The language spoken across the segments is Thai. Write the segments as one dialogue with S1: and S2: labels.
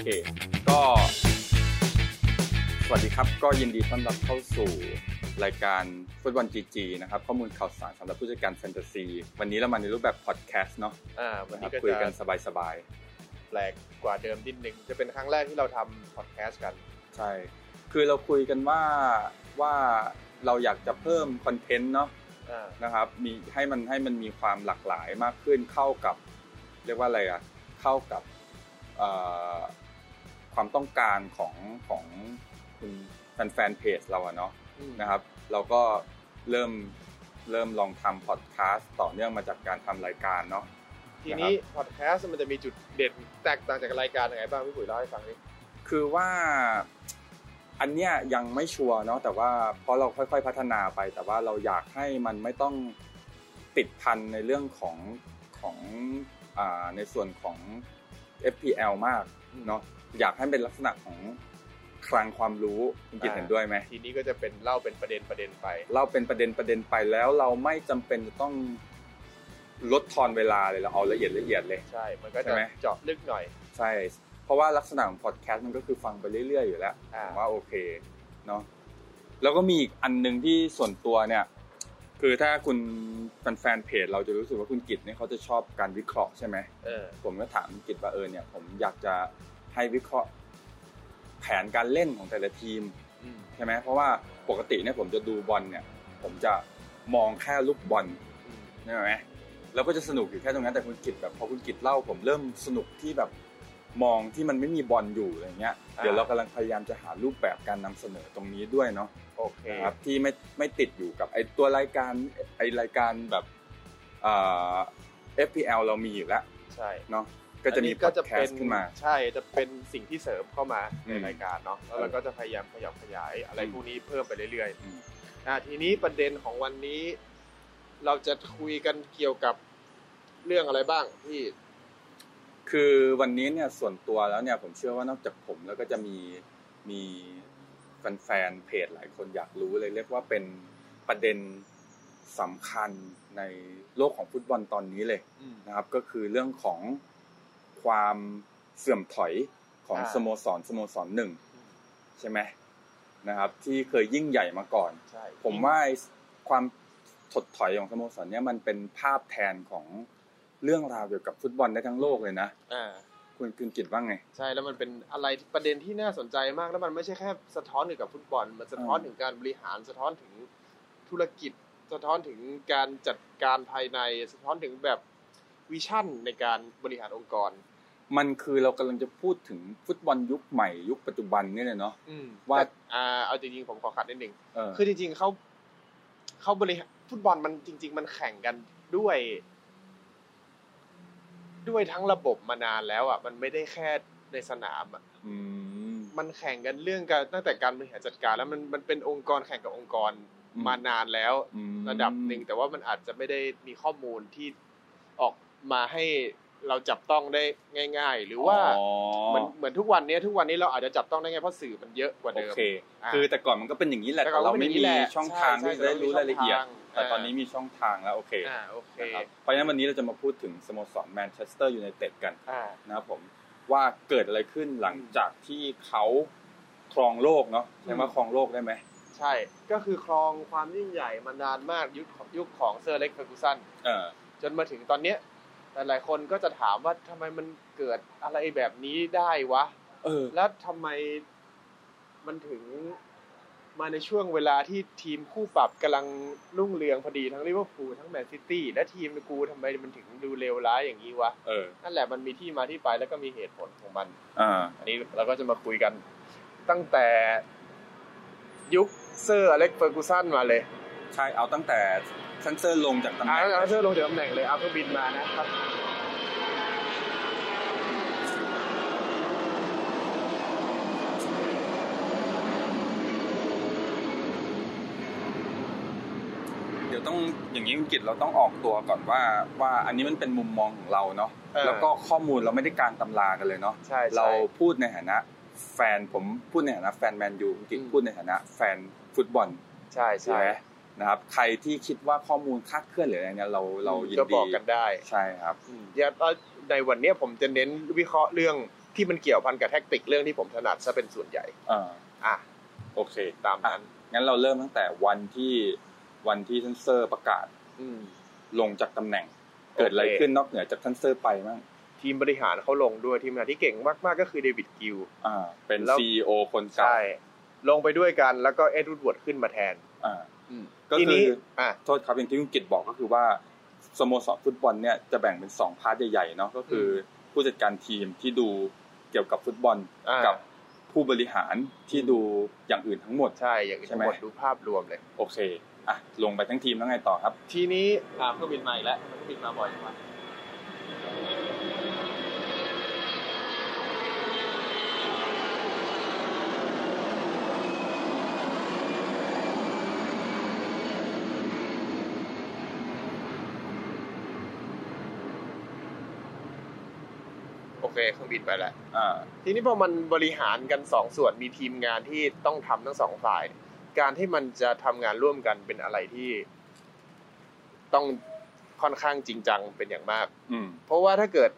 S1: เค ก็ สวัสดีครับ ก็ยินดีต้อนรับเข้าสู่รายการฟุตบอลจีจีนะครับ ข้อมูลข่าวสารสำหรับผู้จัดการแฟนตาซี วันนี้เรามาในรูปแบบพอดแคสต์เนาะ
S2: อ่าวัน
S1: นะครั
S2: นี้
S1: บ
S2: ก็
S1: คุยกั
S2: จะ
S1: นสบาย
S2: แปลกกว่าเดิมนิดนึงจะเป็นครั้งแรกที่เราทำพอดแคสต์กัน
S1: ๆ ใช่ คือเราคุยกันว่าว่าเราอยากจะเพิ่มคอนเทนต์เนาะ
S2: อ่า
S1: นะครับมีให้มันให้มันมีความหลากหลายมากขึ้นเข้ากับ เรียกว่าอะไรอะเข้ากับเอ่อความต้องการของของคุณแฟนๆเพจเราอะเนาะนะครับ เราก็เริ่มเริ่มลองทำพอดคาสต์ต่อเนื่องมาจากการทำรายการเนาะ
S2: ทีนี้พอดแคสต์มันจะมีจุดเด่นแตกต่างจากรายการยังไงบ้างพี่ปุ๋ยเล่าให้ฟังนิด
S1: คือว่าอันเนี้ยยังไม่ชัวร์เนาะแต่ว่าเพราะเราค่อยๆพัฒนาไป แต่ว่าเราอยากให้มันไม่ต้องติดพันในเรื่องของของอ่าในส่วนของ FPL มากเนาะอยากให้เป็นลักษณะของคลังความรู้คุณกิตเห็นด้วยไหม
S2: ทีนี้ก็จะเป็นเล่าเป็นประเด็นประเด็นไป
S1: เราเป็นประเด็นประเด็นไปแล้วเราไม่จำเป็นจะต้องลดทอนเวลาเลยเราเอาละเอียดละเอียดเลย
S2: ใช่มันก็
S1: ใช่
S2: จะ
S1: ไหม
S2: เจาะลึกหน่อย
S1: ใช่ เพราะว่าลักษณะของพอดแคสต์มันก็คือฟังไปเรื่อยๆอยู่แล้ว
S2: อ่า
S1: ผมว่าโอเคเนาะแล้วก็มีอีกอันหนึ่งที่ส่วนตัวเนี่ย คือถ้าคุณแฟนๆเพจเราจะรู้สึกว่าคุณกิตเนี่ยเขาจะชอบการวิเคราะห์ใช่ไหม
S2: เออ
S1: ผมก็ถามคุณกิตว่าเออเนี่ย ผมอยากจะให้วิเคราะห์แผนการเล่นของแต่ละทีม
S2: อืม
S1: ใช่ไหมเพราะว่าปกติเนี่ยผมจะดูบอลเนี่ย ผมจะมองแค่ลูกบอล
S2: อืม
S1: ใช่ไหมแล้วก็จะสนุกอยู่แค่ตรงนั้นแต่คุณกิตแบบพอคุณกิตเล่าผมเริ่มสนุกที่แบบมองที่มันไม่มีบอลอยู่อะไรเงี้ยเดี๋ยวเรากำลังพยายามจะหารูปแบบการนำเสนอตรงนี้ด้วยเนาะ
S2: โอเค
S1: นะครับที่ไม่ไม่ติดอยู่กับไอตัวรายการไอรายการแบบเอ่อ FPL เรามีอยู่แล้ว
S2: ใช่
S1: เนาะก็จะมี
S2: อันนี้
S1: พอดแคสต์ขึ้นมา
S2: ใช่จะเป็นสิ่งที่เสริมเข้ามาใน
S1: อืม
S2: รายการเนาะแล้วเราก็จะพยายามขยับขยายอะไร
S1: อืม
S2: พวกนี้เพิ่มไปเรื่อยๆ
S1: อืม
S2: อ่ะทีนี้ประเด็นของวันนี้ เราจะคุยกันเกี่ยวกับเรื่องอะไรบ้างพี่
S1: คือวันนี้เนี่ยส่วนตัวแล้วเนี่ยผมเชื่อว่านอกจากผมแล้วก็จะมีมีแฟนๆเพจหลายคนอยากรู้เลยเรียกว่าเป็นประเด็นสำคัญในโลกของฟุตบอลตอนนี้เลยนะครับ ก็คือเรื่องของความเสื่อมถอยของสโมสรสโมสรหนึ่งใช่ไหมนะครับ ที่เคยยิ่งใหญ่มาก่อน
S2: ใช่
S1: ผมว่าไอ้ความถดถอยของสโมสรเนี่ยมันเป็นภาพแทนของเรื่องราวเกี่ยวกับฟุตบอลได้ทั้งโลกเลยนะ
S2: อ่า
S1: คุณคุณกิตว่าไง
S2: ใช่แล้วมันเป็นอะไรที่ประเด็นที่น่าสนใจมากแล้วมันไม่ใช่แค่สะท้อนเกี่ยวกับฟุตบอล มันสะท้อน
S1: อืม
S2: ถึงการบริหารสะท้อนถึงธุรกิจ สะท้อนถึงการจัดการภายใน สะท้อนถึงแบบวิชั่นในการบริหารองค์กร
S1: มันคือเรากำลังจะพูดถึงฟุตบอลยุคใหม่ยุคปัจจุบันเนี่ยเลยเนาะ
S2: อืม
S1: ว่า
S2: แต่อ่าเอาจริงๆผมขอขัดนิดนึง
S1: เออ
S2: คือจริงๆเขาเขาบริหารฟุตบอลมันจริง ๆ มันแข่งกันด้วย ด้วยทั้งระบบมานานแล้วอ่ะมันไม่ได้แค่ในสนามอะ
S1: อืม
S2: มันแข่งกันเรื่องการตั้งแต่การบริหารจัดการ แล้วมันมันเป็นองค์กรแข่งกับองค์กร
S1: อืม
S2: มานานแล้ว
S1: อืม
S2: ระดับหนึ่งแต่ว่ามันอาจจะไม่ได้มีข้อมูลที่ออกมาให้เราจับต้องได้ง่าย ๆ หรือว่า
S1: อ๋อ
S2: เหมือนเหมือนทุกวันเนี้ยทุกวันนี้เราอาจจะจับต้องได้ง่ายเพราะสื่อมันเยอะกว่า
S1: โอ
S2: เดิม
S1: เค
S2: ะ
S1: คือแต่ก่อนมันก็เป็นอย่างนี้แหละ
S2: แต่ก่
S1: แต่
S2: อน
S1: เรา
S2: ก็เป็นอ
S1: ไม่
S2: ย่าง
S1: มี
S2: นี้แหละ
S1: ช่องทาง
S2: ใช่
S1: ที่จะได้รู้
S2: ใช่
S1: รายละเอียด
S2: เราไม่มีช่องทาง
S1: แต่ตอนนี้มีช่องทางแล้วโอเค
S2: อ่าโอเค
S1: นะครับเพราะฉะนั้นวันนี้เราจะมาพูดถึงสโมสรแมนเชสเตอร์ยูไนเต็ดกัน
S2: อ่า
S1: นะครับผมว่าเกิดอะไรขึ้นหลังจากที่เขาครองโลกเนาะใช่ว่าครองโลกได้ไหม
S2: ใช่ ก็คือครองความยิ่งใหญ่มานานมากยุคของยุคของเซอร์เล็กเฟอร์กูสัน
S1: เออ
S2: จนมาถึงตอนเนี้ยหลายๆคนก็จะถามว่าทำไมมันเกิดอะไรแบบนี้ได้วะ
S1: เออ
S2: แล้วทำไมมันถึงมาในช่วงเวลาที่ทีมคู่ปรับกำลังรุ่งเรืองพอดีทั้งลิเวอร์พูลทั้งแมนซิตี้และทีมกูทำไมมันถึงดูเลวร้ายอย่างนี้วะ
S1: เออ
S2: นั่นแหละมันมีที่มาที่ไปแล้วก็มีเหตุผลของมัน
S1: อ่า
S2: อันนี้เราก็จะมาคุยกันตั้งแต่ยุคเซอร์อเล็กเฟอร์กูสันมาเลย
S1: ใช่เอาตั้งแต่เซนเซอร์ลงจากตำแห
S2: อ่า
S1: น่ง
S2: เอาเซอร์ลงจากตำแหน่งเลยเอาเครื่องบินมานะครับ
S1: เดี๋ยวต้องอย่างนี้คุณกิตเราต้องออกตัวก่อนว่าว่าอันนี้มันเป็นมุมมองของเราเนาะ
S2: เออ
S1: แล้วก็ข้อมูลเราไม่ได้กลางตำรากันเลยเนาะ
S2: ใช่
S1: เรา
S2: เรา
S1: พูดในฐานะ แฟนผมพูดในฐานะแฟนแมนยูคุณกิต
S2: อืม
S1: พูดในฐานะแฟนฟุตบอล
S2: ใช่
S1: ใช่
S2: ใช่
S1: ไหมนะครับ ใครที่คิดว่าข้อมูลคลาดเคลื่อนหรืออะไรเนี่ยเราเรายิน
S2: ก็
S1: ดี
S2: บอกกันได้
S1: ใช่ครับ
S2: อืมอย่าในวันเนี้ยผมจะเน้นวิเคราะห์เรื่อง ที่มันเกี่ยวพันกับแท็กติกเรื่องที่ผมถนัดซะเป็นส่วนใหญ่
S1: อ่า
S2: อ่ะ
S1: โอเค
S2: ตามนั้น
S1: งั้นเราเริ่มตั้งแต่วันที่วันที่ท่านเซอร์ประกาศ
S2: อืม
S1: ลงจากตำแหน่ง
S2: โอเค
S1: เกิดอะไรขึ้นนอกเหนือจากท่านเซอร์ไปมั้ง
S2: ทีมบริหารเขาลงด้วยทีมงานที่เก่งมากๆก็คือเดวิดกิล
S1: อ่า เป็น
S2: แล้ว
S1: ซีอคนเก่า
S2: ลงไปด้วยกันแล้วก็เอ็ดวูดวดขึ้นมาแทน
S1: อ่า ก็
S2: ที
S1: คื
S2: นี้
S1: อ
S2: อ่ะ
S1: โทษครับอย่างที่คุณกิตบอกก็คือว่าสโมสรฟุตบอลเนี่ยจะแบ่งเป็นสองพาร์ทใหญ่ๆเนาะก็คืออผู้จัดการทีมที่ดูเกี่ยวกับฟุตบอล
S2: อ่ากั
S1: กับผู้บริหารที่ดูอย่างอื่นทั้งหมด
S2: ใช่อย่างที่
S1: ใช่
S2: ทั้
S1: ไห
S2: ง
S1: ม
S2: หมดดูภาพรวมเลย
S1: โอเคอ่ะลงไปทั้งทีมแล้วไงต่อครับ
S2: ทีนี้
S3: ตามเครื่องบินมาอีกแล้วเครื่องบินมาบ่อยจังวะ
S2: โอเคเครื่องบินไปแล้ว
S1: อ่า
S2: ทีนี้พอมันบริหารกันสองส่วนมีทีมงานที่ต้องทำทั้งสองฝ่าย การที่มันจะทำงานร่วมกันเป็นอะไรที่ ต้องค่อนข้างจริงจังเป็นอย่างมาก
S1: อืม
S2: เพราะว่าถ้าเกิด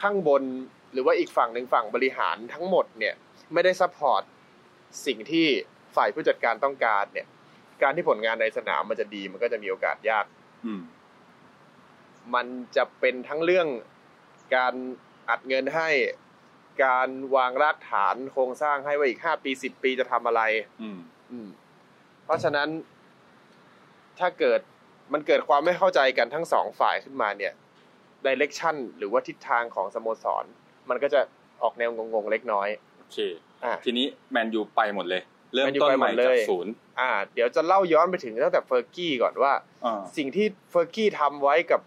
S2: ข้างบนหรือว่าอีกฝั่งหนึ่งฝั่งบริหารทั้งหมดเนี่ย ไม่ได้ซัพพอร์ตสิ่งที่ฝ่ายผู้จัดการต้องการเนี่ย การที่ผลงานในสนามมันจะดีมันก็จะมีโอกาสยาก
S1: อืม
S2: มันจะเป็นทั้งเรื่องการอัดเงินให้ การวางรากฐานโครงสร้างให้ว่าอีกห้าปีสิบปีจะทำอะไร
S1: อืม
S2: อืม เพราะฉะนั้นถ้าเกิดมันเกิดความไม่เข้าใจกันทั้งสองฝ่ายขึ้นมาเนี่ยดิเรกชันหรือว่าทิศทางของสโมสร มันก็จะออกแนวงงๆเล็กน้อย
S1: โอเค
S2: อ่า
S1: ทีนี้แมนยูไปหมดเลย เริ่ม
S2: แมนยู
S1: ต้น
S2: ไป
S1: ให
S2: หม
S1: ม่
S2: ดเลย
S1: จากศูนย์
S2: อ่า เดี๋ยวจะเล่าย้อนไปถึงตั้งแต่เฟอร์กี้ก่อนว่า
S1: อ่า
S2: สิ่งที่เฟอร์กี้ทำไว้กับ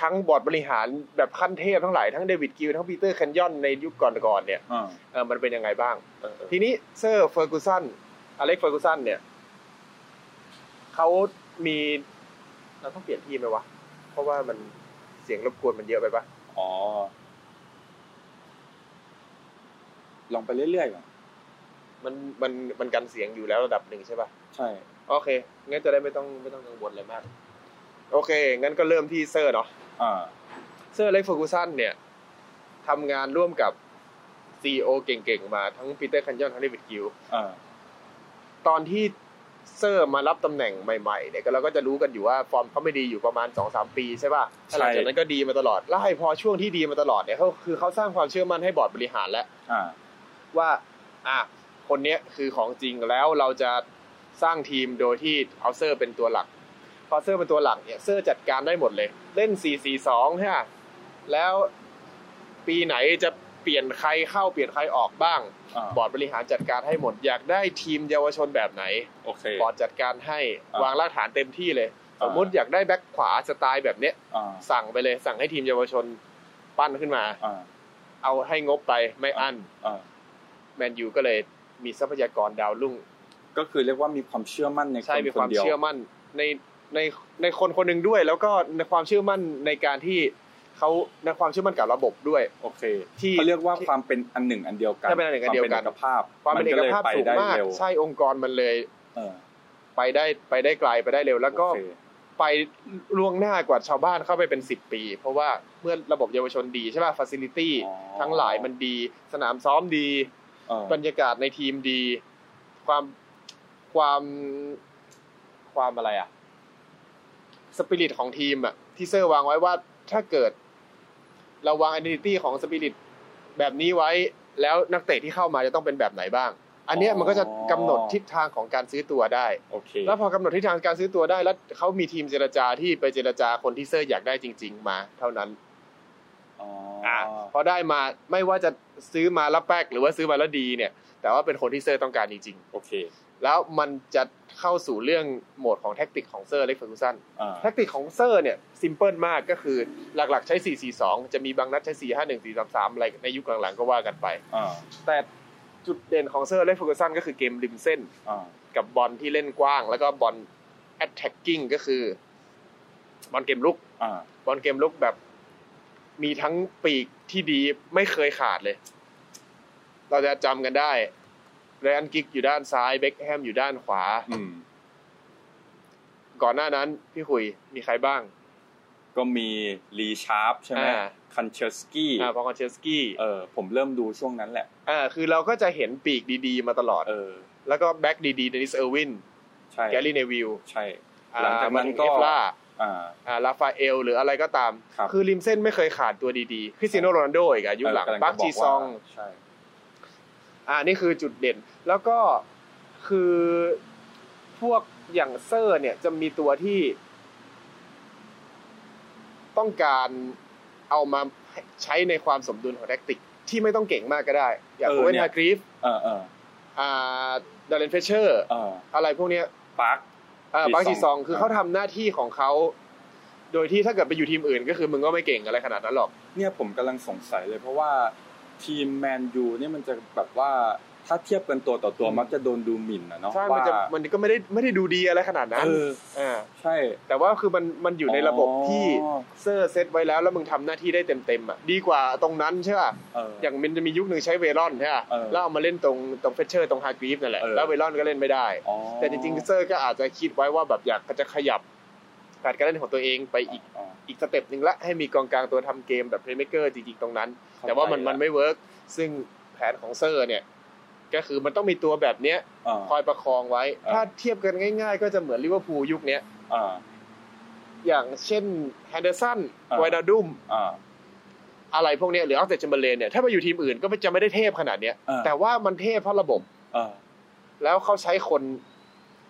S2: ทั้งบอร์ดบริหารแบบขั้นเทพทั้งหลายทั้งเดวิดกิลทั้งปีเตอร์แคนยอนในยุคก่อนๆเนี่ย
S1: อ่า
S2: เออมันเป็นยังไงบ้าง
S1: เออเออ
S2: ทีนี้เซอร์เฟอร์กูสันอเล็กเฟอร์กูสันเนี่ยเขามีเราต้องเปลี่ยนที่ไหมวะ เพราะว่ามันเสียงรบกวนมันเยอะไปปะ
S1: อ๋อ ลองไปเรื่อยๆก่อน
S2: มันมันมันกันเสียงอยู่แล้วระดับหนึ่งใช่ปะ
S1: ใช่
S2: โอเค งั้นจะได้ไม่ต้องไม่ต้องกังวลอะไรมาก โอเค งั้นก็เริ่มที่เซอร์เนาะ
S1: อ่า
S2: เซอร์อเล็กเฟอร์กูสันเนี่ยทำงานร่วมกับซีโอเก่งๆ มาทั้งปีเตอร์คันยอนทั้งเดวิดกิล
S1: อ่า
S2: ตอนที่เซอร์มารับตำแหน่งใหม่ๆเนี่ยก็เราก็จะรู้กันอยู่ว่าฟอร์มเขาไม่ดีอยู่ประมาณ 2-3 ปีใช่ป่ะ
S1: ใช่
S2: แต่หลังจากนั้นก็ดีมาตลอดแล้วไอ้พอช่วงที่ดีมาตลอดเนี่ยเขาคือเขาสร้างความเชื่อมั่นให้บอร์ดบริหารแล้ว
S1: อ่า
S2: ว่า อ่ะ คนเนี้ยคือของจริงแล้วเราจะสร้างทีมโดยที่เอาเซอร์เป็นตัวหลัก พอเซอร์เป็นตัวหลักเนี่ย เซอร์จัดการได้หมดเลย เล่น 4-4-2ฮะแล้วปีไหนจะเปลี่ยนใครเข้าเปลี่ยนใครออกบ้าง
S1: อ่า
S2: บอร์ดบริหารจัดการให้หมด อยากได้ทีมเยาวชนแบบไหน
S1: โอเค
S2: บอร์ดจัดการให้
S1: อ่าว
S2: างรากฐานเต็มที่เลย ส
S1: อ่า
S2: มมุติอยากได้แบ็คขวาสไตล์แบบเนี้ย
S1: อ่า
S2: สั่งไปเลย สั่งให้ทีมเยาวชนปั้นขึ้นมา
S1: อ่า
S2: เอาให้งบไปไม่อั้น
S1: อ่า
S2: แมนยูก็เลยมีทรัพยากรดาวรุ่ง
S1: ก็คือเรียกว่ามีความเชื่อมั่นในค
S2: ใช่
S1: น
S2: มี
S1: ค
S2: ความ
S1: นเดียว
S2: เชื่อมั่นในในในคนคนหนึ่งด้วย แล้วก็ในความเชื่อมั่นในการที่เขาในความเชื่อมั่นกับระบบด้วย
S1: โอเค
S2: ที่
S1: เขาเรียกว่าความเป็นอันหนึ่งอันเดียวกัน
S2: ใช่เป็นอันหนึ่งอันเดียวกั
S1: ความ
S2: น
S1: เป็นเอกภาพ
S2: ความเป็นเอกภาพ
S1: มัน
S2: สูง
S1: เลยไปได้
S2: มาก
S1: เร็ว
S2: ใช่องค์กรมันเลย
S1: เออ
S2: ไปได้ไปได้ไกลไปได้เร็ว แล้วก็
S1: โอเค
S2: ไปล่วงหน้ากว่าชาวบ้านเข้าไปเป็น 10 ปี เพราะว่าเมื่อระบบเยาวชนดีใช่ป่ะฟ a ซิลิตี้
S1: อ๋อ
S2: ทั้งหลายมันดี สนามซ้อมดี
S1: เออบ
S2: รรยากาศในทีมดี ความความความอะไรอะสปิริตของทีมอะที่เซอร์วางไว้ว่าถ้าเกิด เราวาง i อ e n ิตี้ของสปิริตแบบนี้ไว้ แล้วนักเตะที่เข้ามาจะต้องเป็นแบบไหนบ้าง อันเนี้ยมันก็จะกำหนดทิศทางของการซื้อตัวได้
S1: โอเค
S2: แล้วพอกำหนดทิศทางการซื้อตัวได้ แล้วเขามีทีมเจรจาที่ไปเจรจาคนที่เซอร์อยากได้จริง ๆ มา เท่านั้น
S1: อ๋อ
S2: อ่ะพอได้มาไม่ว่าจะซื้อมาแล้วแป๊กหรือว่าซื้อมาแล้วดีเนี่ย แต่ว่าเป็นคนที่เซอร์ต้องการจริง
S1: โอเค
S2: ๆ แล้วมันจะเข้าสู่เรื่องโหมดของแท็กติกของเซอร์เล็กเฟอร์กูสัน
S1: อ่า
S2: แท็กติกของเซอร์เนี่ยซิมเพิลมากก็คือหลักๆใช้ 4 4 2 จะมีบางนัดใช้ 4 5 1 4 3 3 อะไรในยุคหลังๆก็ว่ากันไป
S1: อ่า
S2: แต่จุดเด่นของเซอร์เล็กเฟอร์กูสันก็คือเกมริมเส้น
S1: อ่า
S2: กับบอลที่เล่นกว้าง แล้วก็บอล attacking ก็คือบอลเกมลุก
S1: อ่า
S2: บอลเกมลุกแบบมีทั้งปีกที่ดีไม่เคยขาดเลย เราจะจำกันได้ไรอันกิกอยู่ด้านซ้าย เบคแฮมอยู่ด้านขวา
S1: อืม
S2: ก่อนหน้านั้น พี่คุยมีใครบ้าง
S1: ก็มีรีชาร์ปใช่ไหม
S2: อ่า
S1: คันเชสกี้
S2: อ่าพอคอนเชสกี้
S1: เออผมเริ่มดูช่วงนั้นแหละ
S2: อ่าคือเราก็จะเห็นปีกดีๆ มาตลอด
S1: เออ
S2: แล้วก็แบ็กดีๆเดนิสเออร์วิน
S1: ใช่
S2: แกลลี่เนวิล
S1: ใช่ หลังจากนั้นก็
S2: เอฟล่า
S1: อ่า
S2: อ่าลาฟาเอล หรืออะไรก็ตาม
S1: ครับ
S2: อริมเส้นไม่เคยขาดตัวดีๆคริสเตียโนโรนัลโดอีกอะยุคหลัง
S1: เออกำ
S2: บั
S1: จะ
S2: ก
S1: บ
S2: จี
S1: ว่า
S2: ซอง
S1: ใช่
S2: อ่านี่คือจุดเด่นแล้วก็คือพวกอย่างเซอร์เนี่ยจะมีตัวที่ ต้องการเอามาใช้ในความสมดุลของแท็กติก ที่ไม่ต้องเก่งมากก็ได้ อย่างโอเวนฮากรีฟ
S1: เออเออ
S2: อ่าดาเลนเฟเชอร์
S1: เออ
S2: อะไรพวกเนี้ย
S1: ปาร์ค
S2: อ่า
S1: จีซอง
S2: บางทีซองคื
S1: ค
S2: อ
S1: รับ
S2: เขาทำหน้าที่ของเขา โดยที่ถ้าเกิดไปอยู่ทีมอื่น ก็คือมึงก็ไม่เก่งอะไรขนาดนั้นหรอก
S1: เนี่ยผมกำลังสงสัยเลยเพราะว่าทีมแมนยูเนี่ยมันจะแบบว่าถ้าเทียบกันตัวต่อตัว
S2: อืม
S1: มักจะโดนดูหมิ่นนะเนาะ
S2: ใช่มัน
S1: ว่า
S2: จะมันก็ไม่ได้ไม่ได้ดูดีอะไรขนาดนั้น
S1: เออ
S2: อ่า
S1: ใช่
S2: แต่ว่าคือมันมันอยู่ในระบบที่
S1: อ๋อ
S2: เซอร์เซตไว้แล้วแล้วมึงทำหน้าที่ได้เต็มๆอ่ะดีกว่าตรงนั้นใช่ป่ะ
S1: เอออ
S2: อย่างมันจะมียุคหนึ่งใช้เวรอนใช่ป่ะ
S1: เออ
S2: แล้วเอามาเล่นตรงตรงเฟชเชอร์ตรงฮาร์กรีฟนั่นแหละ
S1: เออ
S2: แล้วเวรอนก็เล่นไม่ได้
S1: อ๋อ
S2: แต่จริงๆเซอร์ก็อาจจะคิดไว้ว่าแบบอยากจะขยับการการเล่นของตัวเองไปอีก
S1: อ๋อ
S2: อีกสเต็ปหนึ่งละให้มีกองกลางตัวทำเกมแบบเพลย์เม k เกอร์จริงๆตรงนั้น
S1: เข้
S2: แต่ว่ามัน
S1: ใจ
S2: มันไม่เวิร์กซึ่งแผนของเซอร์เนี่ยก็คือมันต้องมีตัวแบบเนี้ย
S1: า
S2: คอยประคองไว้
S1: เออ
S2: ถ้าเทียบกันง่าย ๆ ก็จะเหมือนลิเวอร์พูลยุคเนี้ย
S1: อ่า
S2: อย่างเช่นแฮนเดอร์สัน
S1: อ่า
S2: ไวนาดุม
S1: อ่า
S2: อะไรพวกเนี้ยหรืออัลเซตเจมเบอร์เลนเนี่ยถ้าไปอยู่ทีมอื่นก็จะไม่ได้เทพขนาดเนี้ย
S1: อ่า
S2: แต่ว่ามันเทพเพราะระบบ
S1: อ่า
S2: แล้วเขาใช้คน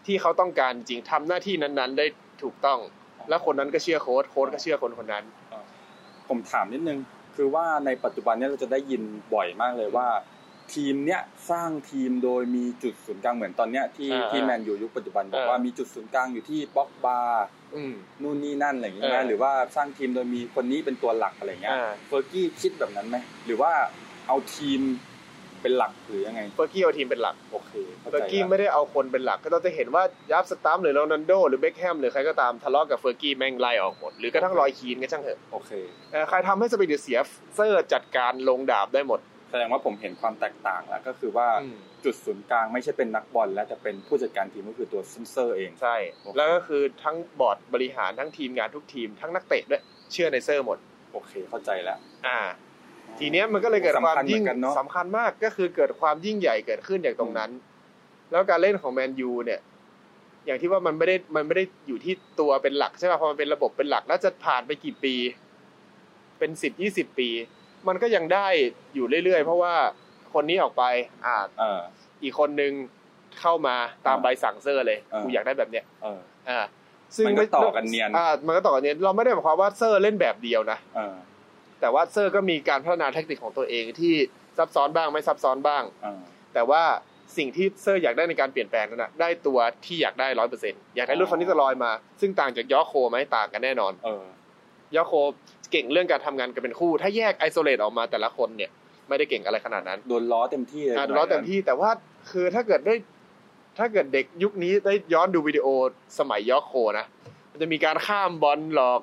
S2: ที่เขาต้องการจริงทำหน้าที่นั้นๆ ได้ถูกต้อง แล้วคนนั้นก็เชื่อโค้ชโค้ชก็เชื่อคนคนนั้น
S1: ผมถามนิดนึง คือว่าในปัจจุบันเนี่ยเราจะได้ยินบ่อยมากเลยว่า ทีมเนี้ยสร้างทีมโดยมีจุดศูนย์กลางเหมือนตอนเนี้ยที่
S2: อ่า
S1: ที่แมนยูยุคปัจจุบันบอกว่า
S2: อ่ามี
S1: มีจุดศูนย์กลางอยู่ที่บ็อกบา
S2: อืม
S1: นู่นนี่นั่นอะไรอย่างเงี้ย
S2: เอ
S1: นะ
S2: อ
S1: หรือว่าสร้างทีมโดยมีคนนี้เป็นตัวหลักอะไรเงี้ย
S2: อ่า
S1: เฟอร์กี้คิดแบบนั้นไหมหรือว่าเอาทีมเป็นหลักหรือยังไง
S2: เฟอร์กี้เอาทีมเป็นหลัก
S1: โอเคเข้าใจ
S2: เฟอร์กี้
S1: ละ
S2: ไม่ได้เอาคนเป็นหลัก ก็เราจะเห็นว่ายับสตัมป์หรือโรนัลโดหรือเบ็คแฮมหรือใครก็ตามทะเลาะกับเฟอร์กี้แม่งไล่ออกหมดหรือกระทั่งรอยคีนก็ช่างเถอะ
S1: โอเค
S2: เอ่อใครทำให้สปิริตเสียเซอร์จัดการลงดาบได้หมด
S1: แสดงว่าผมเห็นความแตกต่างแล้วก็คือว่า
S2: อืม
S1: จุดศูนย์กลางไม่ใช่เป็นนักบอลแล้วแต่เป็นผู้จัดการทีมก็คือตัวเซนเซอร์เอง
S2: ใช่
S1: โอเค
S2: แล้วก็คือทั้งบอร์ดบริหารทั้งทีมงานทุกทีม ทั้งนักเตะด้วยเชื่อในเซอร์หมด
S1: โอเคเข้าใจแล้ว
S2: อ่า ทีเนี้ยมันก็เลยเกิดความ
S1: สำคัญเหมื
S2: ยิ่
S1: อง นกันเนอะ
S2: สำคัญมากก็คือเกิดความยิ่งใหญ่เกิดขึ้นอย่างตรงนั้น แล้วการเล่นของแมนยูเนี่ย อย่างที่ว่ามันไม่ได้มันไม่ได้อยู่ที่ตัวเป็นหลักใช่ป่ะพอมันเป็นระบบเป็นหลักแล้วจะผ่านไปกี่ปี เป็นสิบยี่สิบปี มันก็ยังได้อยู่เรื่อยๆ เพราะว่าคนนี้ออกไปอ่า
S1: เออ
S2: อีกคนนึงเข้ามาตามใบสั่งเซอร์เลย
S1: เออ
S2: กูอยากได้แบบเนี้ย
S1: เออ
S2: อ่า
S1: มันก็ต่อกันเนียน
S2: อ่ามันก็ต่อกันเนียน เราไม่ได้หมายความว่าเซอร์เล่นแบบเดียวนะ
S1: เออ
S2: แต่ว่าเซอร์ก็มีการพัฒนาแทคนิคของตัวเองที่ซับซ้อนบ้างไม่ซับซ้อนบ้าง
S1: เออ
S2: แต่ว่าสิ่งที่เซอร์อยากได้ในการเปลี่ยนแปลงนั้นนะได้ตัวที่อยากได้ร้อยเปอร์เซ็นต์อยากได้รุ่น
S1: อ๋อ
S2: ฟันนิสลอยมา ซึ่งต่างจากยอร์โคไหมต่างกันแน่นอน
S1: เออย
S2: อร์โคเก่งเรื่องการทำงานกันเป็นคู่ ถ้าแยกไอโซเลตออกมาแต่ละคนเนี่ย ไม่ได้เก่งอะไรขนาดนั้น
S1: โดนล้อเต็มที่เลย
S2: อ่าร้อนเต็มที่แต่ว่าคือถ้าเกิดได้ถ้าเกิดเด็กยุคนี้ได้ย้อนดูวิดีโอสมัยยอโคนะมันจะมีการข้ามบอลหลอก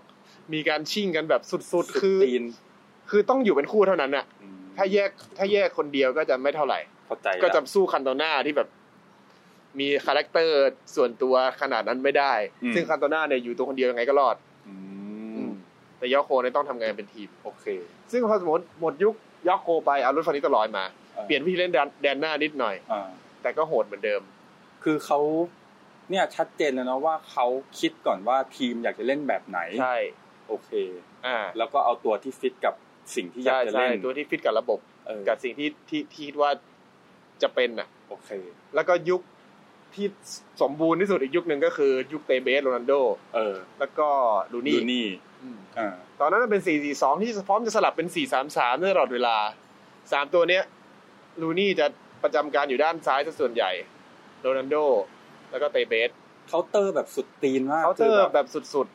S2: มีการชิ่งกันแบบสุดๆ คือ
S1: ตีน
S2: คือต้องอยู่เป็นคู่เท่านั้นน่ะ
S1: อืม
S2: ถ้าแยกถ้าแยกคนเดียวก็จะไม่เท่าไหร่
S1: เข้าใจ
S2: ก็
S1: แล้ว
S2: จะสู้คันโตน่าที่แบบ มีคาแรคเตอร์ส่วนตัวขนาดนั้นไม่ได้ ซึ่งคันโตน่าเนี่ยอยู่ตัวคนเดียวยังไงก็รอด
S1: อื
S2: อื
S1: ม
S2: ม แต่ยอโคเนี่ยต้องทำงานเป็นทีม
S1: โอเค
S2: ซึ่งพอสมมติหมดยุคยอโคไปเอารุ่นฟันนิตลอยมา
S1: ออ
S2: เปลี่ยนวิธีเล่นแดนหน้านิดหน่อย
S1: อ่า
S2: แต่ก็โหดเหมือนเดิม
S1: คือเขาเนี่ยชัดเจนแล้วเนาะว่าเขาคิดก่อนว่าทีมอยากจะเล่นแบบไหน
S2: ใช่
S1: โอเค
S2: อ่า
S1: แล้วก็เอาตัวที่ฟิตกับสิ่งที่อยา
S2: ใช่
S1: กจะ
S2: ใช่
S1: เล่น
S2: ตัวที่ฟิตกับระบบ
S1: เออ
S2: กับสิ่งที่ที่ที่คิดว่าจะเป็นน่ะ
S1: โอเค
S2: แล้วก็ยุคที่สมบูรณ์ที่สุดอีกยุคหนึ่งก็คือยุคเตเบสโรนัลโด
S1: เออ
S2: แล้วก็ลูนี่
S1: ดูนี่
S2: อืม
S1: อ่า
S2: ตอนนั้นมันเป็น 4-4-2 ที่พร้อมจะสลับเป็น 4-3-3ตลอดเวลาสามตัวเนี้ยลูนี่จะประจำการอยู่ด้านซ้ายซะส่วนใหญ่โรนัลโด แล้วก็เตเบส
S1: เคาน์เตอร์แบบสุดตีนมาก
S2: เคาน์เตอร์
S1: คือ
S2: แบบสุด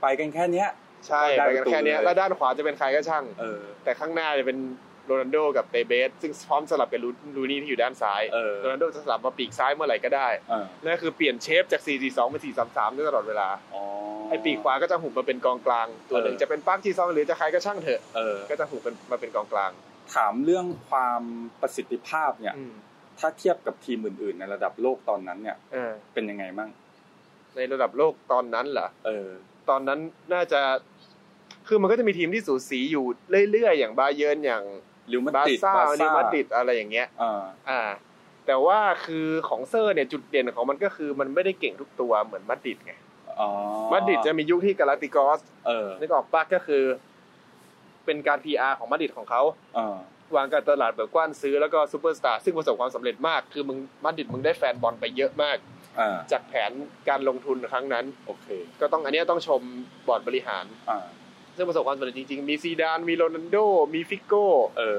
S1: ไปกันแค่เนี้ย
S2: ๆ ใช่
S1: ได้
S2: ไป
S1: ประตู
S2: กันแค่เนี้ย
S1: เลย
S2: แล้วด้านขวาจะเป็นใครก็ช่าง
S1: เออ
S2: แต่ข้างหน้าจะเป็นโรนัลโดกับเตเบส ซึ่งพร้อมสลับกับลูลูนี่ที่อยู่ด้านซ้าย
S1: เออ
S2: โรนัลโดจะสลับมาปีกซ้ายเมื่อไหร่ก็ได้
S1: เออ
S2: นั่นคือเปลี่ยนเชฟจาก 4-4-2 เป็น 4-3-3ได้ตลอดเวลา
S1: อ๋อ
S2: ไอ้ปีกขวาก็จะหุบมาเป็นกองกลาง ตัวหนึ่ง
S1: เออ
S2: จะเป็นปักจีซองหรือจะใครก็ช่างเถอะ
S1: เออ
S2: ก็จะหุบเป็นมาเป็นกองกลาง
S1: ถามเรื่องความประสิทธิภาพเนี่ย
S2: อืม
S1: ถ้าเทียบกับทีมอื่น ๆ ในระดับโลกตอนนั้นเนี่ย
S2: เออ
S1: เป็นยังไงมั่ง
S2: ในระดับโลกตอนนั้นเหรอ
S1: เออ
S2: ตอนนั้นน่าจะ คือมันก็จะมีทีมที่สูสีอยู่เรื่อยๆ อย่างบาเยิร์นอย่าง
S1: ลิวมา
S2: บา
S1: ติด
S2: ซ่า
S1: บา
S2: อัน
S1: ซ่า
S2: นี้มาดริดอะไรอย่างเงี้ย
S1: อ่า
S2: อ่า แต่ว่าคือของเซอร์เนี่ยจุดเด่นของมันก็คือมันไม่ได้เก่งทุกตัวเหมือนมาดริดไง
S1: อ๋อ
S2: มาดริดจะมียุคที่กาลาติกอส
S1: เออ
S2: นึกออกปะก็คือ เป็นการ PR ของมาดริดของเขา
S1: เออ
S2: วางการตลาดแบบกว้านซื้อแล้วก็ซูเปอร์สตาร์ซึ่งประสบความสำเร็จมาก คือมึงมาดริดมึงได้แฟนบอลไปเยอะมาก
S1: อ่า
S2: จากแผนการลงทุนครั้งนั้น
S1: โอเค
S2: ก็ต้องอันเนี้ยต้องชมบอร์ดบริหาร
S1: อ่า
S2: ซึ่งประสบความสำเร็จจริงๆ มีซีดาน มีโรนัลโด มีฟิกโก้
S1: เออ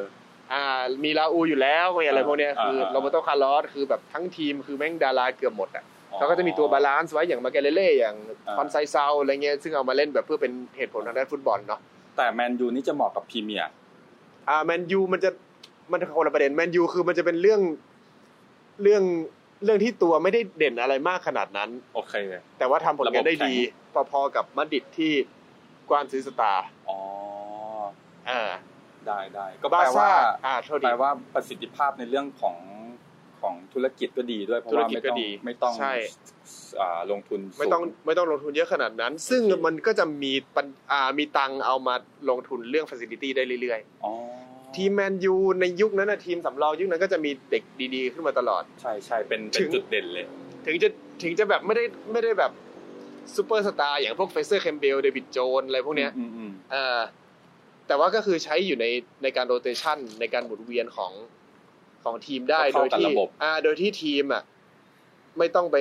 S2: อ่า มีลาอูอยู่แล้วมีอะไรพวกเนี้ย
S1: อ่า
S2: คือ
S1: อ่า
S2: โรเบโตคาร์ลอสคือแบบทั้งทีมคือแม่งดาราเกือบหมดอ่ะเขาก็จะมีตัวบาลานซ์ไว้อย่างมาเกเลเล่อย่างคอนไซเซาอะไรเงี้ยซึ่งเอามาเล่นแบบเพื่อเป็นเหตุผลทางด้านฟุตบอลเนาะ
S1: แต่แมนยูนี่จะเหมาะกับพรีเมียร์
S2: อ่าแมนยูมันจะมันคนละประเด็นแมนยูคือมันจะเป็นเรื่องเรื่องเรื่องที่ตัวไม่ได้เด่นอะไรมากขนาดนั้น
S1: โอเค
S2: แต่ว่าทำผลงานได้
S1: ระบบแข็ง
S2: ดีพอๆกับมาดริดที่กวานซื้อสตาร์
S1: อ๋อ
S2: อ่า
S1: ได้ได้ก็แปล
S2: ซ่
S1: ว่า
S2: อ่าโทษ
S1: แป
S2: ดี
S1: ลว่าประสิทธิภาพในเรื่องของของธุรกิจก็ดีด้วยเพราะว่า
S2: ธุร
S1: ไม่
S2: กิจก็
S1: ต้อง
S2: ดี
S1: ไม่ต้อง
S2: ใช่
S1: อ่าลงทุนสู
S2: ไม่ต้องไม่ต้องลงทุนเยอะขนาดนั้น ซึ่งมันก็จะมีปัญอ่ามีตังเอามาลงทุนเรื่องฟ a ซิลิตี้ได้เรื่อย
S1: อ๋อ
S2: ๆ ทีมแมนยูในยุคนั้นนะทีมสำรองยุคนั้นก็จะมีเด็กดีๆ ขึ้นมาตลอด
S1: ใช่ใช่เป็นเป็
S2: ถึ
S1: น
S2: ง
S1: จุดเด่นเลย
S2: ถึงจะถึงจะแบบไม่ได้ไม่ได้แบบซูเปอร์สตาร์อย่างพวกเฟเซอร์เคมเบลเดวิดโจนอะไรพวกเนี้ย
S1: อืมอืม
S2: เออแต่ว่าก็คือใช้อยู่ในในการโรเตชันในการหมุนเวียนของของทีมได้โดยที่อ่าโดยที่ทีมอ่ะไม่ต้องไป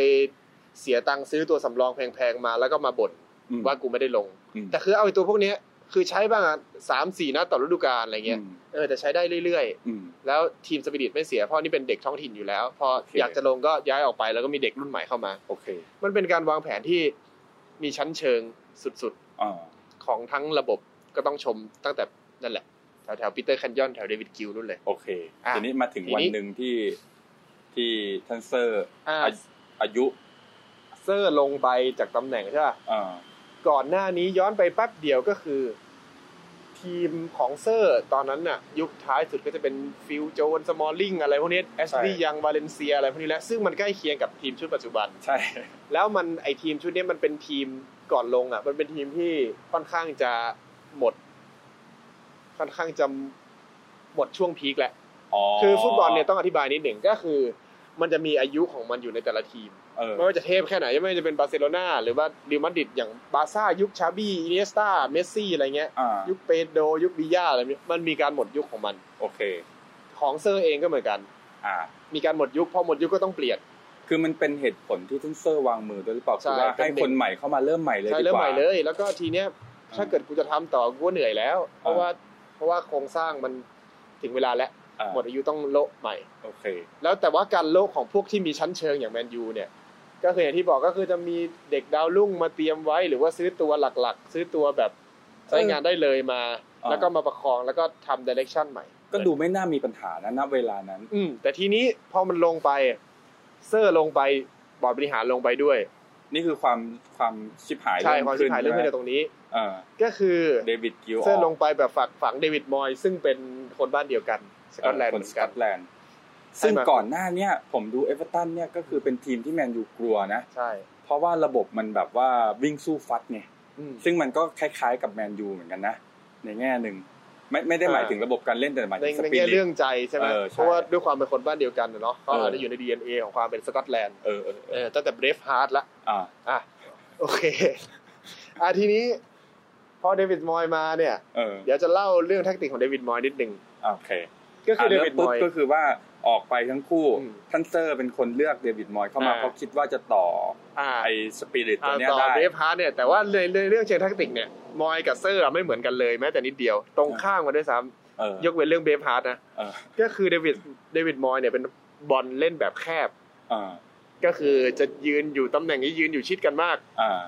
S2: เสียตังค์ซื้อตัวสำรองแพงๆมาแล้วก็มาบ่น
S1: อืม
S2: ว่ากูไม่ได้ลง
S1: อืม
S2: แต่คือเอาไอ้ตัวพวกเนี้ยคือใช้บ้างอะสามสี่นัดต่อฤดูกาลอะไรเงี้ย
S1: อืม
S2: เออแต่ใช้ได้เรื่อย
S1: อืม
S2: ๆ แล้วทีมสปิริตไม่เสียเพราะนี่เป็นเด็กท้องถิ่นอยู่แล้ว พอ
S1: โอเค
S2: อยากจะลงก็ย้ายออกไปแล้วก็มีเด็กรุ่นใหม่เข้ามา
S1: โอเค
S2: มันเป็นการวางแผนที่มีชั้นเชิงสุด
S1: อ่า
S2: ๆ ของทั้งระบบก็ต้องชมตั้งแต่นั่นแหละ แถวแถวปีเตอร์แคนยอนแถวเดวิดกิลนู่นเลย
S1: โอเค
S2: อ่ะ
S1: ทีนี้มาถึง
S2: ที
S1: วัน
S2: นี้
S1: หนึ่งที่ที่ทันเซอร์
S2: อ่า
S1: อายุ อายุ
S2: เซอร์ลงไปจากตำแหน่งใช่ป่ะ
S1: อ่า
S2: ก่อนหน้านี้ย้อนไปแป๊บเดียวก็คือ ทีมของเซอร์ตอนนั้นน่ะ ยุคท้ายสุดก็จะเป็นฟิลโจนสมอลลิงอะไรพวกนี้แอสลี
S1: ใช่
S2: ย์ยังวาเลนเซียอะไรพวกนี้แหล้วซึ่งมันใกล้เคียงกับทีมชุดปัจจุบัน
S1: ใช่
S2: แล้วมันไอทีมชุดเนี้ยมันเป็นทีมก่อนลงอ่ะ มันเป็นทีมที่ค่อนข้างจะหมด ค่อนข้างจะหมดช่วงพีคแหละคือฟุตบอลเนี่ยต้องอธิบายนิดหนึ่งก็คือ มันจะมีอายุของมันอยู่ในแต่ละทีม
S1: เออ
S2: ไม่ว่าจะเทพแค่ไหนไม่ว่าจะเป็นบาร์เซโลนาหรือว่าเริมาดริดอย่างบาร์ซ่ายุคชาบี้อิเนสตาเมสซี่อะไรเงี้ย
S1: อ่า
S2: ยุคเปโดรยุคบิย่าอะไรเนี่ยมันมีการหมดยุคของมัน
S1: โอเค
S2: ของเซอร์เองก็เหมือนกัน
S1: อ่า
S2: มีการหมดยุคพอหมดยุคก็ต้องเปลี่ยน
S1: คือมันเป็นเหตุผลที่ทันเซอร์วางมือด้วยหรือเปล่า
S2: ใช่
S1: คือว่า
S2: เป็น
S1: ให้
S2: เด็ก
S1: คนใหม่เข้ามาเริ่มใหม่เลย
S2: ใช้
S1: ดี
S2: เริ่ม
S1: ก
S2: ให
S1: ว่า
S2: ม่เลย แล้วก็ทีเนี้ยถ้าเกิดกูจะทำต่อกูก็เหนื่อยแล้ว เพราะ
S1: อ่า
S2: ว่าเพราะว่าโครงสร้างมันถึงเวลาแล้ว
S1: อ่า
S2: หมดอายุต้องโละใหม่
S1: โอเค
S2: แล้วแต่ว่าการโละของพวกที่มีชั้นเชิงอย่างแมนยูเนี่ย ก็คืออย่างที่บอกก็คือจะมีเด็กดาวรุ่งมาเตรียมไว้ หรือว่าซื้อตัวหลักๆ ซื้อตัวแบบใช้งานได้เลยมา
S1: อ่า
S2: แล้วก็มาประคองแล้วก็ทำดิเรกชันใหม่
S1: ก็ดูไม่น่ามีปัญหานะณเวลานั้น
S2: อืมแต่ทีนี้พอมันลงไปเซอร์ลงไปบอร์ดบริหารลงไปด้วย
S1: นี่คือความความชิบหาย
S2: ใช่ความชิบหายเรื่อง
S1: ขึ้
S2: เรื่
S1: น
S2: องตรงนี้
S1: เออ
S2: ก็คือ
S1: เดวิดกิล
S2: เซอร์ลงไปแบบฝักฝังเดวิดมอยซึ่งเป็นคนบ้านเดียวกันสกอตแลนด์
S1: ค
S2: เห
S1: น
S2: มือ
S1: สก
S2: นกั
S1: อน ตแลนด์ซึ่ง
S2: ใช่ไหม
S1: ก่อนหน้าเนี่ยผมดูเอเวอร์ตันเนี่ยก็คือเป็นทีมที่แมนยูกลัวนะ
S2: ใช่
S1: เพราะว่าระบบมันแบบว่าวิ่งสู้ฟัดไง
S2: อืม
S1: ซึ่งมันก็คล้ายๆกับแมนยูเหมือนกันนะ ในแง่หนึ่งไม่ไม่ได้หมาย
S2: อ่า
S1: ถึงระบบการเล่นแต่หมาย
S2: ใน
S1: ถึงส
S2: ใน
S1: ปิ
S2: แง่
S1: ริ
S2: เรื่
S1: ต
S2: องใจใช่ไหม
S1: เออใช่
S2: เพราะว่าด้วยความเป็นคนบ้านเดียวกันน่ะเนาะเขา
S1: เอออ
S2: อาจจะอยู่ใน DNA ของความเป็นสกอตแลนด์
S1: เออเออเอ
S2: เอ
S1: อ
S2: อตั้งแต่เบรฟฮาร์ดละ
S1: อ่า
S2: อ่ะโอเค อ่ะทีนี้ พอเดวิดมอยมาเนี่ย
S1: เออ
S2: เดี๋ยวจะเล่าเรื่องแท็กติกของเดวิดมอยนิดหนึ่ง
S1: อ่าโอเค
S2: ก็คือเด
S1: เริ่
S2: วิด
S1: ม
S2: ม
S1: ปุ๊บ
S2: อย
S1: ก็คือว่าออกไปทั้งคู่
S2: อืม
S1: ท่านเซอร์เป็นคนเลือกเดวิดมอยเข้ามา
S2: อ่า
S1: เพราะคิดว่าจะต่อ
S2: อ่า
S1: ไอสปิริตตัวเนี้ย
S2: ต่อ
S1: ได้
S2: เบรฟฮาร์ดเนี่ยแต่ว่าในในเรื่องเชิงแท็กติกเนี่ยมอยกับเซอร์อะไม่เหมือนกันเลยแม้แต่นิดเดียว ตรง
S1: อ่า
S2: ข้างกันด้วยซ้
S1: เออ
S2: ำยกเว้นเรื่องเบรฟฮาร์ดนะ
S1: เออ
S2: ก็คือเดวิดเดวิดมอยเนี่ยเป็นบอลเล่นแบบแคบ
S1: อ่า
S2: ก็คือจะยืนอยู่ตำแหน่งนี้ยืนอยู่ชิดกันมาก
S1: อ่า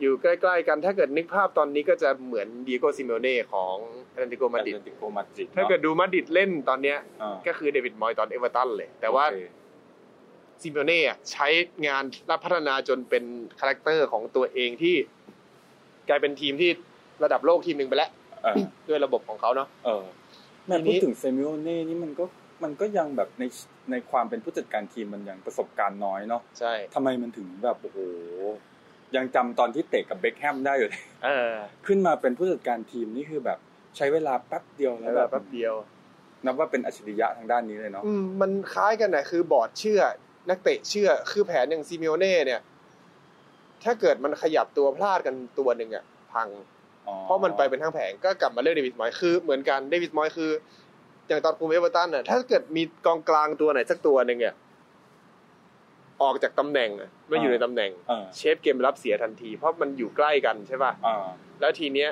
S2: อยู่ใกล้ๆกันถ้าเกิดนึกภาพตอนนี้ก็จะเหมือนดีโกซิเมเน่ของแอตเลติโกมาดริด
S1: แอตเลติโกมาดริด
S2: ถ้าเกิดดูมาดริดเล่นตอนเนี้ย
S1: อ่า
S2: ก็คือเดวิดมอยตอนเอเวอร์ตันเลย แต่ว่า
S1: โอเค
S2: ซิเมเน่อะใช้งานและพัฒนาจนเป็นคาแรคเตอร์ของตัวเองที่ กลายเป็นทีมที่ระดับโลกทีมหนึ่งไปแล้ว
S1: เออ
S2: ด้วยระบบของเขาเนาะ
S1: เออแม่
S2: ทีนี้
S1: พูดถึงเซมิโอเน่นี่มันก็มันก็ยังแบบในในความเป็นผู้จัดการทีมมันยังประสบการณ์น้อยเนาะ
S2: ใช่
S1: ทำไมมันถึงแบบโอ้โห ยังจำตอนที่เตะกับเบคแฮมได้อยู่เลย
S2: เออ
S1: ขึ้นมาเป็นผู้จัดการทีมนี่คือแบบใช้เวลาแป๊บเดียวแล้
S2: แล้ว ว
S1: แบ
S2: แบบ บแป๊บเดียว
S1: นับว่าเป็นอัจฉริยะทางด้านนี้เลยเนาะ
S2: อืมมันคล้ายกันนะคือบอร์ดเชื่อ นักเตะเชื่อ คือแผนอย่างซิเมโอเน่เนี่ย ถ้าเกิดมันขยับตัวพลาดกันตัวหนึ่งอะพัง
S1: อ๋อ
S2: เพราะมันไปเป็นทั้งแผงก็กลับมาเลือกเดวิดมอยส์คือเหมือนกันเดวิดมอยส์คือ อย่างตอนคุมเอเวอร์ตันน่ะถ้าเกิดมีกองกลางตัวไหนสักตัวหนึ่งเนี่ยออกจากตำแหน่งอะไม่อยู่ในตำแหน่ง
S1: เออ
S2: เชฟเกมรับเสียทันที เพราะมันอยู่ใกล้กันใช่ป่ะ
S1: อ่า
S2: แล้วทีเนี้ย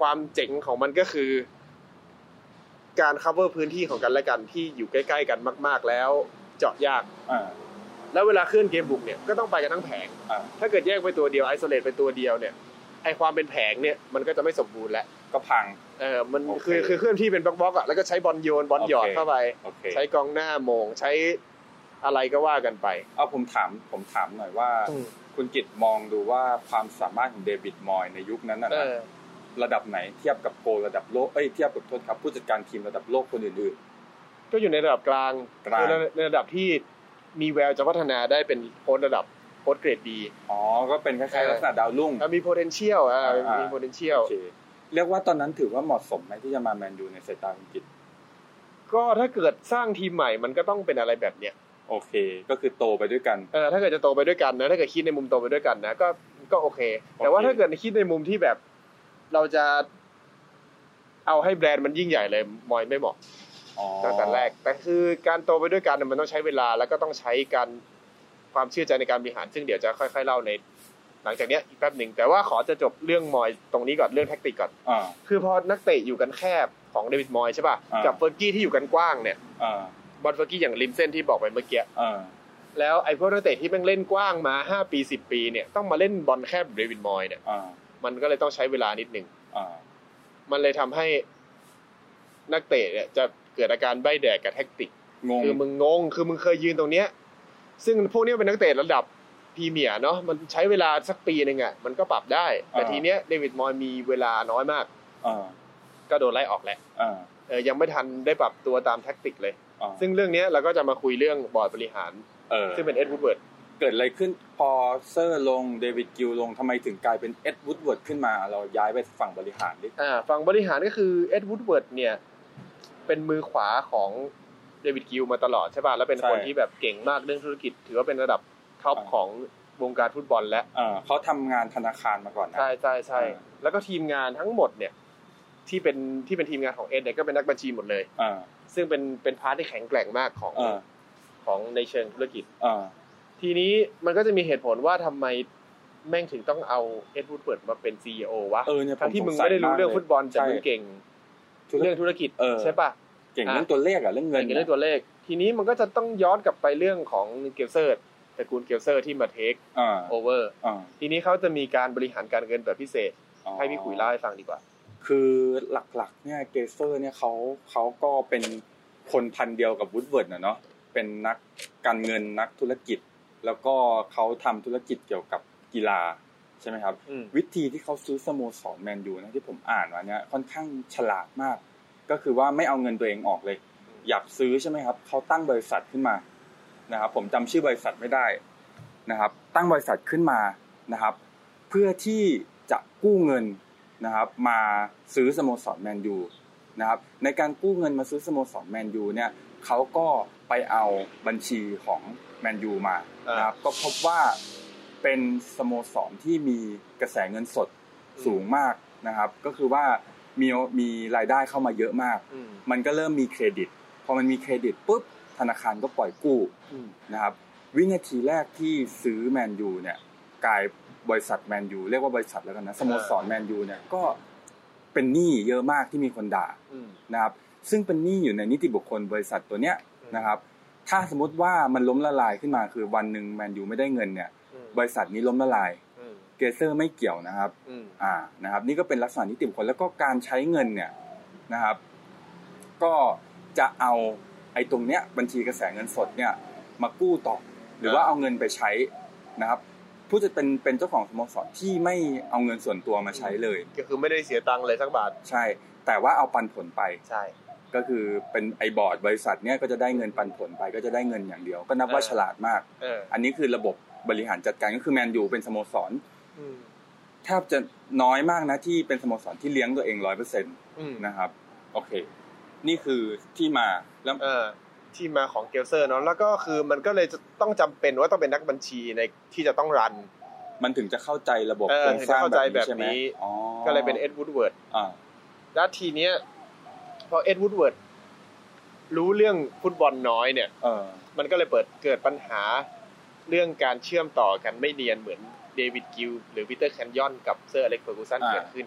S2: ความเจ๋งของมันก็คือ การ cover พื้นที่ของกันและกันที่อยู่ใกล้ ๆ กันมาก ๆ แล้วเจาะยาก
S1: อ่า
S2: แล้วเวลาเคลื่อนเกมบุกเนี่ยก็ต้องไปกันทั้งแผง
S1: อ่า
S2: ถ้าเกิดแยกไปตัวเดียว i s o l a t e ไปตัวเดียวเนี่ยไอความเป็นแผงเนี่ยมันก็จะไม่สมบูรณ์แล้ว
S1: ก็พัง
S2: เออ มัน
S1: โอเค
S2: คือคือเคลื่อนที่เป็นบล็อกบล็อกๆอ่ะ แล้วก็ใช้บอลโยนบอลหยอด
S1: โอเค
S2: เข้าไป
S1: โอเค
S2: ใช้กองหน้าโมง ใช้อะไรก็ว่ากันไป
S1: เอาผมถามผมถามหน่อยว่า คุณกิตมองดูว่าความสามารถของเดวิดมอยในยุคนั้นน่ะ
S2: เอ
S1: นะ
S2: อ
S1: ระดับไหนเทียบกับโกลระดับโลกเอ้ยเทียบกับโทษครับผู้จัดการทีมระดับโลกคนอื่น
S2: ก็อยู่ในระดับกลาง
S1: กลาง
S2: ในในระดับที่มีแววจะพัฒนาได้เป็นโค้ชระดับโค้ชเกรดดี
S1: ๆอ๋อก็เป็นคล้ายๆ
S2: เออ
S1: ลักษณะดาวรุ่ง
S2: แล้วมี potential อ่า
S1: อ่ามี
S2: มี potential
S1: โอเคเรียกว่าตอนนั้นถือว่าเหมาะสมไหมที่จะมาแมนยูในสายตาคุณกิต
S2: ก็ถ้าเกิดสร้างทีมใหม่มันก็ต้องเป็นอะไรแบบเนี้ย
S1: โอเค ก็คือโตไปด้วยกัน
S2: เออถ้าเกิดจะโตไปด้วยกันนะ ถ้าเกิดคิดในมุมโตไปด้วยกันนะ ก็ก็โอเค แต่ว่า
S1: โอเค
S2: ถ้าเกิดคิดในมุมที่แบบ เราจะเอาให้แบรนด์มันยิ่งใหญ่เลยมอยไม่เหมาะ
S1: อ๋อ
S2: ตั้งแต่แรกแต่คือการโตไปด้วยกันเนี่ยมันต้องใช้เวลาแล้วก็ต้องใช้การความเชื่อใจในการบริหาร ซึ่งเดี๋ยวจะค่อย ๆเล่าใน หลังจากเนี้ยอีกแป๊บหนึ่งแต่ว่าขอจะจบเรื่องมอยตรงนี้ก่อนเรื่องแท็กติกก่อน
S1: อ่า
S2: คือพอนักเตะอยู่กันแคบของเดวิดมอยใช่ป่ะ
S1: อ่ากั
S2: กับเฟอร์กี้ที่อยู่กันกว้างเนี่ย
S1: อ่า
S2: บอลเฟอร์กี้อย่างริมเส้นที่บอกไปเมื่อกี้
S1: อ่า
S2: แล้วไอ้พวกนักเตะที่แม่งเล่นกว้างมาห้าปีสิบปีเนี่ยต้องมาเล่นบอลแคบเดวิดมอยเนี่ย
S1: อ่า
S2: มันก็เลยต้องใช้เวลานิดหนึ่ง
S1: อ่า
S2: มันเลยทำให้นักเตะเนี่ยจะเกิดอาการใบแดกกับแท็กติก
S1: งง
S2: คือมึงงงคือมึงเคยยืนตรงเนี้ย ซึ่งพวกเนี้ยเป็นนักเตะระดับพรีเมียร์เนาะมันใช้เวลาสักปีหนึ่งอ่ะมันก็ปรับได้ แต่ทีเนี้ยเดวิดมอยมีเวลาน้อยมาก
S1: อ่า
S2: ก็โดนไล่ออกแหละ
S1: อ่า
S2: เออยังไม่ทันได้ปรับตัวตามแท็กติกเลย
S1: อ่า
S2: ซึ่งเรื่องเนี้ยเราก็จะมาคุยเรื่องบอร์ดบริหาร
S1: เออ
S2: ซึ่งเป็นเอ็ดวูดเบิร์ด
S1: เกิดอะไรขึ้นพอเซอร์ลงเดวิดกิลลงทำไมถึงกลายเป็นเอ็ดวูดเวิร์ดขึ้นมา เราย้ายไปฝั่งบริหารดิ
S2: อ่าฝั่งบริหารก็คือเอ็ดวูดเบิร์ดเนี่ยเป็นมือขวาของเดวิดกิลมาตลอดใช่ป่ะแล้วเป็นคนที่แบบเก่งมากเรื่องธุรกิจ ถือว่าเป็นระดับท็อปของวงการฟุตบอลและ
S1: เออเขาทำงานธนาคารมาก่อนนะ
S2: ใช่ใช่ใช่
S1: อ่า
S2: แล้วก็ทีมงานทั้งหมดเนี่ย ที่เป็นที่เป็นทีมงานของเอ็ดเนี่ยก็เป็นนักบัญชีหมดเลย
S1: เอ่า
S2: ซึ่งเป็นเป็นพาร์ทที่แข็งแกร่งมากของ
S1: อ่า
S2: ของในเชิงธุรกิจ
S1: อ่า
S2: ทีนี้มันก็จะมีเหตุผลว่าทำไมแม่งถึงต้องเอาเอ็ดวูดเปิดมาเป็นซีอโอวะ
S1: เออเนี่ยผ
S2: ทั้ง
S1: ม
S2: ที่
S1: ส
S2: มึง
S1: สัย
S2: ไม่ได้รู้
S1: าก
S2: เรื่อง
S1: ย
S2: ฟุตบอลแต่
S1: ใช่
S2: มึงเก่ง
S1: ธุร
S2: เรื่องธุรกิจ
S1: เออ
S2: ใช่ป่ะ
S1: เก่ง
S2: อ่ะ
S1: เรื่องตัวเลขอะเรื่องเงิน
S2: เก่งเรื่องตัวเลข ทีนี้มันก็จะต้องย้อนกลับไปเรื่องของเกลเซอร์ตระกูลเกลเซอร์ที่มาเทค
S1: อ่า
S2: โอเวอร์
S1: อ่า
S2: ทีนี้เขาจะมีการบริหารการเงินแบบพิเศษ ให้พี่ขุยเล่าให้ฟังดีกว่า
S1: คือหลักๆ เนี่ยเกเซอร์เนี่ยเขาเขาก็เป็นคนพันเดียวกับวูดเวิร์ดนะเนาะเป็นนักการเงินนักธุรกิจ แล้วก็เขาทำธุรกิจเกี่ยวกับกีฬาใช่ไหมครับ
S2: อืม
S1: วิธีที่เขาซื้อสโมสรแมนยูนะที่ผมอ่านมาเนี่ยค่อนข้างฉลาดมาก ก็คือว่าไม่เอาเงินตัวเองออกเลย อยากซื้อใช่ไหมครับเขาตั้งบริษัทขึ้นมานะครับผมจำชื่อบริษัทไม่ได้นะครับ ตั้งบริษัทขึ้นมานะครับ เพื่อที่จะกู้เงินนะครับ มาซื้อสโมสรแมนยูนะครับในการกู้เงินมาซื้อสโมสรแมนยูเนี่ยเขาก็ไปเอาบัญชีของแมนยูมานะครับก็พบว่าเป็นสโมสรที่มีกระแสเงินสดสูงมากนะครับ ก็คือว่ามีมีรายได้เข้ามาเยอะมาก
S2: อืม
S1: มันก็เริ่มมีเครดิต พอมันมีเครดิตปุ๊บธนาคารก็ปล่อยกู้
S2: อืม
S1: นะครับ วินาทีแรกที่ซื้อแมนยูเนี่ยกลายบริษัทแมนยูเรียกว่าบริษัทแล้วกันนะสโมสรแมนยูเนี่ยก็เป็นหนี้เยอะมากที่มีคนด่า
S2: อืม
S1: นะครับ ซึ่งเป็นหนี้อยู่ในนิติบุคคลบริษัทตัวเนี้ยนะครับ ถ้าสมมติว่ามันล้มละลายขึ้นมาคือวันหนึ่งแมนยูไม่ได้เงินเนี่ย บริษัทนี้ล้มละลาย
S2: อืม
S1: เกเซอร์ไม่เกี่ยวนะครับ
S2: อืม
S1: อ่า นะครับ นี่ก็เป็นลักษณะนิติบุคคลแล้วก็การใช้เงินเนี่ยนะครับ ก็จะเอาไอ้ตรงเนี้ยบัญชีกระแสเงินสดเนี่ยมากู้ต่อ หรือว่าเอาเงินไปใช้นะครับ ผู้จะเป็นเป็นเจ้าของสโมสรที่ไม่เอาเงินส่วนตัวมาใช้เลย
S2: ก็คือไม่ได้เสียตังค์เลยสักบาท
S1: ใช่ แต่ว่าเอาปันผลไป
S2: ใช่
S1: ก็คือเป็นไอบอร์ดบริษัทเนี่ยก็จะได้เงินปันผลไป ก็จะได้เงินอย่างเดียว ก็นับว่า
S2: เออ
S1: ฉลาดมาก
S2: เออ
S1: อันนี้คือระบบ บริหารจัดการก็คือแมนยูเป็นสโมสร
S2: อืม
S1: แทบจะน้อยมากนะที่เป็นสโมสรที่เลี้ยงตัวเองร้อยเปอร์เซ็นต์
S2: อืม
S1: นะครับ โอเค นี่คือที่มาแล้ว
S2: เออที่มาของเกลเซอร์เนาะแล้วก็คือมันก็เลยจะต้องจำเป็นว่าต้องเป็นนักบัญชีในที่จะต้องรัน
S1: มันถึงจะเข้าใจระบบ
S2: เออ
S1: โครงสร้าง
S2: ถึงจะเข้า
S1: แบบนี้
S2: ใจ
S1: ใช่ไหม
S2: แบบนี้
S1: อ๋อ
S2: ก็เลยเป็นเอ็ดวูดเวิร์ด
S1: อ่า
S2: แล้วทีเนี้ยพอเอ็ดวูดเวิร์ดรู้เรื่องฟุตบอลน้อยเนี่ย
S1: เออ
S2: มันก็เลยเปิดเกิดปัญหาเรื่องการเชื่อมต่อกันไม่เนียนเหมือนเดวิดกิลหรือวิเตอร์แคนยอนกับเซอร์อเล็กเฟอร์กูสัน
S1: อ่า
S2: เกิดขึ้น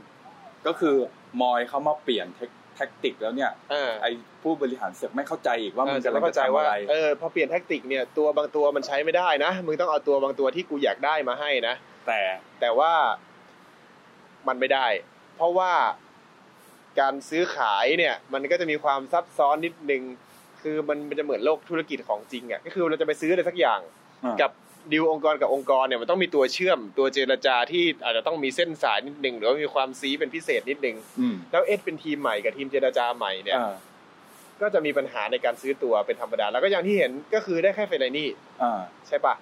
S1: ก็คือมอยเขามาเปลี่ยนเทคแท็กติกแล้วเนี่ย
S2: เออ
S1: ไอ้ผู้บริหารเสือกไม่เข้าใจอีกว่า
S2: เอ
S1: มึ
S2: อง จะ
S1: กำลังจะ
S2: เข้าใจ
S1: ทำ
S2: ว่า
S1: อะไร
S2: เออพอเปลี่ยนแท็กติกเนี่ยตัวบางตัวมันใช้ไม่ได้นะ มึงต้องเอาตัวบางตัวที่กูอยากได้มาให้นะ
S1: แต่
S2: แต่ว่ามันไม่ได้ เพราะว่าการซื้อขายเนี่ย มันก็จะมีความซับซ้อนนิดนึง คือมันมันจะเหมือนโลกธุรกิจของจริงอะ่ะก็คือเราจะไปซื้ออะไรสักอย่าง
S1: อ่ะ
S2: กับดิวองค์กรกับองค์กรเนี่ยมันต้องมีตัวเชื่อม ตัวเจรจาที่อาจจะต้องมีเส้นสายนิดนึงหรือว่ามีความซีเป็นพิเศษนิดนึง
S1: อืม
S2: แล้วเอสเป็นทีมใหม่กับทีมเจรจาใหม่เนี่ย
S1: เออ
S2: ก็จะมีปัญหาในการซื้อตัวเป็นธรรมดา แล้วก็อย่างที่เห็นก็คือได้แค่เฟรนี่
S1: อ่า
S2: ใช่ปะ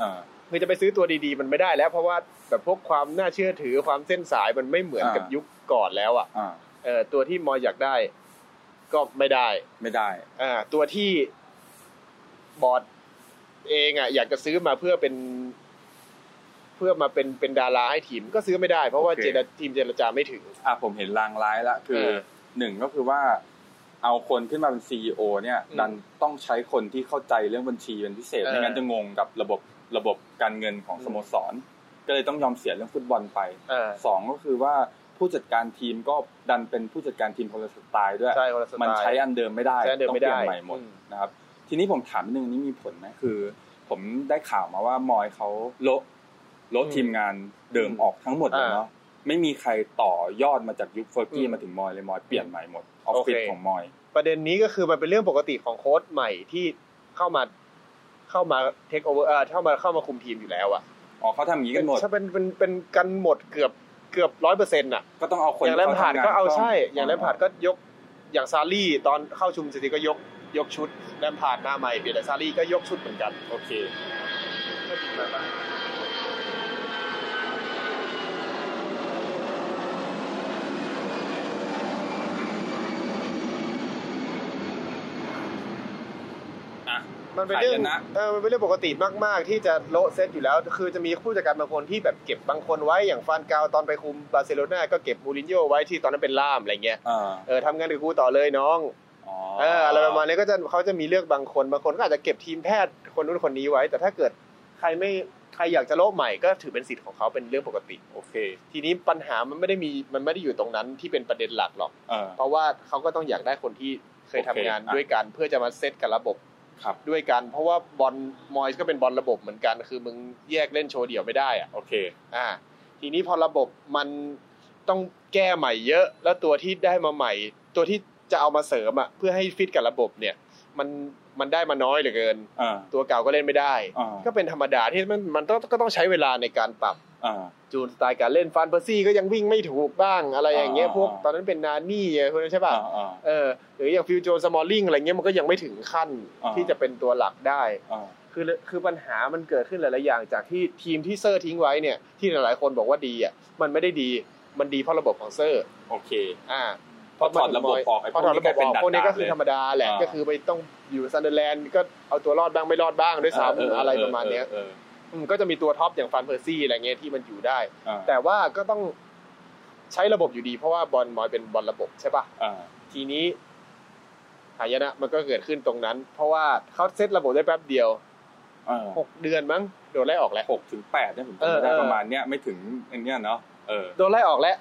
S1: อ่า
S2: คือจะไปซื้อตัวดีๆ มันไม่ได้แล้ว เพราะว่าแบบพวกความน่าเชื่อถือความเส้นสายมันไม่เหมือนกับ
S1: อ่ายุ
S2: ยุคก่อนแล้วอ่ะ
S1: อ่า
S2: เออตัวที่มอยอยากได้ก็ไม่ได้
S1: ไม่ได้
S2: อ่าตัวที่บอร์ดเองอ่ะ อยากจะซื้อมาเพื่อเป็น เพื่อมาเป็นเป็นดาราให้ทีมก็ซื้อไม่ได้ เพราะว่า
S1: โอเค
S2: เจรทีมเจรจาไม่ถึง
S1: อ่ะผมเห็นลางร้ายละคือ
S2: เออ
S1: หนึ่งก็คือว่าเอาคนขึ้นมาเป็นซีอเนี่ย
S2: อืม
S1: ดันต้องใช้คนที่เข้าใจเรื่องบัญชีเป็นพิเศษ
S2: เออ
S1: ไม่งั้นจะงงกับระบบระบบการเงินของ
S2: อืม
S1: สโมสร ก็เลยต้องยอมเสียเรื่องฟุตบอลไป
S2: เออ
S1: สองก็คือว่าผู้จัดการทีมก็ดันเป็นผู้จัดการทีมคนละสไตล์ด้วย
S2: ใช่คนละสไตล์
S1: มันใช้อันเดิมไม่ได้
S2: ใช้อันเดิม
S1: ต้อง
S2: ไม่
S1: เป
S2: ได้
S1: ลี่ยนใหม่หมด
S2: อืม
S1: นะครับ ทีนี้ผมถามนิดนึงนี่มีผลไหมคือ ผมได้ข่าวมาว่ามอยเขาโละโละทีมงานเดิมออกทั้งหมดเลยเนาะไม่มีใครต่อยอดมาจากยุคเฟอร์กี้
S2: อืม
S1: มาถึงมอยเลยมอยเปลี่ยนใหม่หมดออฟฟิศ
S2: โอเค
S1: ของมอย
S2: ประเด็นนี้ก็คือมันเป็นเรื่องปกติของโค้ชใหม่ที่เข้ามาเข้ามาเทคโอเวอร์เออเข้ามาเข้ามาคุมทีมอยู่แล้วอ่ะ
S1: อ๋อเขาทำอย่างนี้กันหมด
S2: ถ้าเป็นเป็นเป็นกันหมดเกือบเกือบร้อยเปอร์เซ็นต์อ่ะ
S1: ก็ต้องเอาคน
S2: อย่างแรมพาร์ด
S1: ที่ขทำน
S2: ก็เอาใช่ อย่างแรมพาร์ด
S1: อ๋อ
S2: ก็ยกอย่างซารี่ตอนเข้าชุมเสร็จก็ยกยกชุดแรมพาร์ดหน้าใหม่เปลี่ยนแต่ซารี่ก็ยกชุดเหมือนกัน
S1: โอเคอ่ะ
S2: มันเป็นเรื่อง
S1: หายนะ
S2: เออมันเป็นเรื่องปกติมาก ๆ ที่จะโละเซตอยู่แล้ว คือจะมีผู้จัดการบางคนที่แบบเก็บบางคนไว้อย่างฟานกาวตอนไปคุมบาร์เซโลนาก็เก็บมูรินโญ่ไว้ที่ตอนนั้นเป็นล่ามอะไรเงี้ย
S1: เออ
S2: เออทำงานกับกูต่อเลยน้อง
S1: อ๋อ
S2: เอออะไรประมาณนี้ก็จะเขาจะมีเลือกบางคนบางคนก็อาจจะเก็บทีมแพทย์คนนู้นคนนี้ไว้ แต่ถ้าเกิดใครไม่ใครอยากจะโลภใหม่ก็ถือเป็นสิทธิ์ของเขาเป็นเรื่องปกติ
S1: โอเค
S2: ทีนี้ปัญหามันไม่ได้มีมันไม่ได้อยู่ตรงนั้นที่เป็นประเด็นหลักหรอก
S1: เออ
S2: เพราะว่าเขาก็ต้องอยากได้คนที่เคยทำงาน
S1: โอเคอ่ะ
S2: ด้วยกันเพื่อจะมาเซตกับระบบ
S1: ครับ
S2: ด้วยกัน เพราะว่าบอลมอยส์ก็เป็นบอลระบบเหมือนกัน คือมึงแยกเล่นโชว์เดี่ยวไม่ได้อะ
S1: โอเค
S2: อ่าทีนี้พอระบบมันต้องแก้ใหม่เยอะแล้วตัวที่ได้มาใหม่ ตัวที่จะเอามาเสริมอ่ะเพื่อให้ฟิตกับระบบเนี่ย มันมันได้มาน้อยเหลือเกิน
S1: เออ
S2: ตัวเก่าก็เล่นไม่ได้
S1: อ่า
S2: ก็เป็นธรรมดาที่มันมันต้องก็ต้องใช้เวลาในการปรับ
S1: อ่า
S2: จูนสไตล์การเล่นฟันเพอร์ซี่ก็ยังวิ่งไม่ถูกบ้างอะไรอย่างเงี้ย
S1: อ่า
S2: พวก
S1: อ่า
S2: ตอนนั้นเป็นนานี่อะไรพวกนั้นใช่ป่ะ
S1: อ่าอ่า
S2: เออหรืออย่างฟิวโจนสมอลลิงอะไรเงี้ยมันก็ยังไม่ถึงขั้น
S1: อ่า
S2: ที่จะเป็นตัวหลักได้
S1: อ่า
S2: คือคือปัญหามันเกิดขึ้นหลาย ๆ อย่างจากที่ทีมที่เซอร์ทิ้งไว้เนี่ย ที่หลาย ๆ คนบอกว่าดีอ่ะมันไม่ได้ดีมันดีเพราะระบบของเซอร์
S1: โอเค
S2: อ่า
S1: พอถอดระบบออกไอ้
S2: พอถอดระบบออกพวกนี้ก็คือธรรมดาแหละ
S1: อ่า
S2: ก็คือไปต้องอยู่ซันเดอร์แลนด์ก็เอาตัวรอดบ้างไม่รอดบ้างด้วยซ้ำอะไรประมาณเนี้ย
S1: เออ
S2: มก็จะมีตัวท็อปอย่างฟันเพอร์ซี่อะไรเงี้ยที่มันอยู่ได้
S1: เออเออ
S2: แต่ว่าก็ต้องใช้ระบบอยู่ดี เพราะว่าบอลมอยเป็นบอลระบบใช่ปะ
S1: อ่า
S2: ทีนี้หายนะมันก็เกิดขึ้นตรงนั้น เพราะว่าเขาเซตระบบได้แป๊บเดียว
S1: เออ
S2: หกเดือนมั้งโดนไล่ออกแล้ว
S1: หกถึงแปดเนี่ยผมจำ
S2: เออ
S1: ไม่ได้
S2: เออ
S1: ประมาณเนี้ยไม่ถึงอันเนี้ยเนาะเออ
S2: โดนไล่ออกแล้ว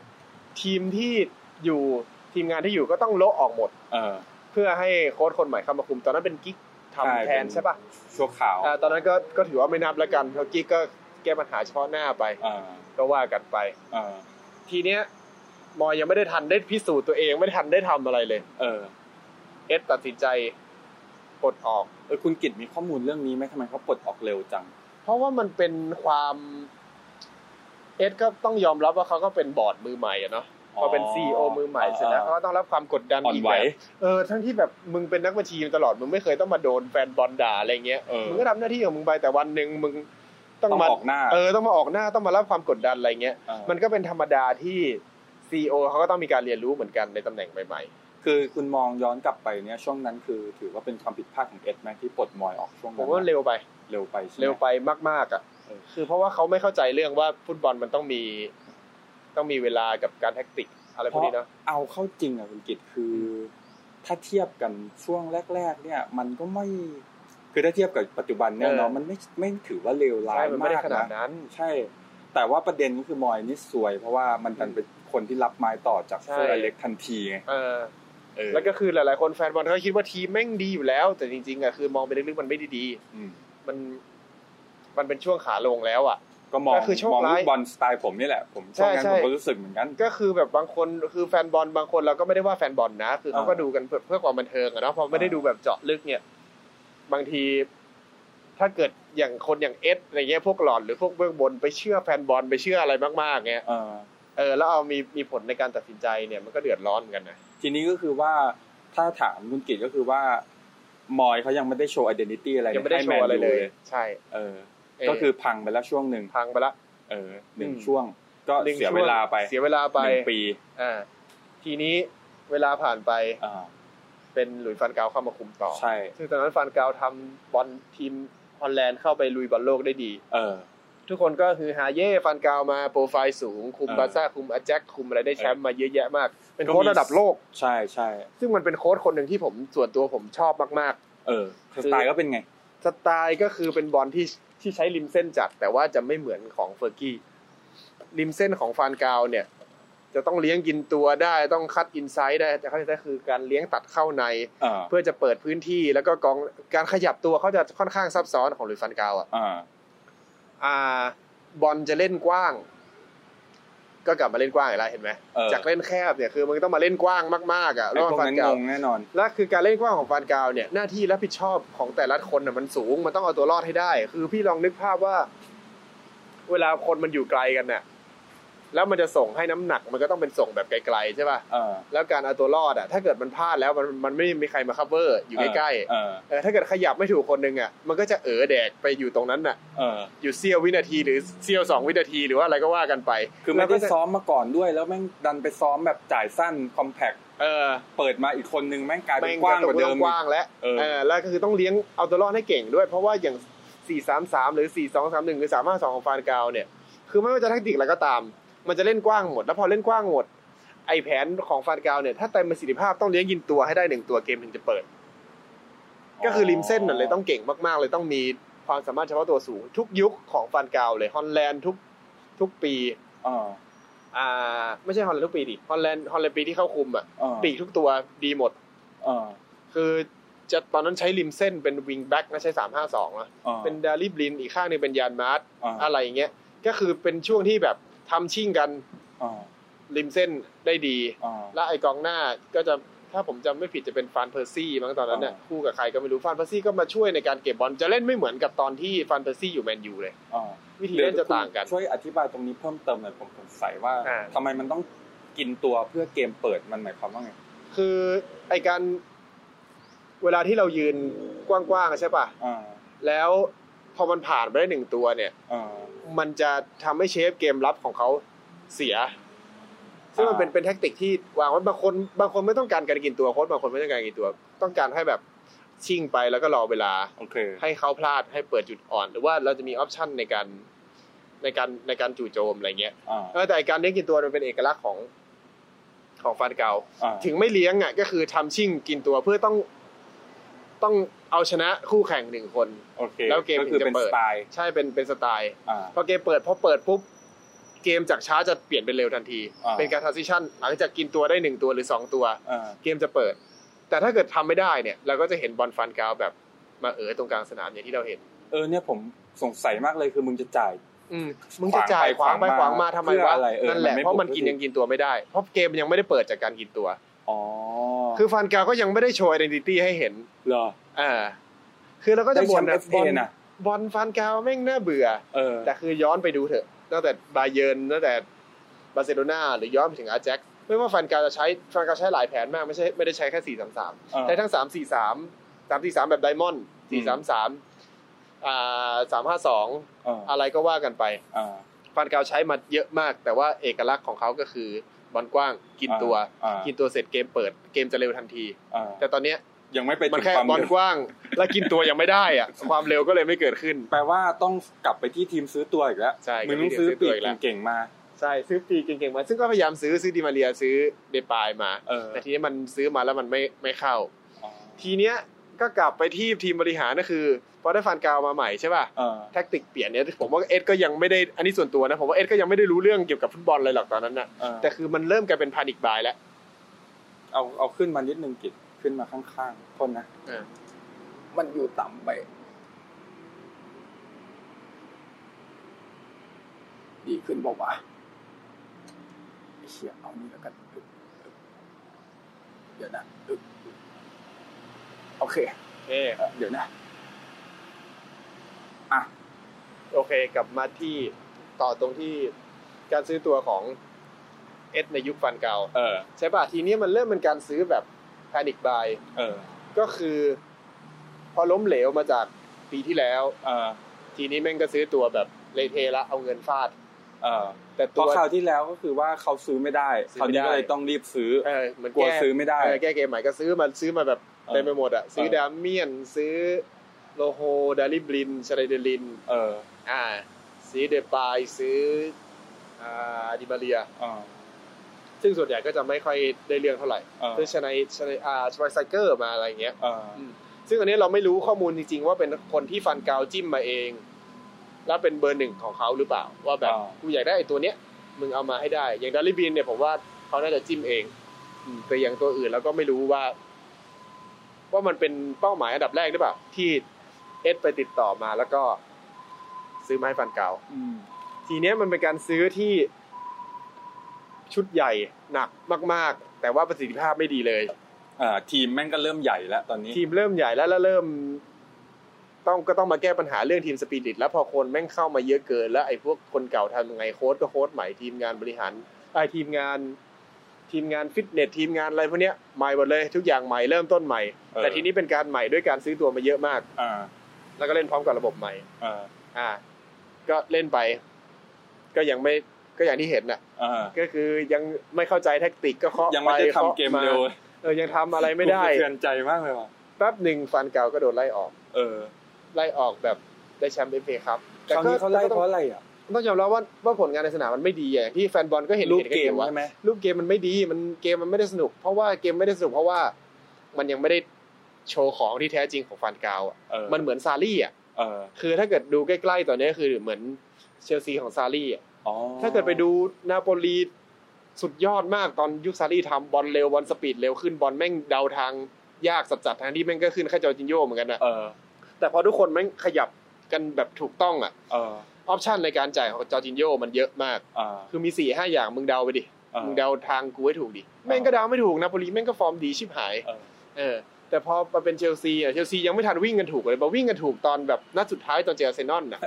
S2: ทีมที่อยู่ทีมงานที่อยู่ก็ต้องโละออกหมด
S1: เออ
S2: เพื่อให้โค้ชคนใหม่เข้ามาคุม ตอนนั้นเป็นกิ๊กทำแทนใช่ปะ
S1: ชั่วขาว
S2: อ่าตอนนั้นก็ก็ถือว่าไม่นับแล้วกันเพราะกิ๊กก็แก้ปัญหาเฉพาะหน้าไป
S1: เออ
S2: ก็ว่ากันไป
S1: เออ
S2: ทีเนี้ยมอยยังไม่ได้ทันได้พิสูจน์ตัวเองไม่ทันได้ทำอะไรเลย
S1: เออ
S2: เอสตัดสินใจปลดออก
S1: เออคุณกิตมีข้อมูลเรื่องนี้ไหมทำไมเขาปลดออกเร็วจัง
S2: เพราะว่ามันเป็นความเอสก็ต้องยอมรับว่าเขาก็เป็นบอร์ดมือใหม่อะเนาะพอเป็นซีอมือใหม่เสร็จแล้วเขาก็ต้องรับความกดดัน
S1: อ่อน
S2: อีก
S1: ไหว
S2: แบบ เออทั้งที่แบบมึงเป็นนักบัญชีมาตลอดมึงไม่เคยต้องมาโดนแฟนบอลด่าอะไรเงี้ย
S1: เออ
S2: มึงก็ทำหน้าที่ของมึงไปแต่วันหนึ่งมึง
S1: ต้องออกหน้า
S2: เออต้องมาออกหน้าต้องมารับความกดดันอะไรเงี้ย
S1: เออ
S2: มันก็เป็นธรรมดาที่ซีอเขาก็ต้องมีการเรียนรู้เหมือนกันในตำแหน่งใหม่
S1: คือคุณมองย้อนกลับไปเนี่ยช่วงนั้นคือถือว่าเป็นความผิดพลาดของเอ็ดไหมที่ปลดมอยออกช่วง
S2: ๆผ
S1: นั้
S2: ม
S1: น
S2: ว่าเร็วไป
S1: เร็วไปใช่ไหม
S2: เร็วไปมากๆอ่ะ
S1: เออ
S2: คือเพราะว่าเขาไม่เข้าใจเรื่องว่าฟุตบอลมันต้องมีต้องมีเวลากับการแท็กติกอะไรพวกนี้เนาะ
S1: เอาเข้าจริงอ่ะคุณกิตคือถ้าเทียบกันช่วงแรก ๆ เนี่ย มันก็ไม่คือถ้าเทียบกับปัจจุบันเนี่ยเนาะมันไม่ไม่ถือว่าเลวร้าย
S2: ใช่มันไม่ได้
S1: มาก
S2: ขนาด
S1: นะ
S2: นั้น
S1: ใช่ แต่ว่าประเด็นก็คือมอยนี่ซวย เพราะว่ามันดันเป็นคนที่รับไม้ต่อจากเฟอร์
S2: ใช่
S1: อเล็กทันทีไง
S2: เออ
S1: เออ
S2: แล้วก็คือหลายๆคนแฟนบอลเขาคิดว่าทีมแม่งดีอยู่แล้ว แต่จริงๆอ่ะคือมองไปลึกๆมันไม่ได้ดี
S1: อืม
S2: มันมันเป็นช่วงขาลงแล้วอ่ะ
S1: ก็มอง
S2: ก็คือโชค
S1: มอง
S2: ร้าย
S1: ลูกบอลสไตล์ผมนี่แหละ ผมช่วงนั้น
S2: ใช่
S1: ผ
S2: ใช่
S1: มก็รู้สึกเหมือนกัน
S2: ก็คือแบบบางคนคือแฟนบอลบางคนเราก็ไม่ได้ว่าแฟนบอลนะ คือเขาก็
S1: อ่า
S2: ดูกันเพื่อเพื่อความบันเทิงอะเนาะพอไม่ได้
S1: อ่า
S2: ดูแบบเจาะลึกเนี่ย บางที ถ้าเกิดอย่างคนอย่างเอสอะไรเงี้ยพวกหลอนหรือพวกเบื้องบนไปเชื่อแฟนบอลไปเชื่ออะไรมากๆเงี้ย
S1: เออ
S2: เออแล้วเอามีมีผลในการตัดสินใจเนี่ยมันก็เดือดร้อนเหมือนกันนะ
S1: ทีนี้ก็คือว่าถ้าถามคุณกิตก็คือว่า มอยเขายังไม่ได้โชว์ i d ด n ิตี้อะไร
S2: ยังไม่ได้
S1: ให้
S2: โช
S1: แน
S2: ว์อะไรเลย ใช่
S1: เออ
S2: เ
S1: ก็คือพังไปแล้วช่วงหนึ่ง
S2: พังไปละ
S1: เออหนึ่งช่วง ก็
S2: หนึ่ง
S1: เสีย
S2: ช่ง
S1: เวลาไป
S2: เสียเวลาไป
S1: หนึ่งปี
S2: อ่าทีนี้เวลาผ่านไป
S1: อ่า
S2: เป็นหลุยส์ฟันเกาเข้ามาคุมต่อ
S1: ใช่
S2: ซึ่งตอนนั้นฟานกราวทำบอลทีมฮอลแลนด์เข้าไปลุยบอลโลกได้ดี
S1: เออ
S2: ทุกคนก็คือฮาเย่ฟานกราวมาโปรไฟล์สูง คุ
S1: เออบ
S2: มาร์ซ่าคุมอาแจ็คคุมอะไรได้แชมป์มาเยอะแยะมาก เป็นโค้
S1: ก็
S2: ช
S1: มี
S2: ระดับโลก
S1: ใช่ใช่
S2: ซึ่งมันเป็นโค้ชคนหนึ่งที่ผมส่วนตัวผมชอบมาก
S1: เออสไตล์ก็เป็นไง
S2: ๆ สไตล์ก็คือเป็นบอลที่ที่ใช้ริมเส้นจัด แต่ว่าจะไม่เหมือนของเฟอร์กี้ริมเส้นของฟานกราวเนี่ย จะต้องเลี้ยงกินตัวได้ต้องคัดอินไซด์ได้แต่คัดอินไซด์คือการเลี้ยงตัดเข้าใน
S1: เออ
S2: เพื่อจะเปิดพื้นที่แล้วก็กองการขยับตัวเขาจะค่อนข้างซับซ้อนของหลุยส์ฟันกาวอ่ะ
S1: อ่า
S2: อ่าบอลจะเล่นกว้าง ก็กลับมาเล่นกว้างอีกแล้วเห็นไหม
S1: เออ
S2: จากเล่นแคบเนี่ยคือมันต้องมาเล่นกว้างมากๆอ่ะ
S1: ไอ้
S2: แล้ว
S1: พวก
S2: ฟัน
S1: นั้น
S2: กาง ว
S1: งแน่นอน
S2: และคือการเล่นกว้างของฟันกาวเนี่ยหน้าที่รับผิดชอบของแต่ละคนน่ะมันสูงมันต้องเอาตัวรอดให้ได้ คือพี่ลองนึกภาพว่า เวลาคนมันอยู่ไกลกันเนี่ยแล้วมันจะส่งให้น้ำหนัก มันก็ต้องเป็นส่งแบบไกลๆใช่ป่ะ
S1: เออ
S2: แล้วการเอาตัวรอดอ่ะถ้าเกิดมันพลาดแล้วมันมันไม่มีใครมา cover อยู่ใกล้ๆ
S1: เออ
S2: เออถ้าเกิดขยับไม่ถูกคนหนึ่งอ่ะมันก็จะเอ๋อแดกไปอยู่ตรงนั้นน่ะ
S1: เออ
S2: อยู่เสี้ยววินาทีหรือเสี้ยวสองวินาทีหรือว่าอะไรก็ว่ากันไป
S1: คือไม่
S2: ก็
S1: ได้ซ้อมมาก่อนด้วย แล้วแม่งดันไปซ้อมแบบจ่ายสั้นคอมแพค
S2: เออ
S1: เปิดมาอีกคนนึงแม่งกลายเป็น
S2: แม่ง
S1: กว้างกว่าเดิม
S2: กว้างแล้ว
S1: เออ
S2: เออแล้วก็คือต้องเลี้ยงเอาตัวรอดให้เก่งด้วย เพราะว่าอย่าง 4 3 3 หรือ 4 2 3 1 หรือ 3 5 2 ของฟานกาวเนี่ย คือไม่ว่าจะแทคติกอะไรก็ตาม มันจะเล่นกว้างหมด แล้วพอเล่นกว้างหมด ไอแผนของฟานกาวเนี่ยถ้าเต็มประสิทธิภาพต้องเลี้ยงยินตัวให้ได้หนึ่งตัวเกมถึงจะเปิด ก็คือริมเส้นน่ะเลยต้องเก่งมากๆ เลยต้องมีความสามารถเฉพาะตัวสูง ทุกยุคของฟันกราวเลยฮอลแลนด์ทุกทุกปี
S1: เออ
S2: อ่าไม่ใช่ฮอลแลนด์ทุกปีดิฮอลแลนด์ฮอลแลนด์ปีที่เข้าคุมอ่ะ
S1: เออ
S2: ปีกทุกตัวดีหมด
S1: เออ
S2: คือจะตอนนั้นใช้ริมเส้นเป็นวิงแบ็กนะใช้สามห้าสองนะ
S1: ออ
S2: เป็นดาริบลินอีกข้างหนึงเป็นยานมาร์ต
S1: เออ
S2: อะไรอย่างเงี้ยก็คือเป็นช่วงที่แบบทำชิ่งกัน
S1: เออ
S2: ริมเส้นได้ดี
S1: เออ
S2: และไอกองหน้าก็จะถ้าผมจำไม่ผิดจะเป็นฟานเพอร์ซี่มั้งตอนนั้นเนี่ย
S1: อ่า
S2: คู่กับใครก็ไม่รู้ฟานเพอร์ซี่ก็มาช่วยในการเก็บบอลจะเล่นไม่เหมือนกับตอนที่ฟานเพอร์ซี่อยู่แมนยูเลย
S1: เออ
S2: วิธีเล่นจะต่างกัน
S1: ช่วยอธิบายตรงนี้เพิ่มเติมหน่อยผมสงสัยว่า
S2: อ่า
S1: ทำไมมันต้องกินตัวเพื่อเกมเปิดมันหมายความว่าไง
S2: คือไอการเวลาที่เรายืนกว้างๆอะใช่ป่ะ
S1: อ่า
S2: แล้วพอมันผ่านไปได้หนึ่งตัวเนี่ย
S1: อ่า
S2: มันจะทำให้เชฟเกมรับของเขาเสีย ซึ่งมันเป็น
S1: อ่า
S2: เป็นแทคนิคที่วางไว้บางคนบางคนไม่ต้องการการกินตัวโค้ชบางคนไม่ต้องการกินตัว ต้องการให้แบบชิ่งไปแล้วก็รอเวลา
S1: โอเค
S2: ให้เขาพลาดให้เปิดจุดอ่อน หรือว่าเราจะมีออปชันในการในการในการจู่โจมอะไรเงี้ย
S1: อ่า
S2: เออแต่ไอ้การเลี้ยงกินตัวมันเป็นเอกลักษณ์ของของฟานเกา
S1: อ่า
S2: ถึงไม่เลี้ยงอ่ะก็คือทำชิ่งกินตัวเพื่อต้องต้องเอาชนะคู่แข่งหนึ่งคน
S1: โอเค
S2: แล้วเกม
S1: ก็คือ
S2: ถึงจะ
S1: เป็น
S2: เปิ
S1: ส
S2: ด
S1: ไตล์
S2: ใช่เป็นเป็นสไตล์
S1: อ่า
S2: พอเกมเปิดพอเปิดปุ๊บเกมจากช้าจะเปลี่ยนเป็นเร็วทันที
S1: อ่า
S2: เป็นการทรานซิชันหลังจากกินตัวได้หนึ่งตัวหรือสองตัว
S1: อ่า
S2: เกมจะเปิด แต่ถ้าเกิดทำไม่ได้เนี่ย เราก็จะเห็นบอลฟันเกาแบบมาเอ๋อตรงกลางสนามอย่างที่เราเห็น
S1: เออเนี่ยผมสงสัยมากเลยคือมึงจะจ่าย
S2: อืมมึงจะจ่ายขวาว
S1: ขาง ง
S2: ไป
S1: ไป
S2: ขวาว
S1: ขาง ง
S2: มา
S1: มา
S2: ทำไม
S1: เพื่อ
S2: วะ
S1: อะไรเออ
S2: นั่นแห
S1: มั
S2: ละ
S1: นไม่
S2: เพราะมันกิน
S1: บุก
S2: ยังกินตัวไม่ได้เพราะเกมยังไม่ได้เปิดจากการกินตัว
S1: อ๋อ
S2: คือฟันกาวก็ยังไม่ได้โชว์ identity ให้เห็น
S1: เหรอ
S2: อ่าคือเราก็จะ
S1: ได้แช
S2: บ่น
S1: มป์เอฟเอ
S2: นะบอล
S1: นะ
S2: บอลฟันกาวแม่งน่าเบื่อ
S1: เออ
S2: แต่คือย้อนไปดูเถอะตั้งแต่บาเยิร์นตั้งแต่บาร์เซโลนาหรือย้อนไปถึงอาร์แจ็คไม่ว่าฟันกาวจะใช้ฟันกาวใช้หลายแผนมากไม่ใช่ไม่ได้ใช้แค่สี่สามสาม
S1: เออ
S2: ใช้ทั้งสามสี่สามสามสี่สามแบบไดมอนด์
S1: อื
S2: สี่
S1: ม
S2: สามสาม อ่าสามห้าสอง
S1: อ่า
S2: อะไรก็ว่ากันไป
S1: อ่า
S2: ฟันกาวใช้มาเยอะมาก แต่ว่าเอกลักษณ์ของเขาก็คือบอลกว้างกินตัว
S1: อ่า
S2: กินตัวเสร็จเกมเปิดเกมจะเร็วทันที
S1: อ่า
S2: แต่ตอนเนี้ย
S1: ยังไม่ไป
S2: มัน
S1: ถึง
S2: แค่
S1: ความ
S2: บอล
S1: เร็ว
S2: กว้าง และกินตัวยังไม่ได้อะความเร็วก็เลยไม่เกิดขึ้น
S1: แปลว่าต้องกลับไปที่ทีมซื้อตัวอีกแล้ว
S2: ใช่
S1: มึงต้องซื้อปีกเก่งๆมา
S2: ใช่ซื้อปีกเก่งๆมา ซึ่งก็พยายามซื้อซื้อดิมาเรียซื้อเดปายมา
S1: เออ
S2: แต่ทีนี้มันซื้อมาแล้วมันไม่ไม่เข้า
S1: อ๋อ
S2: ทีเนี้ยก็กลับไปที่ทีมบริหารก็คือพอได้ฟันกาวมาใหม่ใช่ป่ะ
S1: เออ
S2: แท็กติกเปลี่ยนเนี่ยผมว่าเอ็ดก็ยังไม่ได้อันนี้ส่วนตัวนะผมว่าเอ็ดก็ยังไม่ได้รู้เรื่องเกี่ยวกับฟุตบอลเลยหรอกตอนนั้นนะ
S1: เออ
S2: แต่คือมันเริ่มกลายเป็นพานิคบายแล้ว
S1: เอาเอาขึ้นมานิดนึงกิจขึ้นมาข้างๆคนนะ มันอยู่ต่ำไป ดีขึ้นบอกว่าเชี่ยเอานี่แล้วกันอึ๊บอึ๊บเดี๋ยวนะอึ๊บอึ๊บโอเค
S2: เอ๊ะ
S1: เอ่อเดี๋ยวนะ
S2: โอเคกลับมาที่ต่อตรงที่การซื้อตัวของเอ็ดในยุคฟันกาว
S1: เออ
S2: ใช่ป่ะทีเนี้ยมันเริ่มเป็นการซื้อแบบพานิคบาย
S1: เออ
S2: ก็คือ พอล้มเหลวมาจากปีที่แล้ว
S1: เออ
S2: ทีนี้แม่งก็ซื้อตัวแบบเละเทะละเอาเงินฟาด
S1: เออ
S2: แต่
S1: เพ
S2: ตัว
S1: ราะคราวที่แล้วก็คือว่าเขาซื้อไม่ได้
S2: ซื้
S1: คราว
S2: อไม่
S1: นี้
S2: ได้
S1: ก็เลยต้องรีบซื้อ
S2: เออเหมือน
S1: กลัว
S2: แก้
S1: ซื้อไม่ได้
S2: เออแก้เกมใหม่ก็ซื้อมาซื้อมาแบบ
S1: เออ
S2: เต็มไปหมดอ่ะซื้อ
S1: เออ
S2: ดามเมียน ซื้อโลโฮดาริบลินชาไลเดลิน
S1: เออ
S2: อ่า ซื้อเดปายซื้ออ่าดิมาเรีย
S1: เออ
S2: ซึ่งส่วนใหญ่ก็จะไม่ค่อยได้เรื่องเท่าไหร่
S1: เออ
S2: ซื้อชาไนชาไนอ่าสไปไซเกอร์มาอะไรเงี้ย
S1: เออ
S2: ซึ่งอันนี้เราไม่รู้ข้อมูลจริงๆ ว่าเป็นคนที่ฟันกาวจิ้มมาเอง แล้วเป็นเบอร์หนึ่งของเขาหรือเปล่า ว่าแบบ
S1: อ่ากู
S2: กูอยากได้ไอ้ตัวเนี้ยมึงเอามาให้ได้ อย่างดาริบินเนี่ยผมว่าเขาน่าจะจิ้มเอง
S1: อืม
S2: แต่อย่างตัวอื่นเราก็ไม่รู้ว่า ว่ามันเป็นเป้าหมายอันดับแรกหรือเปล่า ที่เอสไปติดต่อมาแล้วก็ซื้อมาให้ฟันกาว
S1: อืม
S2: ทีเนี้ยมันเป็นการซื้อที่ชุดใหญ่หนักมาก ๆ แต่ว่าประสิทธิภาพไม่ดีเลย
S1: อ่าทีมแม่งก็เริ่มใหญ่แล้วตอนนี้
S2: ทีมเริ่มใหญ่แล้วแล้วเริ่ม ต้องก็ต้องมาแก้ปัญหาเรื่องทีมสปิริตแล้วพอคนแม่งเข้ามาเยอะเกิน แล้วไอ้พวกคนเก่าทำยังไงโค้ดก็โค้ดใหม่ทีมงานบริหารไอ้ทีมงาน ทีมงานฟิตเนสทีมงานอะไรพวกเนี้ยใหม่หมดเลย ทุกอย่างใหม่เริ่มต้นใหม่
S1: เออ
S2: แต่ทีนี้เป็นการใหม่ด้วยการซื้อตัวมาเยอะมาก
S1: อ่า
S2: แล้วก็เล่นพร้อมกับระบบใหม่
S1: อ่า
S2: อ่า ก็เล่นไป ก็ยังไม่ก็อย่างที่เห็นน่ะ
S1: อ่า
S2: ก็คือยังไม่เข้าใจแท็กติกก็เคาะ
S1: ยังไม่ได้
S2: ป
S1: ทำเกมเร็ว
S2: คาะาเออยังทำอะไรไม่ได้
S1: กูสะเทือนใจมากเลยว่ะ
S2: แป๊บหนึ่งฟันเก่าก็โดนไล่ออก
S1: เออ
S2: ไล่ออกแบบได้แชมป์เอฟเอครับ
S1: คราวนี้เขาไล่
S2: ก็ต้อ
S1: เพ
S2: ง
S1: ราะอะไรอ่ะ
S2: ต้องยอมรับว่าว่าผลงานในสนามมันไม่ดีอะอย่างที่แฟนบอลก็เห็น
S1: รูป
S2: ห็น
S1: เก
S2: นอ
S1: ม
S2: ยู่ว่า
S1: ใช่ไหม
S2: รูปเกมมันไม่ดีมันเกมมันไม่ได้สนุก เพราะว่าเกมไม่ได้สนุกเพราะว่ามันยังไม่ได้โชว์ของที่แท้จริงของฟันกาวอะ
S1: เออ
S2: มันเหมือนซารี่อ่ะ
S1: เออ
S2: คือถ้าเกิดดูใกล้ๆตอนนี้คือเหมือนเชลซีของซารี่อะ
S1: อ๋อ
S2: ถ้าเกิดไปดูนาโปลีสุดยอดมากตอนยุคซารี่ทำบอลเร็วบอลสปีดเร็วขึ้นบอลแม่งเดาทางยากสัจจัดทางที่แม่งก็ขึ้นแค่จอร์จินโยเหมือนกันนะ
S1: เออ
S2: แต่พอทุกคนแมันขยับกันแบบถูกต้องอ่ะ
S1: เออ
S2: ออปชันในการจ่ายของจอร์จินโยมันเยอะมาก
S1: อ่า
S2: คือมีสี่ห้าอย่างมึงเดาไปดิ
S1: ออ
S2: มึงเดาทางกูให้ถูกดิ แม่งก็เดาไม่ถูกนะโปลีแม่งก็ฟอร์มดีชิบหาย
S1: เออ
S2: เออ แต่พอมาเป็นเชลซีอ่ะเชลซียังไม่ทันวิ่งกันถูกเลยมาวิ่งกันถูกตอนแบบนัดสุดท้ายตอนเจออาร์เซนอล น่ะ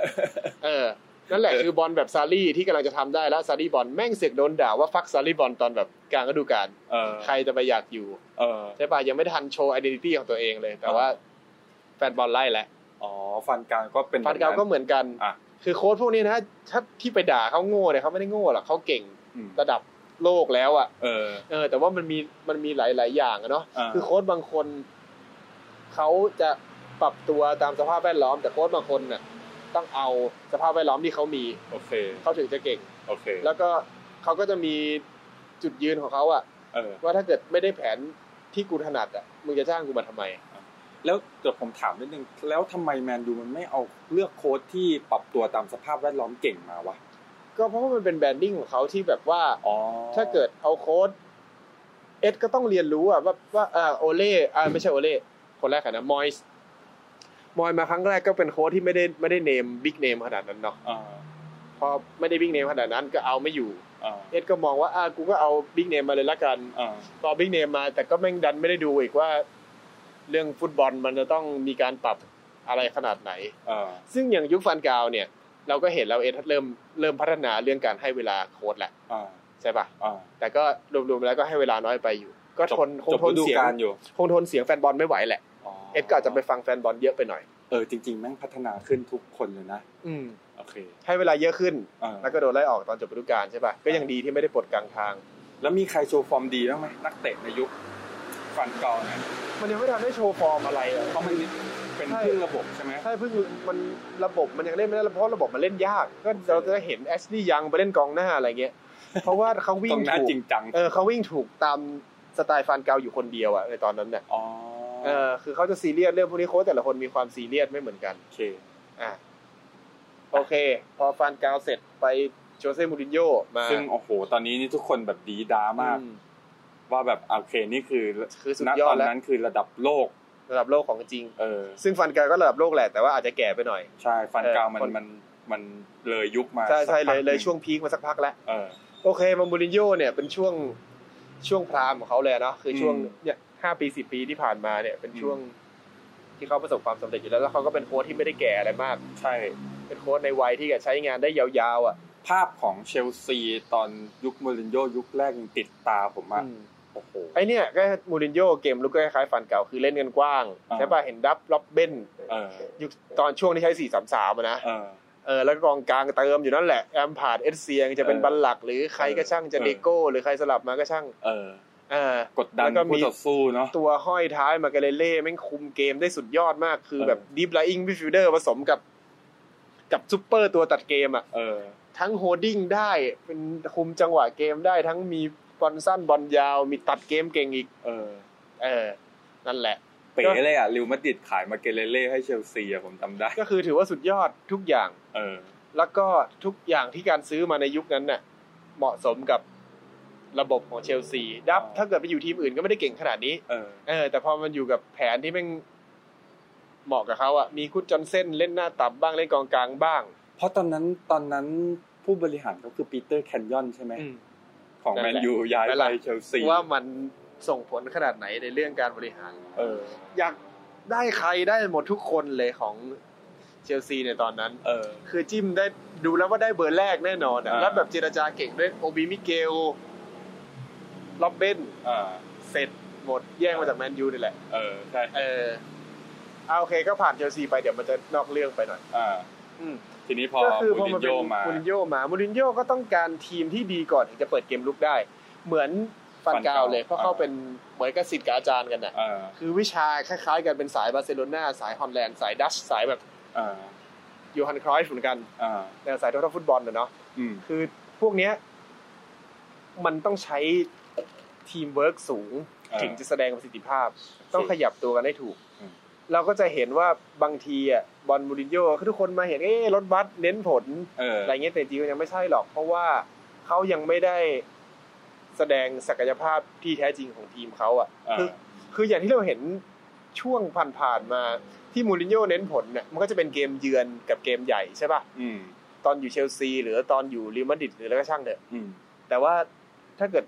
S2: เออ นั่นแหละคือบอลแบบซารี่ที่กำลังจะทำได้แล้วซารี่บอลแม่งเสกโดนด่าว่าฟักซารี่บอลตอนแบบกลางฤดูกาล
S1: เออ
S2: ใครจะไปอยากอยู่
S1: เออ
S2: ใช่ป่ะยังไม่ทันโชว์ไอดีนิตี้ของตัวเองเลย แต่ว่าแฟนบอลไล่แล้ว
S1: อ๋อฟันกลางก็เป็น
S2: ฟันกราวก็
S1: แบบ
S2: เหมือนกัน
S1: อ่ะ
S2: คือโค้ดพวกนี้นะ ถ้าที่ไปด่าเขาโง่เนี่ยเขาไม่ได้โง่หรอกเขาเก่ง
S1: อืม
S2: ระดับโลกแล้วอะ
S1: เออ
S2: เออ แต่ว่ามันมีมันมีหลาย ๆ อย่างอะเนาะ
S1: อ่า
S2: คือโค้ดบางคนเขาจะปรับตัวตามสภาพแวดล้อม แต่โค้ดบางคนน่ะต้องเอาสภาพแวดล้อมที่เขามี
S1: โอเค
S2: เขาถึงจะเก่ง
S1: โอเค
S2: แล้วก็เขาก็จะมีจุดยืนของเขาอะ
S1: เออ
S2: ว่าถ้าเกิดไม่ได้แผนที่กูถนัดอะมึงจะจ้างกูมาทำไม
S1: แล้วเดี๋ยวผมถามนิดนึงแล้วทำไมแมนยูมันไม่เอาเลือกโค้ดที่ปรับตัวตามสภาพแวดล้อมเก่งมาวะ
S2: ก็เพราะว่ามันเป็นแบรนดิ้งของเขาที่แบบว่า
S1: อ๋อ
S2: ถ้าเกิดเอาโค้ดเอ็ดก็ต้องเรียนรู้อะว่าว่าอ่าโอเล่อ่าไม่ใช่โอเล่คนแรกอะนะมอยส์มอยมาครั้งแรกก็เป็นโค้ดที่ไม่ได้ไม่ได้เนมบิ๊กเนมขนาดนั้นเนาะ
S1: อ่า
S2: พอไม่ได้บิ๊กเนมขนาดนั้นก็เอาไม่อยู่
S1: อ่า
S2: เอ็ดก็มองว่าอ่ากูก็เอาบิ๊กเนมมาเลยละกัน
S1: อ่า
S2: พอบิ๊กเนมมา แต่ก็แม่งดันไม่ได้ดูอีกว่า เรื่องฟุตบอลมันจะต้องมีการปรับอะไรขนาดไหน
S1: อ่า
S2: ซึ่งอย่างยุคฟันกาวเนี่ย เราก็เห็นแล้วเอ็ดเริ่มเริ่มพัฒนาเรื่องการให้เวลาโค้ดแหละ
S1: อ่า
S2: ใช่ปะ
S1: อ่า
S2: แต่ก็รวมๆแล้วก็ให้เวลาน้อยไปอยู่ ก็
S1: จบ
S2: ทนคง
S1: จบ
S2: ท
S1: ฤ
S2: น
S1: ดู
S2: เสียง
S1: กาลอยู่
S2: คงทนเสียงแฟนบอลไม่ไหวแหละ เอ็ดก็อาจจะไปฟังแฟนบอลเยอะไปหน่อย
S1: ออจริง ๆ แม่งพัฒนาขึ้นทุกคนเลยนะ
S2: อืม
S1: โอเค
S2: ให้เวลาเยอะขึ้น
S1: อ่า
S2: แล้วก็โดนไล่ออกตอนจบฤดูกาลใช่ป่ะ ก็ยังดีที่ไม่ได้ปลดกลางทาง
S1: แล้วมีใครโชว์ฟอร์มดีบ้างไหมนักเตะในยุคฟันเกอเนี่ย
S2: มันยังไม่ทันได้โชว์ฟอร์มอะไรเลย
S1: เพราะมันเป็น
S2: ใช่
S1: เพิ่งระบบใช่ไหม
S2: ถ้าเพิ่งมันระบบมันยังเล่นไม่ได้เพราะระบบมันเล่นยาก ก็เราจะเห็นแอชลีย์ยังไปเล่นกองหน้าอะไร เงี้ย เพราะว่าเขาวิ่
S1: ตรง งหน้า
S2: ถูก
S1: จริงจัง
S2: เออเขาวิ่งถูกตามสไตล์ฟานเกาอยู่คนเดียวอะในตอนนั้นเนี่ย
S1: อ๋อ
S2: เออคือเขาจะซีเรียสเรื่องพวกนี้โค้ชแต่ละคนมีความซีเรียสไม่เหมือนกัน
S1: โอเค
S2: อ่ะโอเค พอฟานเกาเสร็จไปโจเซ่มูรินโญ่มา
S1: ซึ่งโอ้โห ตอนนี้นี่ทุกคนแบบดีดามาก
S2: อืม
S1: ว่าแบบโอเคนี่คือ
S2: คือสุด
S1: ณ
S2: ยอ
S1: ตอ
S2: ด
S1: น
S2: แล้ว
S1: นั้นคือระดับโลก
S2: ระดับโลกของจริง
S1: เออ
S2: ซึ่งฟันเกาก็ระดับโลกแหละแต่ว่าอาจจะแก่ไปหน่อย
S1: ใช่ฟันเกาวมัน
S2: เออ
S1: มันมันเลยยุคมา
S2: ใช่ใช่
S1: สักพักหนึ่
S2: เลยเลยช่วงพีคมาสักพักแล้ว
S1: เออ
S2: โอเคมามูรินโญ่เนี่ยเป็นช่วงช่วงพรามของเขาเลยเนาะคือช่วง
S1: อืม
S2: เนี่ยห้าปีสิบปีที่ผ่านมาเนี่ยเป็น
S1: อืม
S2: ช่วงที่เขาประสบความสำเร็จอยู่แล้ว แล้วเขาก็เป็นโค้ชที่ไม่ได้แก่อะไรมาก
S1: ใช่
S2: เป็นโค้ชในวัยที่จะใช้งานได้ยาวๆอ่ะ
S1: ภาพของเชลซีตอนยุคมูรินโญ่ยุคแรกยังติดตาผมอะโอ้โห
S2: ไอเนี่ยก็มูรินโญ่เกมลุกก็คล้ายๆฟันเก่าคือเล่นกันกว้าง
S1: อ่า
S2: ใช่ป่ะเห็นดับล็อบเบน
S1: เออ
S2: ยุคตอนช่วงที่ใช้สี่สามสามนะ
S1: เออ
S2: เออแล้วก็กองกลางเติมอยู่นั่นแหละแอมพาร์ดเอสเซียงจะเป็น
S1: เออ
S2: บัลลักหรือใครก็ช่างจะ
S1: เออ
S2: เดโก้หรือใครสลับมาก็ช่าง
S1: เออ
S2: เออ
S1: กดดัน
S2: แล้วก็มี
S1: ผู้ต่อสู้เนาะ
S2: ตัวห้อยท้ายมาเกเรเล่แม่งคุมเกมได้สุดยอดมากคือ
S1: เออ
S2: แบบดิฟไลอิงวิฟิลเดอร์ผสมกับ กับซูเปอร์ตัวตัดเกมอ่ะ
S1: เออ
S2: ทั้งโฮดดิ้งได้เป็นคุมจังหวะเกมได้ทั้งมีบอลสั้นบอลยาวมีตัดเกมเก่งอีก
S1: เออ
S2: เออ นั่นแหละ
S1: เป๋เลยอ่ะริวมาดริดขายมาเกเรเล่ให้เชลซีอะผมจำได้
S2: ก็คือถือว่าสุดยอดทุกอย่าง
S1: เออ
S2: แล้วก็ทุกอย่างที่การซื้อมาในยุคนั้นน่ะ เหมาะสมกับระบบของเชลซีดับ
S1: อ๋อ
S2: ถ้าเกิดไปอยู่ทีมอื่นก็ไม่ได้เก่งขนาดนี้
S1: เออ
S2: เออแต่พอมันอยู่กับแผนที่แม่งเหมาะกับเขาอะมีคุดจอนเซนเล่นหน้าต่ำบ้างเล่นกองกลางบ้าง
S1: เพราะตอนนั้นตอนนั้นผู้บริหารก็คือปีเตอร์แคนยอนใช่ไหม
S2: อืม
S1: ของ
S2: นั่
S1: แม
S2: น
S1: น
S2: แหละ
S1: ยูย้าย
S2: นั่น
S1: ไป
S2: แหละ
S1: เชลซี
S2: ว่ามันส่งผลขนาดไหนในเรื่องการบริหาร
S1: เออ
S2: อยากได้ใครได้หมดทุกคนเลยของเชลซีในตอนนั้น
S1: เออ
S2: คือจิ้มได้ดูแล้วว่าได้เบอร์แรกแน่นอนอะ
S1: อ่า
S2: แล้วแบบเจรจาเก่งด้วยโอบีมิเกลล็อบเบน
S1: อ่า
S2: เสร็จหมดแย่งมาจากแมนยูนี่แหละ
S1: เออ ใช่
S2: เออเอาโอเคก็ผ่านเชลซีไปเดี๋ยวมันจะนอกเรื่องไปหน่อย
S1: อ่า
S2: อืม
S1: ทีนี้พอ
S2: ก็คือพ
S1: มูริ
S2: อมั
S1: น
S2: นเป็น
S1: โญ่มา
S2: มูรินโญ่มามูรินโญ่ก็ต้องการทีมที่ดีก่อนถึงจะเปิดเกมลุกได้ เหมือนฟัน
S1: ฟัน
S2: กา
S1: เกาว
S2: เลย เพราะเขา
S1: อ่า
S2: เป็นเหมือนกับศิษย์กับอาจารย์กันน่ะ
S1: เออ
S2: คือวิชาคล้ายๆกันเป็นสายบาร์เซโลนาสายฮอลแลนด์สายดัชสายแบบ
S1: เออ
S2: ยูฮันครอยฟ์เหมือนกัน
S1: อ่า
S2: แนวสายทัฟุตบอลน่ะเนาะ
S1: อืม
S2: คือพวกเนี้ยมันต้องใช้ทีมเวิร์กสูง
S1: เออ
S2: ถึงจะแสดงประสิทธิภาพ ต้องขยับตัวกันได้ถูก
S1: อืม
S2: เราก็จะเห็นว่าบางทีอ่ะบอลมูรินโญ่ทุกคนมาเห็นเอ๊ะรถบัสเน้นผล
S1: เออ
S2: อะไรเงี้ยแต่จริงๆยังไม่ใช่หรอก เพราะว่าเขายังไม่ได้แสดงศักยภาพที่แท้จริงของทีมเขาอ่ะ
S1: เออ
S2: คือคืออย่างที่เราเห็นช่วงผ่านๆมาที่มูรินโญ่เน้นผลเนี่ยมันก็จะเป็นเกมเยือนกับเกมใหญ่ใช่ป่ะ
S1: อืม
S2: ตอนอยู่เชลซี หรือตอนอยู่ริมาดริดหรืออะไรก็ช่างเถอะ
S1: อืม
S2: แต่ว่าถ้าเกิด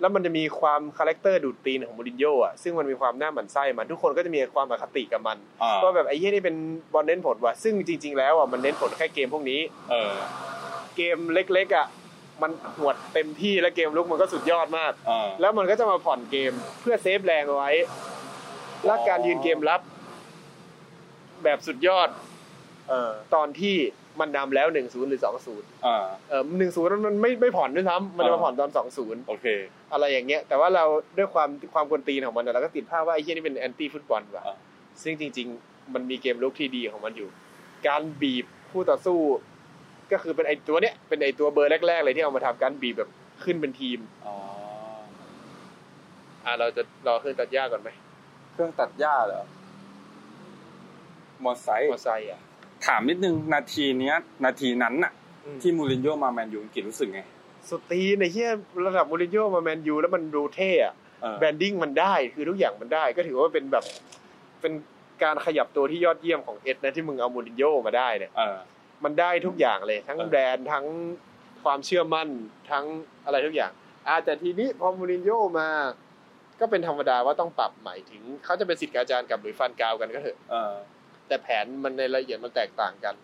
S2: แล้วมันจะมีความคาแรคเตอร์ดูดตีนของมูรินโญ่อะซึ่งมันมีความหน้าหมันไส้มันทุกคนก็จะมีความอคติกับมัน
S1: อ่า
S2: ว่าแบบไอ้เหี้ยนี่เป็นบอลเน้นผลว่ะซึ่งจริง ๆ แล้วอ่ะมันเน้นผลแค่เกมพวกนี้
S1: เออ
S2: เกมเล็กๆอ่ะมันหวดเต็มที่และเกมลุกมันก็สุดยอดมาก
S1: อ่า
S2: แล้วมันก็จะมาผ่อนเกมเพื่อเซฟแรงเอาไว้ และการยืนเกมรับ แบบสุดยอด
S1: เออ
S2: ตอนที่มันนำแล้วหนึ่งศูนย์หรือสองศูนย์
S1: อ่า
S2: เออหนึ่งศูนย์มันไม่ไม่ผ่อนด้วยซ้ำมันจะมาผ่อนตอนสองศูนย์
S1: โอเค
S2: อะไรอย่างเงี้ย แต่ว่าเราด้วยความความกวนตีนของมันอะเราก็ติดภาพว่าไอ้เหี้ยนี่เป็นแอนตี้ฟุตบอลว่ะ
S1: อ่า
S2: ซึ่งจริง ๆ มันมีเกมลุกที่ดีของมันอยู่ การบีบคู่ต่อสู้ ก็คือเป็นไอตัวเนี้ยเป็นไอตัวเบอร์แรกๆเลยที่เอามาทำการบีบแบบขึ้นเป็นทีม
S1: อ๋อ
S2: อ่าเราจะรอเครื่องตัดหญ้าก่อนไหม
S1: เครื่องตัดหญ้าเหรอ มอไซค์
S2: มอไซค์อ่ะ
S1: ถามนิดนึง นาทีเนี้ย นาทีนั้นน่ะ
S2: ที่
S1: ที่มูรินโญ่มาแมนยูอังกฤษรู้สึกไง
S2: สตรีนไอ้เหี้ยระดับมูรินโญ่มาแมนยูแล้วมันดูเท่อะ
S1: เออ
S2: แบรนดิ้งมันได้คือทุกอย่างมันได้ ก็ถือว่าเป็นแบบเป็นการขยับตัวที่ยอดเยี่ยมของเอ็ดนะที่มึงเอามูรินโญ่มาได้เนี่ย
S1: เออ
S2: มันได้ทุกอย่างเลย ทั้ง
S1: เออ
S2: แบรนด์ทั้งความเชื่อมั่นทั้งอะไรทุกอย่างอ่าแต่ทีนี้พอมูรินโญ่มา ก็เป็นธรรมดาว่าต้องปรับใหม่ถึงเขาจะเป็นศิษย์กับอาจารย์กับหรือฟันกาวกันก็เถอะ
S1: เออ
S2: แต่แผนมันในรายละเอียดมันแตกต่างกัน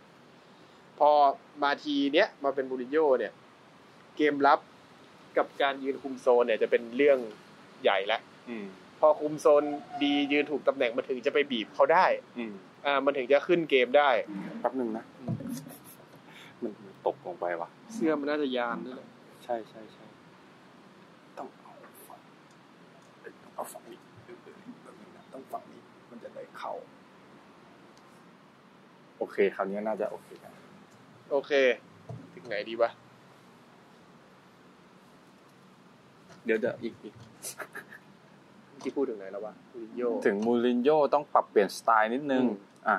S2: พอมาทีเนี้ยมาเป็นมูรินโญ่เนี่ย เกมรับกับการยืนคุมโซนเนี่ยจะเป็นเรื่องใหญ่แล้ว
S1: อืม
S2: พอคุมโซนดียืนถูกตำแหน่งมันถึงจะไปบีบเขาได้
S1: อืม
S2: อ่ามันถึงจะขึ้นเกมได้
S1: แป๊บหนึ่งนะ มันตกลงไปว่ะ
S2: เสื้อมันน่าจะยานนั่นแหละ
S1: ใช่ใช่ใช่ต้องเอาฝั่งต้องเอาฝั่งนี้แบบนี้นะต้องฝั่งนี้ มันจะได้เข้า โอเค คราวนี้น่าจะโอเคนะ
S2: โอเค ถึงไหนดีวะ
S1: เดี๋ยวจะอีกอีก
S2: ที่พูดถึงไหนแล้ววะลิโย
S1: ถึงมูรินโญ่ต้องปรับเปลี่ยนสไตล์นิดนึง
S2: อืม
S1: อ่ะ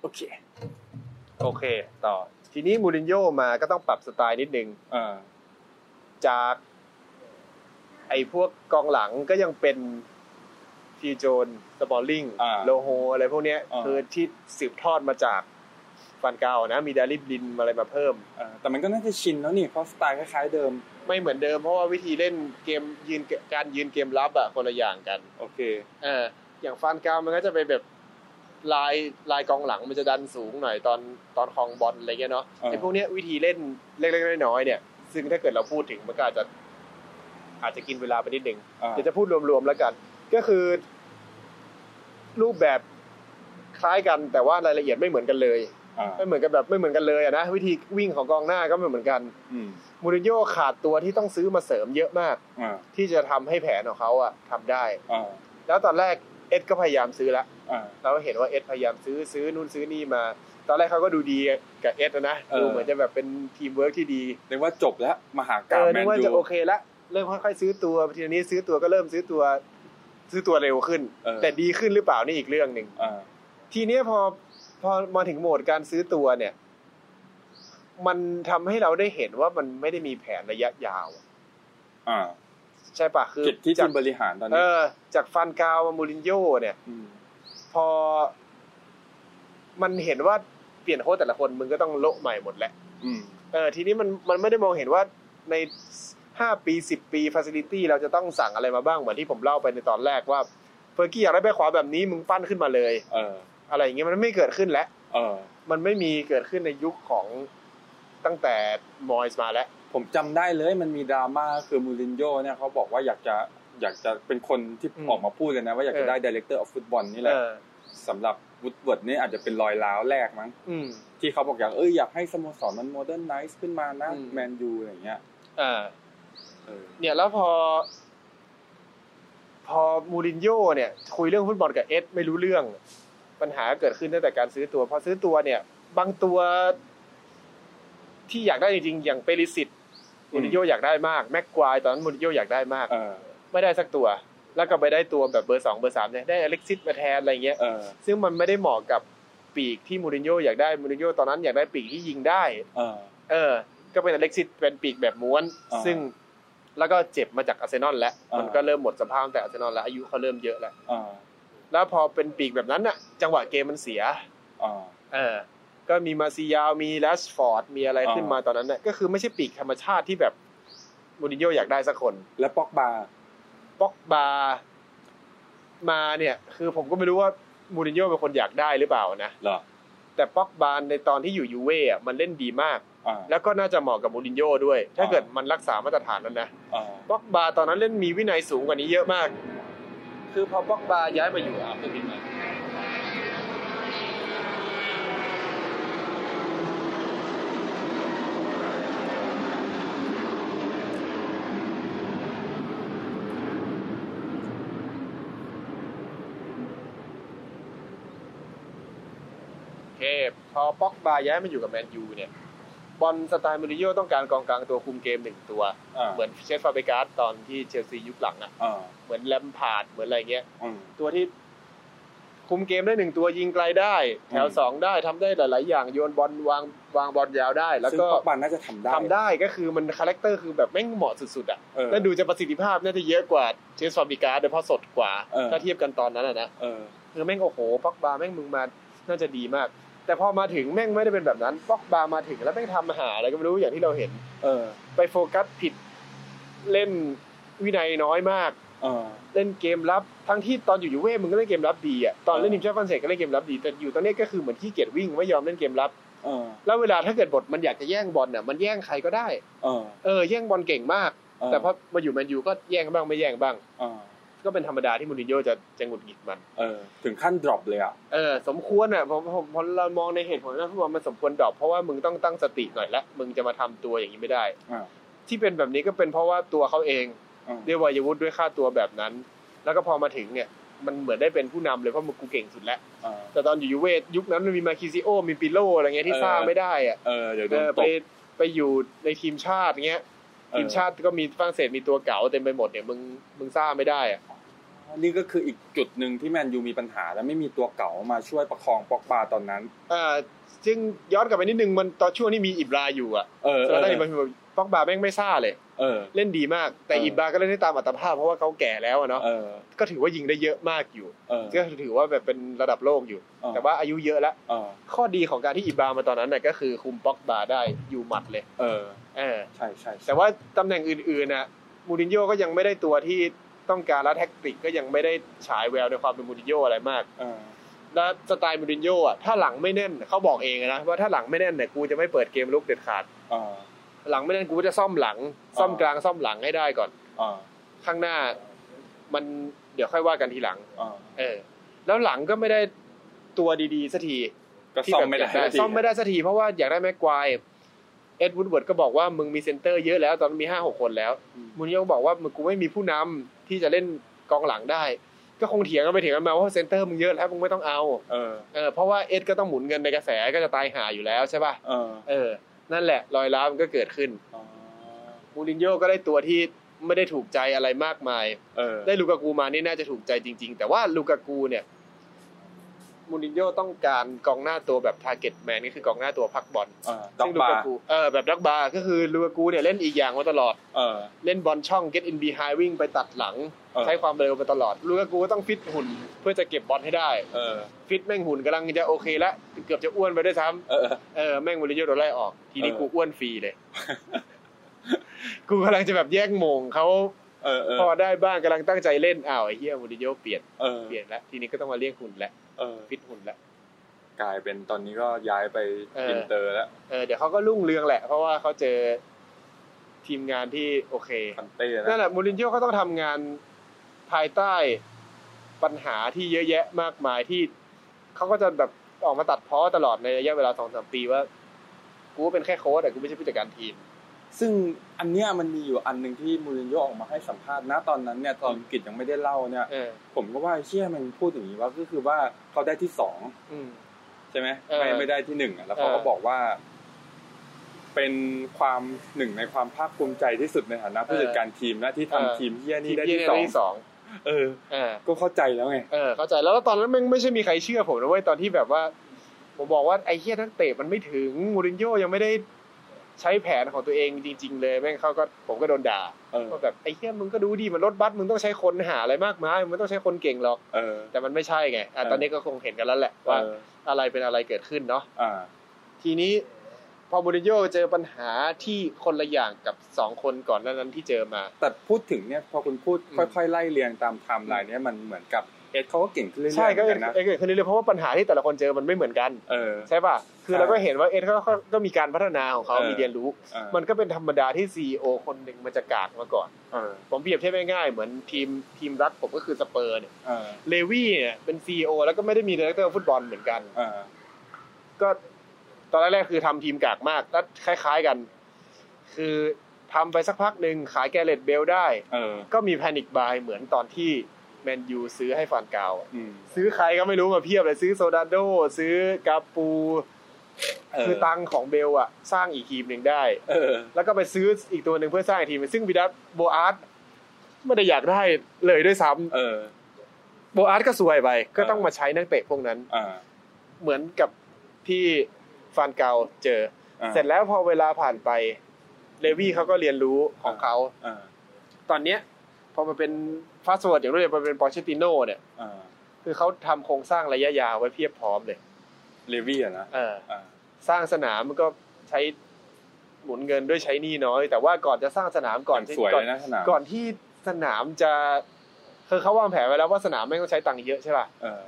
S1: โอเค
S2: โอเค ต่อ ทีนี้มูรินโญ่มาก็ต้องปรับสไตล์นิดนึง
S1: เออ
S2: จาก ไอ้พวกกองหลังก็ยังเป็นทีโจนสปอลลิง
S1: อ่า
S2: โลโฮอะไรพวกเนี้ย
S1: อ่า
S2: คือที่สืบทอดมาจากฟันเก่านะ มีดาริบลินอะไรมาเพิ่ม
S1: เออแต่มันก็น่าจะชินแล้วนี่ เพราะสไตล์คล้ายๆเดิม
S2: ไม่เหมือนเดิมเพราะว่าวิธีเล่นเกมยืนการยืนเกมรับอะคนละอย่างกัน
S1: โอเค
S2: เอออย่างฟานกาวมันก็จะไปแบบลายลายกองหลังมันจะดันสูงหน่อยตอนตอนคลองบอลอะไรเงี้ยเนาะ
S1: อ่า
S2: ไอ้พวกเนี้ยวิธีเล่นเล็กๆน้อยๆเนี่ย ซึ่งถ้าเกิดเราพูดถึงมันก็อาจจะอาจจะกินเวลาไปนิดหนึ่ง
S1: อ่า
S2: เดี๋ยวจะพูดรวมๆแล้วกัน ก็คือ รูปแบบคล้ายกันแต่ว่ารายละเอียดไม่เหมือนกันเลย
S1: อ่า
S2: ไม่เหมือนกันแบบไม่เหมือนกันเลยอะนะวิธีวิ่งของกองหน้าก็ไม่เหมือนกัน
S1: อืม
S2: มูรินโญ่ขาดตัวที่ต้องซื้อมาเสริมเยอะมาก
S1: อ่า
S2: ที่จะทำให้แผนของเขาอะทำได้
S1: อ่า
S2: แล้วตอนแรกเอ็ดก็พยายามซื้อละ
S1: อ่า
S2: เราก็เห็นว่าเอสพยายามซื้อซื้อนู่นซื้อนี่มา ตอนแรกเขาก็ดูดีกับเอสนะ
S1: เออ
S2: ดูเหมือนจะแบบเป็นทีมเวิร์กที่ดี
S1: เรียกว่าจบแล้วมหาก
S2: เอ
S1: รรม
S2: อ
S1: แม
S2: นึก
S1: น
S2: ว่า
S1: ยู
S2: จะโอเคละเริ่มค่อยๆซื้อตัวทีนี้ซื้อตัวก็เริ่มซื้อตัว ซื้อตัวเร็วขึ้น
S1: เออ
S2: แต่ดีขึ้นหรือเปล่านี่อีกเรื่องหนึ่ง
S1: อ่า
S2: ทีเนี้ยพอพอมาถึงโหมดการซื้อตัวเนี่ย มันทำให้เราได้เห็นว่ามันไม่ได้มีแผนระยะยาว
S1: อ่า
S2: ใช่ปะคือ
S1: จุดที่
S2: จา
S1: ทีม
S2: ก
S1: บริหารตอน
S2: เอ
S1: นี้
S2: อจากฟันกาวมามูรินโญ่เนี่ย
S1: ม
S2: พอมันเห็นว่าเปลี่ยนโค้ชแต่ละคนมึงก็ต้องโละใหม่หมดแหละ
S1: อืม
S2: เออทีนี้มันมันไม่ได้มองเห็นว่าในห้าปีสิบปีฟ a ซิลิตี้เราจะต้องสั่งอะไรมาบ้างเหมือนที่ผมเล่าไปในตอนแรกว่าเฟอร์กี้อยากได้แบ็คขวาแบบนี้มึงปั้นขึ้นมาเลย
S1: เออ
S2: อะไรอย่างเงี้ยมันไม่เกิดขึ้นแล้ว
S1: เออ
S2: มันไม่มีเกิดขึ้นในยุคของตั้งแต่มอยส์มาแล้ว
S1: ผมจำได้เลยมันมีดราม่าคือมูรินโญ่เนี่ยเขาบอกว่าอยากจะอยากจะเป็นคนที่
S2: อืม
S1: ออกมาพูดเลยนะ ว่าอยาก
S2: เอ
S1: จะ
S2: อ
S1: ได้ director of football นี่แห
S2: เอ
S1: ละ
S2: อ
S1: สำหรับวุฒเวิร์ดนี่อาจจะเป็นรอยร้าวแรกมั้ง
S2: อืม
S1: ที่เขาบอกอยากเอ้ยอยากให้สโมสรมันโมเดิร์นไนซ์ขึ้นมานะ
S2: อืม
S1: แมนยูอะไรเงี้ย
S2: เออ
S1: เออ
S2: เนี่ยแล้วพอ พอมูรินโญ่เนี่ย คุยเรื่องฟุตบอลกับเอสไม่รู้เรื่อง ปัญหาเกิดขึ้นตั้งแต่การซื้อตัว พอซื้อตัวเนี่ย บางตัว ที่อยากได้จริงๆอย่างเปริสิตมูรินโญ่อยากได้มากแม็กควายตอนนั้นมูรินโญ่อยากได้มาก
S1: เออ
S2: ไม่ได้สักตัว แล้วก็ไปได้ตัวแบบเบอร์สองเบอร์สามเนี่ยได้อเล็กซิสมาแทนอะไรเงี้ย
S1: เออ
S2: ซึ่งมันไม่ได้เหมาะกับปีกที่มูรินโญ่อยากได้มูรินโญ่ตอนนั้นอยากได้ปีกที่ยิงได้
S1: เออ
S2: เออ ก็เป็นอเล็กซิสเป็นปีกแบบม้วน
S1: อ่า
S2: ซึ่งแล้วก็เจ็บมาจากอาร์เซนอลแล้ว
S1: อ่ามั
S2: มันก็เริ่มหมดสภาพตั้งแต่อาร์เซนอลแล้วอายุเขาเริ่มเยอะแล้ว
S1: เออ
S2: แล้วพอเป็นปีกแบบนั้นน่ะ จังหวะเกมมันเสีย
S1: เออ
S2: เออ ก็มีมาซียาวมีแรชฟอร์ดมีอะไร
S1: อ่า
S2: ขึ้นมาตอนนั้นน่ะก็คือไม่ใช่ปีกธรรมชาติที่แบบมูรินโญ่อยากได้สักคน
S1: แล้วปอกบา
S2: ป็อกบามาเนี่ย คือผมก็ไม่รู้ว่ามูรินโญ่เป็นคนอยากได้หรือเปล่านะ
S1: เหรอ
S2: แต่ป็อกบาในตอนที่อยู่ยูเว่อะมันเล่นดีมาก
S1: อ่า
S2: แล้วก็น่าจะเหมาะกับมูรินโญ่ด้วย ถ้า
S1: อ่า
S2: เกิดมันรักษามาตรฐานนั้นนะ
S1: เออ
S2: บ็อกบาตอนนั้นเล่นมีวินัยสูงกว่านี้เยอะมาก คือพอบ็อกบาย้ายมาอยู่อัลเบอร์บินมาโอเค พอบ็อกบาย้ายมาอยู่กับแมนยูเนี่ย บอลสไตล์มูรินโญ่ต้องการกองกลางตัวคุมเกมหนึ่งตัว
S1: อ่า
S2: เหมือนเชฟฟาเบกัสตอนที่เชลซียุคหลังอะ
S1: เออ
S2: เหมือนแลมพาร์ดเหมือนอะไรเงี้ย
S1: อืม
S2: ตัวที่คุมเกมได้หนึ่งตัวยิงไกลได้ แถว
S1: อืม
S2: สองได้ทำได้หลาย ๆ อย่างโยนบอลวางวางบอลยาวได้ แล้ว
S1: ซึ่ง
S2: ก็
S1: ปอกบาน่าจะทำได้
S2: ทำได้ก็คือมันคาแรคเตอร์คือแบบแม่งเหมาะสุด ๆ อ่ะ
S1: เออ
S2: แล้วดูจะประสิทธิภาพน่าจะเยอะกว่าเชสฟาเบกัสโดยเฉพาะสดกว่า
S1: เออ
S2: ถ้าเทียบกันตอนนั้นอะนะ
S1: เออ
S2: คือแม่งโอ้โหป็อกบาแม่งมึงมาน่าจะดีมาก แต่พอมาถึงแม่งไม่ได้เป็นแบบนั้นป็อกบามาถึงแล้วแม่งทำหาอะไรก็ไม่รู้อย่างที่เราเห็น
S1: เออ
S2: ไปโฟกัสผิดเล่นวินัยน้อยมาก
S1: เออ
S2: เล่นเกมรับทั้งที่ตอนอยู่ยูเว่มึงก็เล่นเกมรับดีอ่ะตอนเล่น
S1: เออ
S2: ทีมชาติฝรั่งเศสก็เล่นเกมรับดีแต่อยู่ตอนนี้ก็คือเหมือนขี้เกียจวิ่งไม่ยอมเล่นเกมรับ
S1: เออ
S2: แล้วเวลาถ้าเกิดบทมันอยากจะแย่งบอลเนี่ยมันแย่งใครก็ได้
S1: เออ
S2: เออแย่งบอลเก่งมาก
S1: เ ออ
S2: แต่พอมาอยู่แมนยูก็แย่งกันบ้างไม่แย่งกันบ้าง
S1: เออ
S2: ก็เป็นธรรมดาที่มูรินโญ่จะจะหงุดหงิดมัน
S1: เออ ถึงขั้นดรอปเลยอ่ะ
S2: เออสมควรอ่ะผมผมผมเรามองในเหตุผลนะทุกคนมันสมควรดรอปเพราะว่ามึงต้องตั้งสติหน่อยละมึงจะมาทำตัวอย่างนี้ไม่ได้
S1: อ่า
S2: ที่เป็นแบบนี้ก็เป็นเพราะว่าตัวเขาเอง
S1: เออ
S2: ด้วยวัยวุฒิด้วยค่าตัวแบบนั้น แล้วก็พอมาถึงเนี่ย มันเหมือนได้เป็นผู้นำเลยเพราะมึงกูเก่งสุดแล้ว
S1: เออ
S2: แต่ตอนอยู่ยูเวสยุคนั้นมันมีมาคิซิโอ มีปิโลอะไรเงี้ยที่
S1: เออ
S2: สร้างไม่ได้อ่ะ
S1: เออเดี๋ยวโด
S2: เอน อ
S1: ต
S2: ไป
S1: บ
S2: ไปอยู่ในทีมชาติเงี้ย
S1: เออ
S2: ทีมชาติก็มีฝรั่งเศสมีตัวเก่าเต็มไปหมดเนี่ยมึงมึงสร้างไม่ได้อ่ะ
S1: นี่ก็คืออีกจุดหนึ่งที่แมนยูมีปัญหา และไม่มีตัวเก่ามาช่วยประคองปอกปาตอนนั้น
S2: เอ่าซึ่งย้อนกลับไปนิดนึงมันตอนช่วงที่มีอิบราอยู่อ่ะ
S1: เออ
S2: เอ
S1: เอ
S2: อ
S1: อ
S2: ได้บางทีแบบปอกบาแม่งไม่ซ่าเลย
S1: เออ
S2: เล่นดีมาก แต่
S1: เอออิ
S2: อิบบาก็เล่นได้ตามอัตภาพเพราะว่าเขาแก่แล้วอะเนาะ
S1: เออ
S2: ก็ถือว่ายิงได้เยอะมากอยู่
S1: เออ
S2: ก็ถือว่าแบบเป็นระดับโลกอยู่
S1: เออ
S2: แต่ว่าอายุเยอะแล้ว
S1: เออ
S2: ข้อดีของการที่อิบบามาตอนนั้นน่ะก็คือคุมปอกบาได้อยู่หมัดเลย
S1: เออ
S2: เออ
S1: ใช่ใช่ใช่
S2: แต่ว่าตำแหน่งอื่นๆน่ะมูรินโญ่ก็ยังไม่ได้ตัวที่ต้องการและแท็กติกก็ยังไม่ได้ฉายแววในความเป็นมูรินโญ่อะไรมาก
S1: เออ
S2: แล้วสไตล์มูรินโญ่อะถ้าหลังไม่แน่นเขาบอกเองนะว่าถ้าหลังไม่แน่นเนี่ยกูจะไม่เปิดเกมลุกเด็ดขาด
S1: เออ
S2: หลังไม่นั้นกูก็จะซ่อมหลัง
S1: อ่า
S2: ซ่อมกลางซ่อมหลังให้ได้ก่อน
S1: เออ
S2: ข้างหน้า มันเดี๋ยวค่อยว่ากันทีหลัง
S1: เออ
S2: เออ แล้วหลังก็ไม่ได้ตัวดีๆสักที
S1: ก็
S2: ที่
S1: ซ่อม
S2: แบบ
S1: ไม่
S2: อยา
S1: ได้
S2: กได้ซ่อมไม่ได้สักทีเพราะว่าอยากได้แม็กควายเอ็ดวูดเวิร์ดก็บอกว่ามึงมีเซนเตอร์เยอะแล้ว ตอนนนมีห้าหกคนแล้ว
S1: อืม
S2: มูนิโยก็บอกว่ามึงกูไม่มีผู้นำที่จะเล่นกองหลังได้ ก็คงเถียงกันไปเถียงกันมาว่าเซนเตอร์มึงเยอะแล้วมึงไม่ต้องเอา
S1: เออ
S2: เออเพราะว่าเอ็ดก็ต้องหมุนเงินในกระแสก็จะตายหาอยู่แล้วใช่ป่ะ
S1: เออ
S2: เออ นั่นแหละรอยร้าวมันก็เกิดขึ้น
S1: เออ
S2: มูรินโญ่ก็ได้ตัวที่ไม่ได้ถูกใจอะไรมากมาย
S1: เออ
S2: ได้ลูกากูมานี่น่าจะถูกใจจริง ๆ แต่ว่าลูกากูเนี่ยมูรินโญ่ต้องการกองหน้าตัวแบบทาร์เก็ตแมนก็คือกองหน้าตัวพักบอล
S1: เออดอก
S2: ซึ่ง
S1: บาก
S2: ลูากูเออแบบดักบาร์ก็คือลูกากูเนี่ยเล่นอีกอย่างมาตลอด
S1: เออ
S2: เล่นบอลช่อง get in behind วิ่งไปตัดหลัง
S1: เออ
S2: ใช้ความเร็วมาตลอดลูกากูก็ต้องฟิตหุ่นเพื่อจะเก็บบอลให้ได้
S1: เออ
S2: ฟิตแม่งหุ่นกำลังจะโอเคแล้วเกือบจะอ้วนไปด้วยซ้ำ
S1: เออ
S2: เออแม่งมูรินโญ่โดนไล่ออก ทีนี้
S1: เออ
S2: กูอ้วนฟรี เลย กูกำลังจะแบบแยกโมงเขา
S1: เออเออ
S2: พอได้บ้างกำลังตั้งใจเล่นอ้าวไอ้เหี้ยมูรินโญ่เปลี่ยน
S1: เออ
S2: เปลี่ยนแล้วทีนี้ก็ต้องมาเรียกหุ่นแล้ว
S1: เออ
S2: ฟิตหุ่นแล้ว
S1: กลายเป็นตอนนี้ก็ย้ายไป
S2: เอออิ
S1: อินเตอร์แล้ว
S2: เออเดี๋ยวเขาก็รุ่งเรืองแหละ เพราะว่าเขาเจอทีมงานที่โอเค
S1: คันเต้
S2: นั่น
S1: นะ
S2: แหละมูรินโญ่เขาต้องทำงานภายใต้ปัญหาที่เยอะแยะมากมายที่เขาก็จะแบบออกมาตัดเพ้อตลอดในระยะเวลาสองสามปีว่า กูก็เป็นแค่โค้ชแต่กูไม่ใช่ผู้จัดการทีม
S1: ซึ่งอันเนี้ยมันมีอยู่อันหนึ่งที่มูรินโญ่ออกมาให้สัมภาษณ์นะตอนนั้นเนี่ยตอนกิจยังไม่ได้เล่าเนี่ย
S2: เออ
S1: ผมก็ว่าเชี่ยมันพูดอย่างนี้ว่าก็คือว่าเขาได้ที่สอง
S2: อืม
S1: ใช่ไหม
S2: เออ
S1: ไม่ไม่ได้ที่หนึ่งอะแล้วเขาก็
S2: เออ
S1: บอกว่า เป็นความหนึ่งในความภาคภูมิใจที่สุดในฐานะผู้
S2: เออ
S1: จัดการทีมนะที่ทำ
S2: เออ
S1: ทีมเฮีย
S2: ที
S1: นี่
S2: ม
S1: ได้
S2: เยี่
S1: ที่
S2: ยน
S1: ส
S2: ได้
S1: อง
S2: ที่สอง
S1: เออ
S2: เออ
S1: ก็เข้าใจแล้วไง
S2: เออ เข้าใจแล้วแล้วตอนนั้นแม่งไม่ใช่มีใครเชื่อผมนะเว้ยตอนที่แบบว่า ผมบอกว่าไอ้เฮียนักเตะมันไม่ถึงมูรินโญ่ยังไม่ได้ใช้แผนของตัวเองจริง ๆ เลยแม่งเขาก็ผมก็โดนด่า
S1: เออ
S2: ก็แบบไอ้เฮียมึงก็ดูดีมันรถบัสมึงต้องใช้คนหาอะไรมากมายมึงไม่ต้องใช้คนเก่งหรอก
S1: เออ
S2: แต่มันไม่ใช่ไงอ่ะ
S1: เออ
S2: ตอนนี้ก็คงเห็นกันแล้วแหละ
S1: เอ
S2: ว่า
S1: อ
S2: อะไรเป็นอะไรเกิดขึ้นเนาะ
S1: อ่า
S2: ทีนี้พอมูรินโญ่เจอปัญหาที่คนละอย่างกับสองคนก่อนหน้านั้นที่เจอมา
S1: แต่พูดถึงเนี่ยพอคุณพูด
S2: อืม
S1: ค่อยๆไล่เรียงตามไทม์ไลน์เนี่ยมันเหมือนกับเอ็ดเขาก็เก่งขึ้นเรื่อยๆ
S2: ใช่ก็
S1: เหมื
S2: เกิ
S1: อ
S2: ด
S1: นกันนะ
S2: เกิดขึ้นเรื่อยๆเพราะว่าปัญหาที่แต่ละคนเจอมันไม่เหมือนกัน
S1: เออ
S2: ใช่ป่ะ คือ
S1: ใช่
S2: เราก็เห็นว่าเอ็ดเขาก็ก็มีการพัฒนาของเขา
S1: เออ
S2: มีเรียนรู้
S1: เออ
S2: มันก็เป็นธรรมดาที่ซีอคนหนึ่งมันจะกากมาก่อน
S1: เออ
S2: ผมเปรียบเทียบง่ายๆเหมือนทีมทีมรักผมก็คือสเปอร์เนี่ย
S1: เออ
S2: เลวี่เนี่ยเป็นซีอแล้วก็ไม่ได้มีดีเรคเตอร์ฟุตบอลเหมือนกัน
S1: เออ
S2: ก็ตอนแรกๆคือทำทีมกากมาก แล้วคล้ายๆกัน คือทำไปสักพักหนึ่งขายแกเรตเบลได้
S1: เออ
S2: ก็มีแพนิคบายเหมือนตอนที่แมนยูซื้อให้ฟานกาวอะ
S1: อืม
S2: ซื้อใครก็ไม่รู้มาเพียบเลยซื้อโซดาโดซื้อกาปู
S1: เ
S2: คือตังค์ของเบลอะสร้างอีกทีมหนึ่งได้
S1: เออ
S2: แล้วก็ไปซื้ออีกตัวหนึ่งเพื่อสร้างอีกทีมหนึ่งซึ่งวิดัสโบอาร์ตไม่ได้อยากได้เลยด้วยซ้
S1: เออ
S2: ำโบอาร์ตก็สวยไป ก็ต้องมาใช้นักเตะพวกนั้น
S1: อ่า
S2: เหมือนกับที่ฟานเกาเจอ
S1: อ่า
S2: เสร็จแล้วพอเวลาผ่านไปเลวี่เขาก็เรียนรู้ของ
S1: อ่า
S2: เขา
S1: อ่า
S2: ตอนเนี้ยพอมาเป็นฟาสต์เวิร์ดอย่างรวดเร็วมาเป็นปอเชติโน่เนี่ย
S1: อ่า
S2: คือเขาทำโครงสร้างระยะยาวไว้เพียบพร้อมเลย
S1: เลวี่อะนะ
S2: เออ
S1: อ่า
S2: สร้างสนามมันก็ใช้หมุนเงินด้วยใช้หนี้น้อย แต่ว่าก่อนจะสร้างสนามก่อน
S1: สวย
S2: ก่อ
S1: เล
S2: น
S1: ยนะสนาม
S2: ก่อนที่สนามจะคือเขาวางแผนไว้แล้วว่าสนามไม่งต้องใช้ตังค์เยอะใช่ป่ะ
S1: เออ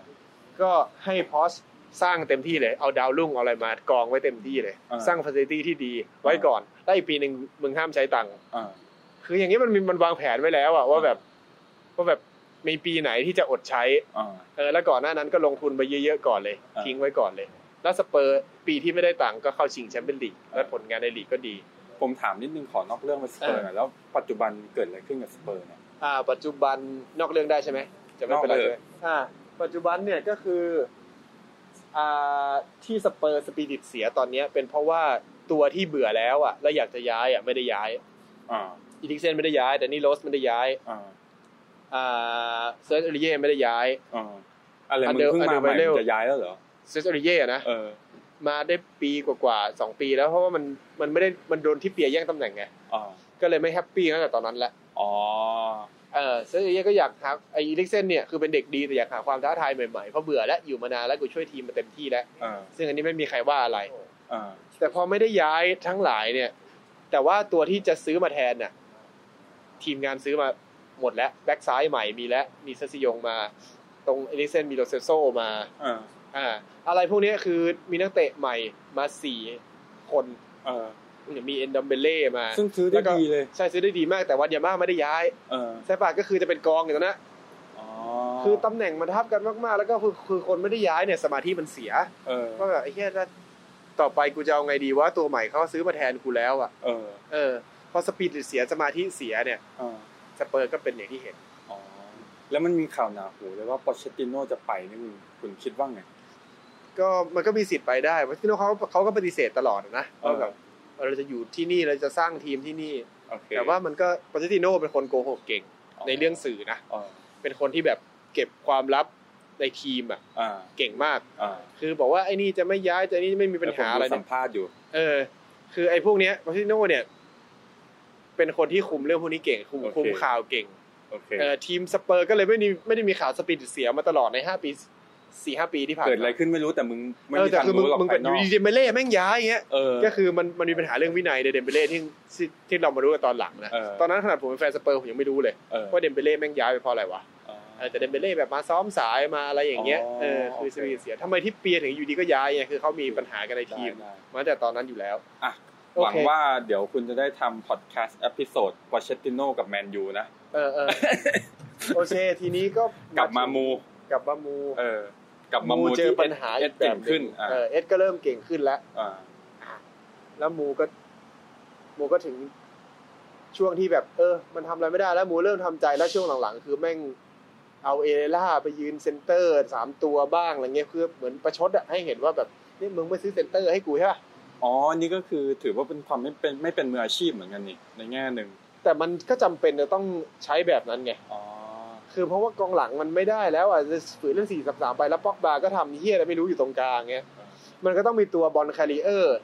S2: ก็ให้พอสสร้างเต็มที่เลย เอาดาวรุ่งเอาอะไรมากองไว้เต็มที่เลย
S1: อ่า
S2: สร้างฟ a c i l i t y ที่ดีไว้ก่อนได้วอีกปีหนึ่งมึงห้ามใช้ตังค์
S1: อ่า
S2: คืออย่างนี้มันมีมันวางแผนไว้แล้วอะว่าแบบว่าแบบมีปีไหนที่จะอดใช้
S1: อ่า
S2: เออแล้วก่อนหน้านั้นก็ลงทุนไปเยอะๆก่อนเลย
S1: อ่า
S2: ทิ้งไว้ก่อนเลย แล้วสเปอร์ปีที่ไม่ได้ตังค์ก็เข้าชิงแชมเปี้ยนลีกและผลงานในลีกก็ดี
S1: ผมถามนิดนึงขอนอกเรื่องไปสเปอร์หน่อยแล้วปัจจุบันเกิดอะไรขึ้นกับสเปอร์เนี่ย
S2: อ่า ปัจจุบันนอกเรื่องได้ใช่ไหมจะไม่เป็นไร
S1: นอกเลย
S2: ด้วยอ่า ปัจจุบันเนี่ยก็คืออ่าที่สเปอร์สปิริตเสียตอนเนี้ย เป็นเพราะว่าตัวที่เบื่อแล้วอ่ะแล้วอยากจะย้ายอ่ะไม่ได้ย้าย
S1: อ่า
S2: อีลิกเซนไม่ได้ย้ายแต่นี่โรสไม่ได้ย้าย
S1: อ่า
S2: อ่าเซอร์เอริเย่ไม่ได้ย้าย
S1: อ่าอะไร
S2: อัน
S1: มึง
S2: เดิม
S1: เพิ่ง
S2: อันเดิ
S1: มามใหม่
S2: ไปเร็ว
S1: มึงจะย้ายแล้วเหรอ
S2: เซอร์เอริเย่อะนะ
S1: เออ
S2: มาได้ปีกว่าๆสองปีแล้วเพราะว่ามันมันไม่ได้มันโดนที่เปียแย่งตำแหน่งไง
S1: อ่า
S2: ก็เลยไม่แฮปปี้ตั้งแต่ตอนนั้นแหละ
S1: อ๋อ
S2: เออเซอร์เอียก็อยากหาไอ้ลิกเซนเนี่ยคือเป็นเด็กดีแต่อยากหาความท้าทายใหม่ๆเพราะเบื่อแล้วอยู่มานานแล้วกูช่วยทีมมาเต็มที่แล้ว
S1: เออ
S2: ซึ่งอันนี้ไม่มีใครว่าอะไร
S1: เออ
S2: แต่พอไม่ได้ย้ายทั้งหลายเนี่ย แต่ว่าตัวที่จะซื้อมาแทนน่ะทีมงานซื้อมาหมดแล้วแบ็กซ้ายใหม่มีแล้วมีเซซิยงมา ตรงเอลิกเซนมีโรเซโซมา
S1: เออ
S2: อ่าอะไรพวกเนี้ยคือมีนักเตะใหม่มาสี่คน
S1: เออ
S2: มีเอนดัมเบเล่มา
S1: ซึ่งซื้อได้ดีเลย
S2: ใช่ซื้อได้ดีมากแต่วันยาม่าไม่ได้ย้าย
S1: เออ
S2: ใช่ปะก็คือจะเป็นกองอย่างนั้นนะ
S1: อ๋อ
S2: คือตำแหน่งมันทับกันมากๆ แล้วก็คือคือคนไม่ได้ย้ายเนี่ยสมาธิมันเสีย
S1: เออ
S2: ว่าแบบไอ้เหี้ยแล้วต่อไปกูจะเอาไงดีว่าตัวใหม่เขาซื้อมาแทนกูแล้วอ่ะ
S1: เออ
S2: เออพอสปีดเสียสมาธิเสียเนี่ย
S1: เออ
S2: สเปอร์ก็เป็นอย่างที่เห็น
S1: อ๋อแล้วมันมีข่าวหนาหูเลยว่าปอเชติโน่จะไปนี่คุณคุณคิดว่าไง
S2: ก็มันก็มีสิทธิ์ไปได้เพราะที่โน้นเขาเขาก็ปฏิเสธตลอดนะ
S1: เออ
S2: ว่าแบบเออเราจะอยู่ที่นี่เราจะสร้างทีมที่นี่
S1: โอเค
S2: แต่ว่ามันก็ปาเจติโน่เป็นคนโกหกเก่งในเรื่องสื่อนะ
S1: อ๋อ
S2: เป็นคนที่แบบเก็บความลับในทีมอ่ะ
S1: อ่า
S2: เก่งมาก
S1: อ่า
S2: คือบอกว่าไอ้นี่จะไม่ย้ายจะไอ้นี่ไม่มีปัญหาอะไร
S1: แล้วผมดู
S2: เนี่ย
S1: สัมภาษณ์อยู่
S2: เออ คือไอ้พวกเนี้ยมาซิโน่เนี่ย เป็นคนที่คุมเรื่องพวกนี้เก่ง คุม
S1: โอเค
S2: คุมข่าวเก่ง
S1: โอเค
S2: เออทีมสเปอร์ก็เลยไม่มีไม่ได้มีข่าวสปีดเสียมาตลอดในห้าปีสี่ห้าปีที่ผ่าน
S1: เกิดอะไรขึ้นไม่รู้แต่มึงไม่
S2: เออ
S1: มี
S2: แต่
S1: ทาง
S2: คือมึง
S1: รู้หรอก
S2: มึง
S1: ภา
S2: เป็
S1: ย
S2: น
S1: น
S2: ยู
S1: อก
S2: ดีเดมเบเล่แม่งย้ายเงี้ย
S1: เออ
S2: ก็คือมันมันมีปัญหาเรื่องวินัยในเดมเบเล่ที่ที่ที่เรามารู้กันตอนหลังนะ
S1: เออ
S2: ตอนนั้นขนาดผมเป็นแฟนสเปอร์ผมยังไม่รู้เลย
S1: เออ
S2: ว่าเดมเบเล่แม่งย้ายไปเพราะอะไรวะเออแต่เดมเบเล่แบบมาซ้อมสายมาอะไรอย่างเงี้ยเออคือสปีดเสียทำไมที่เปียถึงอยู่ดีก็ย้ายไงคือเขามีปัญหากันในทีม
S1: ได้ได้
S2: มาตั้งแต่ตอนนั้นอยู่แล้ว
S1: อ่ะ
S2: โอ
S1: ห
S2: เค
S1: วังว่าเดี๋ยวคุณจะได้ทำพอดแคสต์เอพิโซดปอเชติโน่กับแมนยูนะ
S2: เออเออ โอเคทีนี้ก็
S1: กลับมามู
S2: กลับมามู
S1: เออกลับมามู
S2: เจอปัญหา
S1: เอ
S2: อี
S1: ส
S2: ก
S1: เก่ง
S2: ห
S1: ขึ้นอ่า
S2: เออเอ็ดก็เริ่มเก่งขึ้นแล้ว
S1: อ่า
S2: แล้วมูก็ มูก็ถึงช่วงที่แบบ เออ มันทำอะไรไม่ได้แล้วมูเริ่มทำใจแล้วช่วงหลังๆ คือแม่งเอาเอเลล่าไปยืนเซนเตอร์สามตัวบ้างอะไรเงี้ยคือเหมือนประชดอะให้เห็นว่าแบบนี่มึงไม่ซื้อเซนเตอร์ให้กูใช่ป่ะ
S1: อ๋อนี่ก็คือถือว่าเป็นความไม่เป็นไม่เป็นมืออาชีพเหมือนกันนี่ในแง่หนึ่ง
S2: แต่มันก็จำเป็นจะต้องใช้แบบนั้นไง
S1: อ๋อ
S2: คือเพราะว่ากองหลังมันไม่ได้แล้วอ่ะจะฝืนเล่นสี่สับสามไปแล้วป๊อกบาก็ทำเฮียอะไรไม่รู้อยู่ตรงกลางเงี้ย มันก็ต้องมีตัวบอลแคริเออร์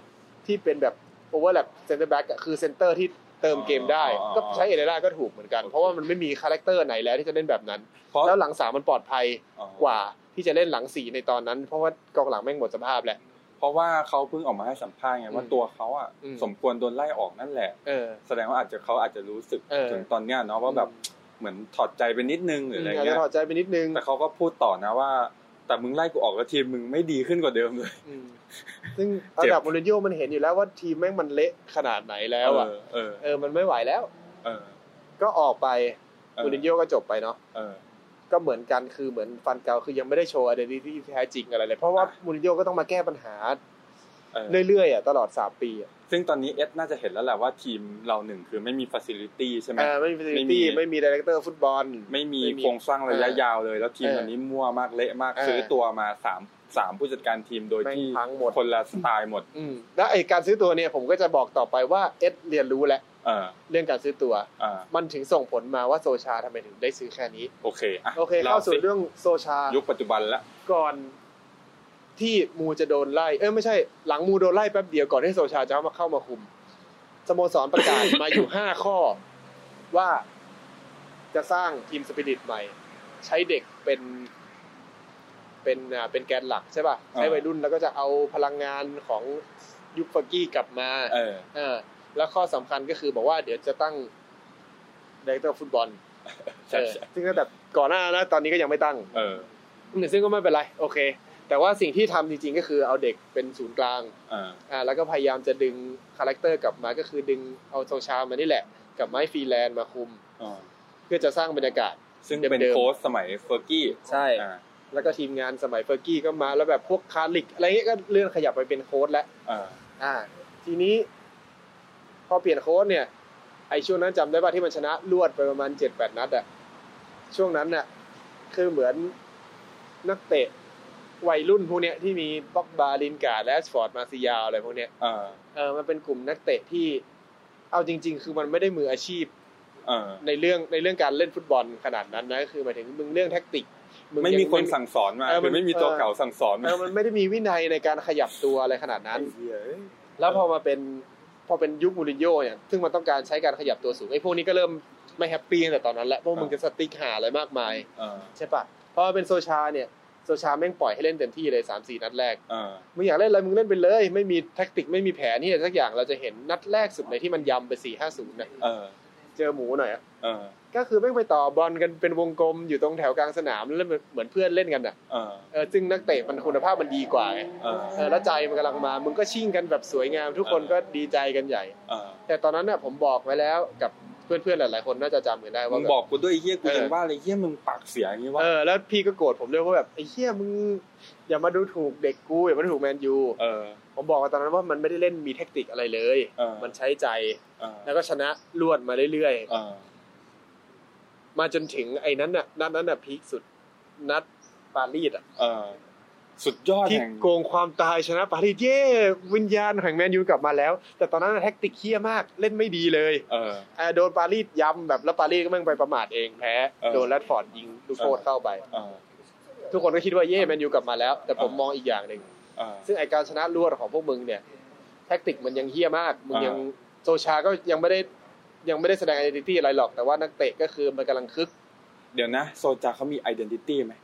S2: ที่เป็นแบบโอเวอร์แลปเซนเตอร์แบ็กคือเซนเตอร์ที่เติมเกมได้
S1: อ๋ออ๋อ
S2: ก็ใช้เอเดล่าก็ถูกเหมือนกัน
S1: โอเค
S2: เพราะว่ามันไม่มีคาแรคเตอร์ไหนแล้วที่จะเล่นแบบนั้น
S1: เพราะ
S2: แล้วหลังสามมันปลอดภัย
S1: อ๋อ
S2: กว่าที่จะเล่นหลังสี่ในตอนนั้น เพราะว่ากองหลังแม่งหมดสภาพแล้ว
S1: เพราะว่าเขาเพิ่งออกมาให้สัมภาษณ์ไงว่า
S2: อืม
S1: ตัวเขาอ่ะ
S2: อืม
S1: สมควรโดนไล่ออกนั่นแหละ
S2: เออ
S1: แสดงว่าอาจจะเขาอาจจะรู้สึก
S2: เออ
S1: ถึงตอนเนี้ยเนาะว่าแบบเหมือนถอดใจไปนิดนึงหรืออะไร
S2: อาจ
S1: เงี้
S2: จะ
S1: ย
S2: ถอดใจไปนิดนึง
S1: แต่เขาก็พูดต่อนะว่า แต่มึงไล่กูออกแล้วทีมมึงไม่ดีขึ้นกว่าเดิมเลย
S2: อืมซึ่ง
S1: เจ็บ
S2: ระดับมูรินโญ่มันเห็นอยู่แล้วว่าทีมแม่งมันเละขนาดไหนแล้วอ่ะ
S1: เออ
S2: เออมันไม่ไหวแล้ว
S1: เออ
S2: ก็ออกไป
S1: เออ
S2: มูรินโญ่ก็จบไปเนาะ
S1: เออ
S2: ก็เหมือนกันคือเหมือนฟันเกาคือยังไม่ได้โชว์ identity ที่แท้จริงอะไรเลย เพราะว่า
S1: อ่ะ
S2: มูรินโญ่ก็ต้องมาแก้ปัญหา
S1: เออ
S2: เรื่อยๆอ่ะตลอด 3 ปีอ่ะ
S1: ซึ่งตอนนี้เอสน่าจะเห็นแล้วแหละว่าทีมเราหนึ่งคือไม่มีฟัซิลิตี้ใช่ไหม
S2: เออไม่มี
S1: ไม่
S2: facility
S1: มี
S2: ไม่มี director ฟุตบอล
S1: ไม่มี
S2: ไม่มี
S1: โครงสร้างระยะ
S2: เออย
S1: าวเลย แล้วทีม
S2: เออ
S1: ตอนนี้มั่วมากเละมาก
S2: เออ
S1: ซื้อตัวมาสามสามผู้จัดการทีมโดย
S2: แม่ง
S1: ที่
S2: พังหมด
S1: คนละสไตล์หมด
S2: อืมแล้วไอการซื้อตัวเนี่ยผมก็จะบอกต่อไปว่าเอสเรียนรู้แล้ว
S1: เออ
S2: เรื่องการซื้อตัว
S1: เออ
S2: มันถึงส่งผลมาว่าโซชาทำไมถึงได้ซื้อแค่นี้
S1: โอเคะ
S2: โอเค เข้าสู่
S1: สิ
S2: เรื่องโซชาย
S1: ยุคปัจจุบันละ
S2: ก่อนที่มูจะโดนไล่ เอ้ยไม่ใช่หลังมูโดนไล่แป๊บเดียวก่อนที่โซชาจะเข้ามาเข้ามาคุมสโมสรประกาศ มาอยู่ห้าข้อ ว่าจะสร้างทีมสปิริตใหม่ ใช้เด็กเป็น เป็นอ่าเป็นแกนหลักใช่ป่ะ ใช้
S1: อ่า
S2: วัยรุ่นแล้วก็จะเอาพลังงานของยุคฟากี้กลับมา
S1: เออ
S2: เออแล้วข้อสำคัญก็คือบอกว่าเดี๋ยวจะตั้งดีเตอร์ฟุตบอล
S1: ใช่
S2: เออ
S1: ใช่
S2: ซึ่งตั้งแต่ก่อนหน้านะตอนนี้ก็ยังไม่ตั้ง
S1: เออ
S2: หนึ่งซึ่งก็ไม่เป็นไรโอเค แต่ว่าสิ่งที่ทำจริงๆก็คือเอาเด็กเป็นศูนย์กลาง
S1: เออ
S2: อ่าแล้วก็พยายามจะดึงคาแรคเตอร์กลับมาก็คือดึงเอาโซชามานี่แหละ กับไม้ฟรีแลนด์มาคุม
S1: อ๋อ
S2: เพื่อจะสร้างบรรยากาศ
S1: ซึ่งเป็น
S2: เดิมๆ
S1: โค้ชสมัยเฟอร์กี้
S2: ใช่
S1: อ่า
S2: แล้วก็ทีมงานสมัยเฟอร์กี้ก็มาแล้วแบบพวกคาร์ลิกอะไรเงี้ยก็เลื่อนขยับไปเป็นโค้ดแล้ว
S1: อ่า
S2: อ่า ทีนี้ พอเปลี่ยนโค้ดเนี่ย ไอช่วงนั้นจำได้ป่ะที่มันชนะรวดไปประมาณเจ็ดแปดนัดอะช่วงนั้นน่ะ คือเหมือนนักเตะวัยรุ่นพวกเนี้ยที่มีบ็อกบาลินการ์ดและแอสฟอร์ดมาซิยาอะไรพวกเนี้ย
S1: อ่า
S2: เออมันเป็นกลุ่มนักเตะที่ เอาจริง ๆ คือมันไม่ได้มืออาชีพ
S1: อ่า
S2: ในเรื่องในเรื่องการเล่นฟุตบอลขนาดนั้นนะก็คือหมายถึงมึงเรื่องแท็กติกง
S1: ไม่มี
S2: ยัง
S1: คนสั่งสอนมา
S2: เออ
S1: คื
S2: มัน
S1: อไม่มีตัวเก่าสั่งสอน
S2: เอ
S1: มา
S2: อมันไม่ได้มีวินัยในการขยับตัวอะไรขนาดนั้น
S1: ไอ้เหี้ยเอ้ย
S2: แล้วพอมาเป็นพอเป็นยุคมูรินโญ่เนี่ยซึ่งมันต้องการใช้การขยับตัวสูงไอ้พวกนี้ก็เริ่มไม่แฮปปี้ตั้งแต่ตอนนั้นแหละเพราะมึงจะสติ๊กหาอะไรมากมาย
S1: อ่า
S2: ใช่ปะพอมาเป็นโซชาเนี่ยโซชาแม่งปล่อยให้เล่นเต็มที่เลยสามสี่นัดแรก
S1: อ่า
S2: มึงอยากเล่นอะไรมึงเล่นไปเลย ไม่มีแท็กติกไม่มีแผนนี่สักอย่างเราจะเห็นนัดแรกสุดเลยที่มันยำไปสี่ห้าศูนย์เนี่ย
S1: เออ
S2: เจอหมูหน่อยอะ
S1: เออ
S2: ก็คือแม่งไปต่อบอลกันเป็นวงกลมอยู่ตรงแถวกลางสนามแล้วเหมือนเพื่อนเล่นกันอ่ะ
S1: เออ
S2: เออซึ่งนักเตะมันคุณภาพมันดีกว่าไง
S1: เออ
S2: เออแล้วใจมันกำลังมา มึงก็ชิ่งกันแบบสวยงาม ทุกคน
S1: เออ
S2: ก็ดีใจกันใหญ่
S1: เออ
S2: แต่ตอนนั้นน่ะผมบอกไว้แล้วกับเพื่อนๆหลายๆคนน่าจะจำกันได้
S1: มึ
S2: ว่าง แบบ บอก
S1: กูด้วยไอ้เฮียกูยังว่าเลยเฮียมึงปากเสียอย่างนี้วะ
S2: เออแล้วพี่ก็โกรธผมด้วยว่าแบบไอ้เหี้ยมึงอย่ามาดูถูกเด็กกูอย่ามาดูถูกแมนยู
S1: เออ
S2: ผมบอกกันตอนนั้นว่ามันไม่ได้เล่นมีเทคนิคอะไรเลย
S1: เออ
S2: มันใช้ใจ
S1: เออ
S2: แล้วก็ชนะลวดมาเรื่อย
S1: เออ
S2: ๆมาจนถึงไอ้นั้นน่ะนัดนั้นน่ะพีคสุดนัดปารีสอ่ะ
S1: เออสุดยอด
S2: ที่
S1: แห่ง
S2: โกงความตายชนะปารีสเย้วิญญาณแห่งแมนยูกลับมาแล้ว แต่ตอนนั้นนะแทคติกเหี้ยมากเล่นไม่ดีเลย
S1: เออ
S2: อ่าโดนปารีสย้ำแบบแล้วปารีสก็แม่งไปประมาทเองแพ้
S1: เออ
S2: โดนแรดฟอร์ดยิงลูกโทษเข้าไป
S1: เออ
S2: ทุกคนก็คิดว่าเย่แมนยูกลับมาแล้ว แต่ผม
S1: เออ
S2: มองอีกอย่างหนึ่ง
S1: เออ
S2: ซึ่งไอการชนะรวดของพวกมึงเนี่ย แท็กติกมันยังเฮี้ยมากมึง
S1: เออ
S2: ยังโซชาก็ยังไม่ได้ยังไม่ได้แสดงไอเดนติตี้อะไรหรอก แต่ว่านักเตะก็คือมันกำลังคึก
S1: เดี๋ยวนะโซจาเขามีไอดีนิตี้ไหม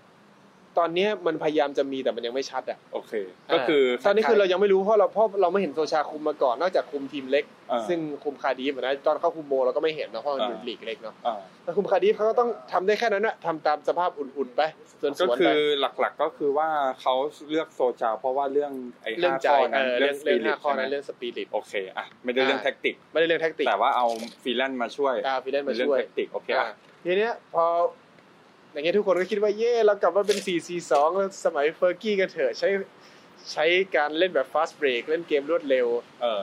S2: ตอนเนี้ยมันพยายามจะมีแต่มันยังไม่ชัดอ่ะ
S1: โอเค ก็คือ
S2: เตอนนี้คือเรายังไม่รู้เพราะเราเพราะเราไม่เห็นโซชาคุมมาก่อนนอกจากคุมทีมเล็ก
S1: เออ
S2: ซึ่งคุมคาร์ดีฟอะนะตอนเข้าคุมโมเราก็ไม่เห็นนะเพราะมันเป็น
S1: เออ
S2: ลีกเล็กเนาะ
S1: เออ
S2: แล้วคุมคาร์ดิฟเขาก็ต้องทำได้แค่นั้นนะทำตามสภาพอุ่นๆไปส่วนส
S1: ก็
S2: วน
S1: คื
S2: ไป
S1: อหลักๆก็คือว่าเขาเลือกโซจาเพราะว่าเรื่องไอ้
S2: เรื่อง
S1: ห้า
S2: ใจ
S1: ข้อ
S2: เอ
S1: นั้น
S2: อ
S1: เรื่
S2: เรื่
S1: อ
S2: อง ง
S1: ส
S2: เรื่
S1: ปิ
S2: อง
S1: ริ
S2: หน้า
S1: ต
S2: ข้อ
S1: ใช่ไหมโอเค
S2: นั้นเรื่องสปิริต
S1: อ่ะไม่ได้เรื่อง
S2: อ่า
S1: แท็กติก
S2: ไม่ได้เรื่องแท็กติก
S1: แต่ว่าเอาฟรีแลนซ์มาช่วย
S2: อ่าฟรีแลนซ์มา
S1: เรื่อง
S2: ช่วย
S1: แท็กติกโอเค
S2: อ่า
S1: อ่ะ
S2: ทีเนี้ยพออย่างเงี้ยทุกคนก็คิดว่าเย่เรากลับมาเป็น 4 4 2แล้วสมัยเฟอร์กี้กันเถอะใช้ใช้การเล่นแบบ fast break เล่นเกมรวดเร็ว
S1: เออ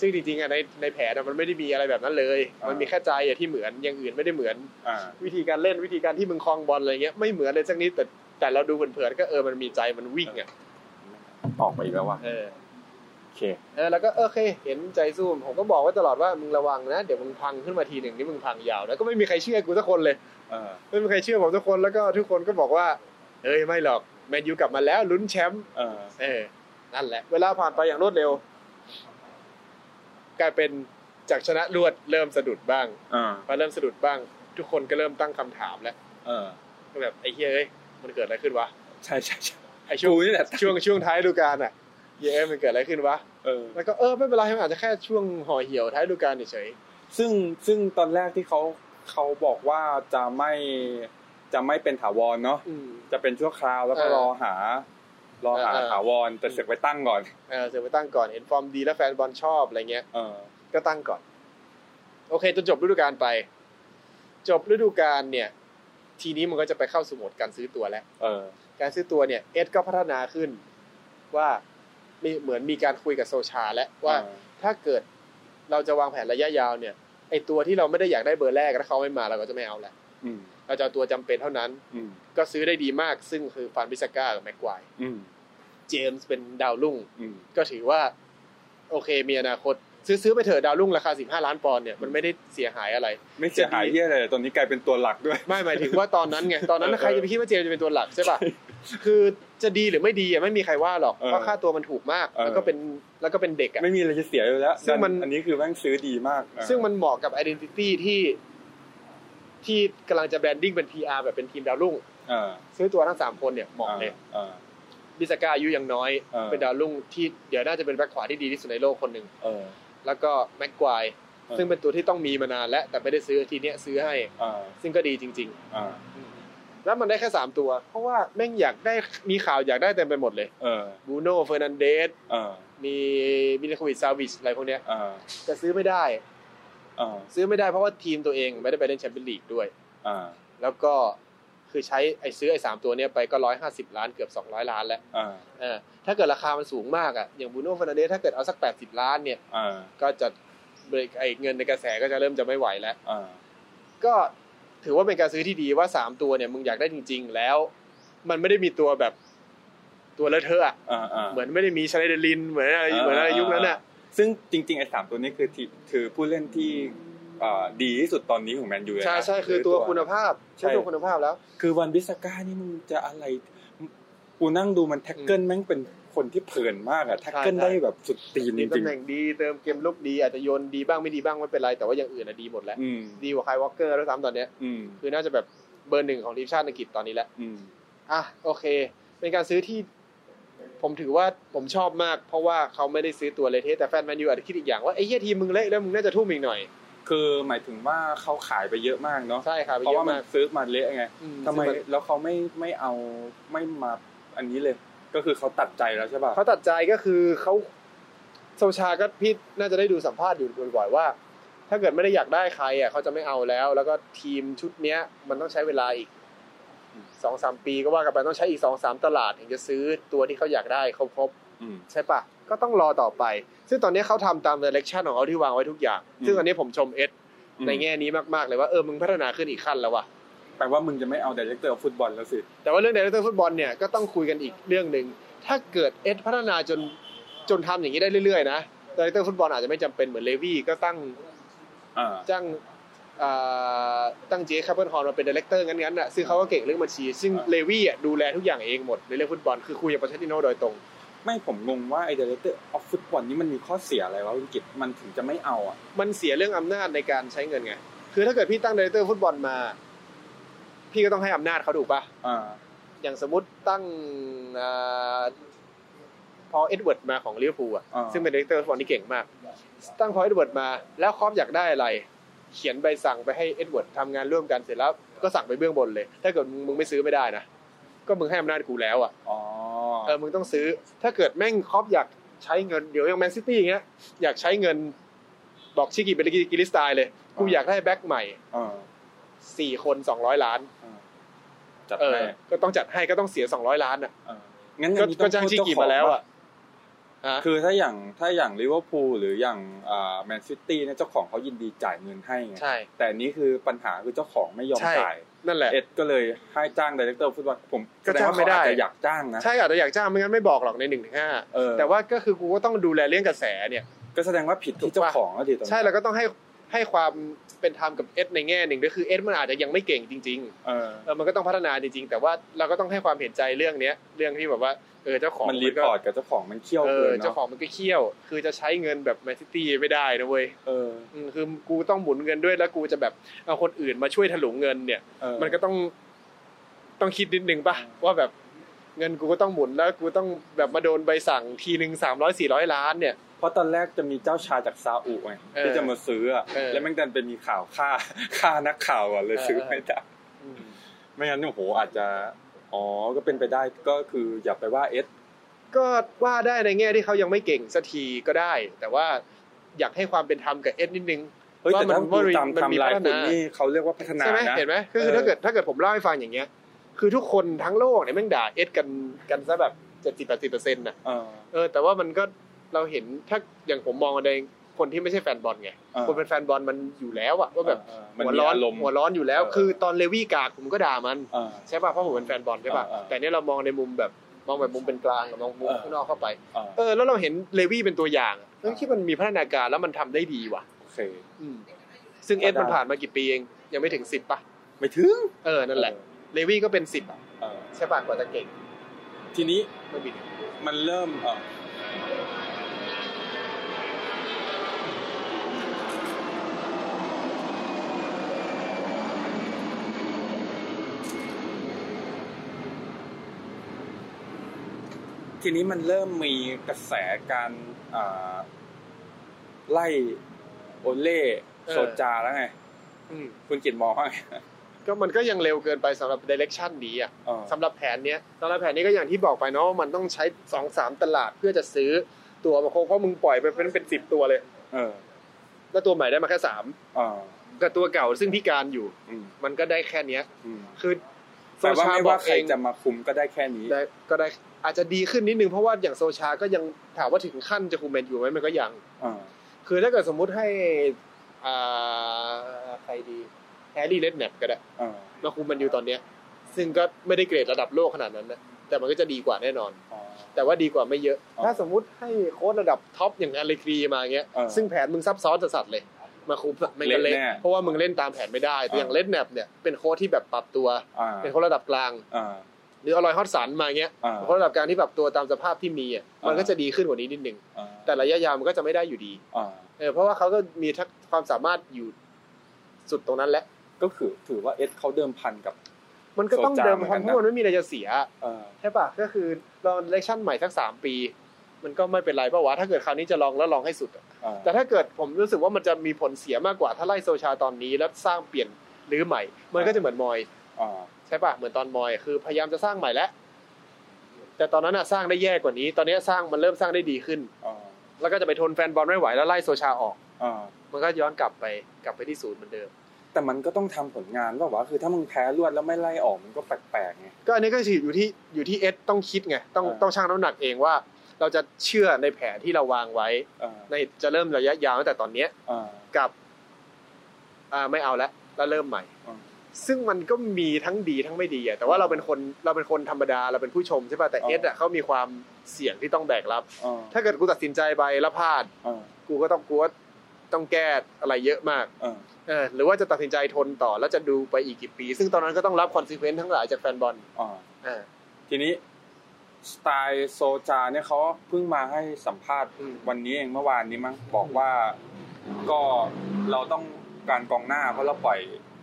S2: ซึ่งจริงๆอ่ะในในแผนอะมันไม่ได้มีอะไรแบบนั้นเลย
S1: อ่ามั
S2: มันมีแค่ใจอะที่เหมือนอย่างอื่นไม่ได้เหมือน
S1: อ่า
S2: วิธีการเล่นวิธีการที่มึงคลองบอลอะไรเงี้ยไม่เหมือนเลยสักนิดแต่แต่เราดูเผินๆก็เออมันมีใจมันวิ่งอ่ะ
S1: ออกไปอีกแล้วว่ะ
S2: เออ
S1: โอเค
S2: เออแล้วก็เออโอเค เห็นใจสู้ผมก็บอกไว้ตลอดว่ามึงระวังนะ เดี๋ยวมึงพังขึ้นมาทีหนึ่งนี่มึงพังยาวแล้วก็ไม่มีใครเชื่อกูสักคนเลย
S1: เออ
S2: ไม่มีใครเชื่อผมสักคนแล้วก็ทุกคนก็บอกว่าเอ้ยไม่หรอกแมนยูกลับมาแล้วลุ้นแชมป์
S1: เออ
S2: เออนั่นแหละ เวลาผ่านไปอย่างรวดเร็ว กลายเป็นจากชนะรวดเริ่มสะดุดบ้าง
S1: เออ
S2: พอเริ่มสะดุดบ้าง ทุกคนก็เริ่มตั้งคำถามแล้ว
S1: เออ
S2: ก็แบบไอ้เฮ้ยเอ้ยมันเกิดอะไรขึ้นวะ
S1: ใช่ใช่ใช่
S2: ไอ้ช่ว
S1: กู
S2: ง
S1: นี่แหละ
S2: ช่วงช่วงท้ายฤดูกาลอะเย้ยมันเกิดอะไรขึ้นวะ
S1: เออ
S2: แล้วก็เออไม่เป็นไรมันอาจจะแค่ช่วงห่อเหี่ยวท้ายฤดูกาลเฉยๆ
S1: ซึ่งซึ่งตอนแรกที่เขาเขาบอกว่าจะไม่จะไม่เป็นถาวรเนาะ
S2: อืม
S1: จะเป็นชั่วคราวแล้วก็
S2: เออ
S1: รอหา รอหา
S2: เออเออ
S1: ถาวรแต่เสกไปตั้งก่อน
S2: เออเสือไปตั้งก่อนเห็นฟอร์มดีแล้วแฟนบอลชอบอะไรเงี้ย
S1: เออ
S2: ก็ตั้งก่อน โอเคจนจบฤดูกาลไป จบฤดูกาลเนี่ย ทีนี้มันก็จะไปเข้าสู่โหมดการซื้อตัวแล้ว
S1: เออ
S2: การซื้อตัวเนี่ยเอสก็พัฒนาขึ้นว่ามีเหมือนมีการคุยกับโซชาแล้วว่าถ้าเกิดเราจะวางแผนระยะยาวเนี่ยไอตัวที่เราไม่ได้อยากได้เบอร์แรกแล้วเขาไม่มาเราก็จะไม่เอาแล้ว
S1: อืม
S2: เราจะเอาตัวจำเป็นเท่านั้น
S1: อืม
S2: ก็ซื้อได้ดีมากซึ่งคือฟานบิสก้ากับแม็กควาย
S1: อืม
S2: เจมส์เป็นดาวรุ่ง
S1: อืม
S2: ก็ถือว่า โอเคมีอนาคต ซื้อซื้อไปเถอะดาวรุ่งราคา 15 ล้านปอนด์เนี่ยมันไม่ได้เสียหายอะไร
S1: ไม่เสียหายเยี่ยอะไรเลยตอนนี้กลายเป็นตัวหลักด้วย
S2: ไม่หมายถึงว่าตอนนั้นไงตอนนั้น
S1: เออ
S2: ใครจะไปคิดว่าเจมส์จะเป็นตัวหลักใช่ป่ะคือจะดีหรือไม่ดีอ่ะไม่มีใครว่าหรอก
S1: เออ
S2: เพราะค่าตัวมันถูกมาก
S1: เออ
S2: แล้วก็เป็นแล้วก็เป็นเด็กอ่ะ
S1: ไม่มีอะไรจะเสียอยู่แล้ว
S2: ซึ่งมัน
S1: อันนี้คือแม่งซื้อดีมาก
S2: ซึ่งมันเหมาะกับ identity ที่ ที่กำลังจะแบรนดิ้งเป็น PR แบบเป็นทีมดาวรุ่ง
S1: เออ
S2: ซื้อตัวทั้งสามคนเนี่ยเหมาะเลย
S1: เออ
S2: บิสก้าอายุยังน้อย
S1: เออ
S2: เป็นดาวรุ่งที่เดี๋ยวน่าจะเป็นแบ็คขวาที่ดีที่สุดในโลกคนหนึ่ง
S1: เออ
S2: แล้วก็แม็กควาย
S1: เออ
S2: ซึ่งเป็นตัวที่ต้องมีมานานแล้ว แต่ไม่ได้ซื้อทีเนี้ยซื้อให้
S1: เออ
S2: ซึ่งก็ดีจริง
S1: เออ
S2: ๆ แล้วมันได้แค่ 3 ตัว เพราะว่าแม่งอยากได้มีข่าวอยากได้เต็มไปหมดเลย
S1: เออ
S2: บูโน่เฟอร์นันเดส
S1: เออ
S2: มีมิเลโควิชซาวิชอะไรพวกเนี้ย
S1: เออ
S2: แต่ซื้อไม่ได้
S1: อ่า
S2: ซื้อไม่ได้เพราะว่าทีมตัวเองไม่ได้ไปเล่นแชมเปี้ยนลีกด้วย
S1: อ่า
S2: แล้วก็คือใช้ไอ้ซื้อไอ้สามตัวเนี้ยไปก็ร้อยห้าสิบล้านเกือบสองร้อยล้านแล้ว
S1: อ่า
S2: เออถ้าเกิดราคามันสูงมากอ่ะอย่างบูโน่ฟ r นาเดสถ้าเกิดเอาสักแปดสิบล้านเนี่ย
S1: อ่า
S2: ก็จะเบรกไอ้เงินในกระแสก็จะเริ่มจะไม่ไหวแล้ว
S1: อ่า
S2: ก็ถือว่าเป็นการซื้อที่ดีว่าสามตัวเนี่ยมึงอยากได้จริง ๆ แล้ว มันไม่ได้มีตัวแบบตัวเลอะเทอะอะ
S1: อ่าอ่า
S2: เหมือนไม่ได้มีชไนเดอร์ลินเหมือนอะไรเหมือนอะไรยุคนั้นอ่ะ
S1: ซึ่งจริงๆ ไอ้สามตัวนี้คือที่ถือผู้เล่นที่เอ่อดีที่สุดตอนนี้ของแมนยูเลยนะ
S2: ใช่ใช่คือตัวคุณภาพ
S1: ใช่
S2: ใช่ตัวคุณภาพแล้ว
S1: คือวันบิสก้านี่มันจะอะไรกูนั่งดูมันแท็กเกิลแม่งเป็นคนที่เพลินมากอะแท็กเกิล
S2: ใช่ใช่
S1: ได้แบบสุดตีนจ
S2: มี
S1: ริ
S2: ตำ
S1: ง
S2: แหน่งดีเติมเกมลุกดีอาจจะโยนดีบ้างไม่ดีบ้างไม่เป็นไรแต่ว่าอย่างอื่นอะดีหมดแหละ
S1: ๆอืม
S2: ดีกว่าไคายวอลเกอร์แล้วยซ้ำตอนเนี้ย
S1: อืม
S2: คือน่าจะแบบเบอร์หนึ่งของทีมชาติอังกฤษตอนนี้แหละ
S1: อืม
S2: อ่ะโอเค เป็นการซื้อที่ ผมถือว่าผมชอบมาก เพราะว่าเขาไม่ได้ซื้อตัวเละเทะแต่แฟนแมนยูอาจจะคิดอีกอย่างว่าไอ้เหี้ยทีมมึงเละแล้วมึงน่าจะทุ่มอีกหน่อย
S1: คือหมายถึงว่าเขาขายไปเยอะมากเนาะ
S2: ใช่ค่ะไป
S1: เพราะ
S2: เย
S1: ว่า
S2: อะ
S1: มัน
S2: มาก
S1: ซื้อมาเละไง
S2: อื
S1: ทำไม
S2: ซึ่งน
S1: แล้วเขาไม่ไม่เอาไม่มาอันนี้เลย ก็คือเขาตัดใจแล้วใช่ป่ะ
S2: เขาตัดใจก็คือเขาโซชาก็พี่น่าจะได้ดูสัมภาษณ์อยู่บ่อยๆว่า ถ้าเกิดไม่ได้อยากได้ใครอ่ะเขาจะไม่เอาแล้ว แล้วก็ทีมชุดเนี้ย มันต้องใช้เวลาอีกสองสามปีก็ว่ากันไปต้องใช้อีกสองสามตลาดถึงจะซื้อตัวที่เขาอยากได้ครบ
S1: อืม
S2: ๆใช่ปะก็ต้องรอต่อไป ซึ่งตอนนี้เขาทำตามเดเรคชั่นของเขาที่วางไว้ทุกอย่าง
S1: อืม
S2: ซึ่งอันนี้ผมชมเอส
S1: อืม
S2: ในแง่นี้มากๆเลยว่าเออมึงพัฒนาขึ้นอีกขั้นแล้วว่ะ
S1: แปลว่ามึงจะไม่เอาดีเลกเตอร์ฟุตบอลแล้วสิ
S2: แต่ว่าเรื่องเดเรคเตอร์ฟุตบอลเนี่ยก็ต้องคุยกันอีกเรื่องหนึ่งถ้าเกิดเอสพัฒนาจนจนทำอย่างนี้ได้เรื่อยๆนะเดเรคเตอร์ฟุตบอลอาจจะไม่จำเป็นเหมือนเลวี่ก็ตั้ง
S1: อ่า
S2: จ้างเอ่อตั้งเจคคาร์เบิลฮอร์นมาเป็นดีเลกเตอร์งั้นๆน่ะซึ่งเขาก็เก่งเรื่องบัญชี ซึ่ง
S1: อ่า
S2: เลวี่อ่ะดูแลทุกอย่างเองหมดในเรื่องฟุตบอลคือคุยกับปาเชติโน่โดยตรง
S1: ไม่ผมงงว่าไอเดเลเตอร์ออฟฟุตบอลนี่มันมีข้อเสียอะไรวะคุณกิตมันถึงจะไม่เอาอ่ะ
S2: มันเสียเรื่องอำนาจในการใช้เงินไง คือถ้าเกิดพี่ตั้งดีเลกเตอร์ฟุตบอลมา พี่ก็ต้องให้อำนาจเขาถูกปะ
S1: อ่า
S2: อย่างสมมติตั้งเอ่อพอเอ็ดเวิร์ดมาของลิเวอร์พูลอ่ะ
S1: อ่า
S2: ซึ่งเป็นดีเลกเตอร์ฟุตบอลที่เก่งมาก ตั้งพอเอ็ดเวิร์ดมา แล้วครอปอยากได้อะไร เขียนใบสั่งไปให้เอ็ดเวิร์ดทำงานร่วมกันเสร็จแล้วก็สั่งไปเบื้องบนเลย ถ้าเกิดมึงไม่ซื้อไม่ได้นะ ก็มึงให้อำนาจกูแล้วอ่ะ
S1: อ๋อ
S2: เออ มึงต้องซื้อ ถ้าเกิดแม่งครอปอยากใช้เงิน เดี๋ยวอย่างแมนซิตี้อย่างเงี้ย อยากใช้เงิน บอกชิกิเบลกิลิสไตล์เลย กูอยากได้แบ็คใหม่
S1: เออ
S2: สี่คนสองร้อยล้าน
S1: เออจัด
S2: เออ
S1: ให้
S2: ก็ต้องจัดให้ก็ต้องเสียสองร้อยล้านอ่ะ
S1: เอองั้น
S2: ก็
S1: อันนี้
S2: ก็
S1: ต้
S2: จ้า
S1: อง ง
S2: ชิ
S1: โทษ
S2: กิ
S1: เจ้าของ
S2: มาแล้ว
S1: ป
S2: อ่ะฮะ
S1: คือถ้าอย่างถ้าอย่างลิเวอร์พูลหรืออย่างอ่าแมนซิตี้เนี่ยเจ้าของเขายินดีจ่ายเงินให้ไง
S2: ใช่
S1: แต่อันนี้คือปัญหาคือเจ้าของไม่ยอม
S2: ใช่
S1: จ่าย
S2: นั่นแหละ
S1: เอ็ดก็เลยให้จ้างดีเลกเตอร์ฟุตบอลผม
S2: ก็จ้าง
S1: แส
S2: ไม่ได้
S1: เขอจจะอยากจ้างนะ
S2: ใช่อาจจะอยากจ้างไม่งั้นไม่บอกหรอกในหนึ่งถึงห้า
S1: เออ
S2: แต่ว่าก็คือกูก็ต้องดูแลเรื่องกระแสเนี่ย
S1: ก็แสดงว่าผิดที่เจ้าของอะดิตรงนี้
S2: ใช่แล้วก็ต้องให้ให้ความเป็นธรรมกับเอสในแง่หนึ่งด้วยคือเอสมันอาจจะยังไม่เก่งจริง ๆ
S1: เออ
S2: เออมันก็ต้องพัฒนาจริงๆ แต่ว่าเราก็ต้องให้ความเห็นใจเรื่องเนี้ย เรื่องที่แบบว่าเออเจ้าของ
S1: มันรี
S2: ก็
S1: พอร์ตกับเจ้าของมันเคี่ยว
S2: เอ
S1: เกิ
S2: อน เจ้า
S1: เนาะ
S2: ของมันก็เคี่ยว คือจะใช้เงินแบบแมนซิตี้ไม่ได้นะเว้ย
S1: เออ
S2: อืมคือกูต้องหมุนเงินด้วยแล้วกูจะแบบเอาคนอื่นมาช่วยถลุงเงินเนี่ย
S1: เออ
S2: มันก็ต้องต้องคิดนิดนึงป่ะว่าแบบเงินกูก็ต้องหมุนแล้วกูต้องแบบมาโดนใบสั่งทีหนึ่งสามร้อยสี่ร้อยล้านเนี่ย
S1: เพราะตอนแรกจะมีเจ้าชายจากซาอุไง
S2: เออ
S1: ที่จะมาซื้ออะ
S2: เออ
S1: แล้วแม่งดันเป็นมีข่าวฆ่า ฆ่านักข่าวก่อนเลย
S2: เออ
S1: ซื้อไม่ได้ไม่งั้นโอ้โหอาจจะอ๋อก็เป็นไปได้ก็คืออย่าไปว่าเอส
S2: ก็ว่าได้ในแง่ที่เขายังไม่เก่งสักทีก็ได้ แต่ว่าอยากให้ความเป็นธรรมกับเอสนิดนึง
S1: เฮ้ย
S2: ว่า
S1: แต่
S2: มัน
S1: ถ้า
S2: ว่า
S1: ดู
S2: มัน
S1: ตาม
S2: มันมี
S1: ทำลาย
S2: พัฒ
S1: คุ
S2: นา
S1: ณนี่เขาเรียกว่าพัฒนา
S2: ใช่ไหม
S1: นะ
S2: เห็นไหมคือ
S1: เออ
S2: ถ้าเกิดถ้าเกิดผมเล่าให้ฟังอย่างเงี้ย คือทุกคนทั้งโลกเนี่ยแม่งด่าเอสกันกันซะแบบเจ็ดสิบแปดสิบเปอร์เซ็นต์นะ
S1: เออ
S2: เออแต่ว่ามันก็เราเห็นถ้าอย่างผมมองในคนที่ไม่ใช่แฟนบอลไง
S1: เออ
S2: คนเป็นแฟนบอลมันอยู่แล้วอะว่าแบบ
S1: เออมัน
S2: หัว
S1: มี
S2: ร้อน
S1: อารมณ์
S2: หัวร้อนอยู่แล้ว
S1: เออ
S2: คือตอนเลวี่กากผมก็ด่ามัน
S1: เออ
S2: ใช่ป่ะเพราะผมเป็นแฟนบอลใช่ป่ะ
S1: เออเออ
S2: แต่เนี่ยเรามองในมุมแบบมองแบบมุมเป็นกลางกับมองมุม
S1: เออ
S2: ข้างนอกเข้าไป
S1: เออ
S2: เออแล้วเราเห็นเลวี่เป็นตัวอย่างอะเออที่มันมีพัฒนาการแล้วมันทำได้ดีว่ะ
S1: โอเค
S2: อืมซึ่งเอส
S1: ก็ได้
S2: มันผ่านมากี่ปีเองยังไม่ถึงสิบป่ะ
S1: ไม่ถึง
S2: เออนั่นแหละ เลวี่ก็เป็นสิบ
S1: เออ
S2: ใช่ปะกว่าจะเก่ง
S1: ทีนี้
S2: ไม่บิด
S1: มันเริ่มเออทีนี้มันเริ่มมีกระแสการอ่าไล่โอเล่โซจาแล้วไง คุณกิตมองว่าไง
S2: ก็มันก็ยังเร็วเกินไปสำหรับดิเรกชันนี้อ่ะ
S1: อ๋อ
S2: สำหรับแผนเนี้ยสำหรับแผนนี้ก็อย่างที่บอกไปเนาะว่ามันต้องใช้สองสามตลาดเพื่อจะซื้อตัวมาโคงเพราะมึงปล่อยไปเป็นเป็นสิบตัวเลย
S1: เออ
S2: แล้วตัวใหม่ได้มาแค่สาม
S1: อ่า
S2: กับตัวเก่าซึ่งพิการอยู่
S1: อืม
S2: มันก็ได้แค่เนี้ย
S1: อืม
S2: คือ
S1: แต่ว่าไม่ว่าใคร
S2: โซช
S1: จะมาคุมก็ได้แค่นี้
S2: ได้ก็ได้อาจจะดีขึ้นนิดนึงเพราะว่าอย่างโซชาก็ยังถามว่าถึงขั้นจะคุมแมนอยู่ไหมมันก็ยัง
S1: อ่า
S2: คือถ้าเกิดสมมุติให้อ่าใครดีแฮร์รี่เลดแนปก็ได้
S1: อ่า
S2: มาคุมแมนอยู่ตอนเนี้ย ซึ่งก็ไม่ได้เกรดระดับโลกขนาดนั้นนะแต่มันก็จะดีกว่าแน่นอน
S1: อ๋อ
S2: แต่ว่าดีกว่าไม่เยอะ
S1: อ๋อ
S2: ถ้าสมมุติให้โค้ดระดับท็อปอย่างอเลกรีมาเงี้ย
S1: เออ
S2: ซึ่งแผนมึงซับซ้อนสัสๆเลย มาคุมไม่กันเละ
S1: เละแน่
S2: เพราะว่ามึงเล่นตามแผนไม่ได้ แต่อย่าง
S1: เออ
S2: เลดแนปเนี่ยเป็นโค้ดที่แบบปรับตัว
S1: อ่า
S2: เป็นโค้ดระดับกลาง
S1: อ่า
S2: หรืออร่อยฮอตสันมาเงี้ย
S1: อ่า
S2: เพราะระดับการที่ปรับตัวตามสภาพที่มีอ่ะ
S1: อ่ามั
S2: มันก็จะดีขึ้นกว่านี้นิดนึง
S1: อ่า
S2: แต่ระยะยาวมันก็จะไม่ได้อยู่ดี
S1: อ่า
S2: เออเพราะว่าเขาก็มีทักความสามารถอยู่สุดตรงนั้นแหละ
S1: ก็คือถือว่าเอสเขาเดิมพันกับ
S2: มันก็ต้อง
S1: โซจา
S2: เดิม
S1: เหมือน
S2: พั
S1: กัน นนะ
S2: เพราะมันไม่มีอะไรจะเสีย
S1: เอ่อ
S2: ใช่ปะก็คือลองเลคชั่นใหม่สักสามปี มันก็ไม่เป็นไรเพราะว่าถ้าเกิดคราวนี้จะลองแล้วลองให้สุดอะ
S1: อ่า
S2: แต่ถ้าเกิดผมรู้สึกว่ามันจะมีผลเสียมากกว่าถ้าไล่โซชาตอนนี้แล้วสร้างเปลี่ยนหรือใหม่ มันก็จะเหมือนมอย
S1: อ่า
S2: ใช่ป่ะเหมือนตอนมอยอะคือพยายามจะสร้างใหม่แล้วแต่ตอนนั้นอะสร้างได้แย่กว่านี้ ตอนนี้สร้างมันเริ่มสร้างได้ดีขึ้น
S1: อ่า
S2: แล้วก็จะไปทนแฟนบอลไม่ไหวแล้วไล่โซชาออก
S1: อ่า
S2: มันก็ย้อนกลับไปกลับไปที่ศูนย์เหมือนเดิม
S1: แต่มันก็ต้องทำผลงานว่าวะคือถ้ามึงแพ้รวดแล้วไม่ไล่ออกมันก็แปลกๆไง
S2: ก็อันนี้ก็ถืออยู่ที่อยู่ที่เอสต้องคิดไงต้อง
S1: อ่า
S2: ต้องชั่งน้ำหนักเองว่า เราจะเชื่อในแผนที่เราวางไว้
S1: อ่า
S2: ในจะเริ่มระยะยาวตั้งแต่ตอนเนี้ย
S1: อ่า
S2: กับอ่าไม่เอาแล้วแล้วเริ่มใหม่
S1: อ่า
S2: ซึ่งมันก็มีทั้งดีทั้งไม่ดีอะแต่ว่าเราเป็นคนเราเป็นคนธรรมดาเราเป็นผู้ชมใช่ป่ะแต่
S1: อ๋อ
S2: เอสอะเขามีความเสี่ยงที่ต้องแบกรับ
S1: อ่า
S2: ถ้าเกิดกูตัดสินใจไปแล้วพลาด
S1: อ่า
S2: กูก็ต้องกูก็ต้องแก้อะไรเยอะมาก
S1: อ่า
S2: เออหรือว่าจะตัดสินใจทนต่อแล้วจะดูไปอีกกี่ปี ซึ่งตอนนั้นก็ต้องรับคอนซีเควนต์ทั้งหลายจากแฟนบอล
S1: อ่า
S2: อ่า
S1: ทีนี้สไตล์โซจาเนี่ยเขาเพิ่งมาให้สัมภาษณ์
S2: อืม
S1: วันนี้เองเมื่อวานนี้มั้งบอกว่าก็เราต้องการกองหน้าเพราะเราปล่อย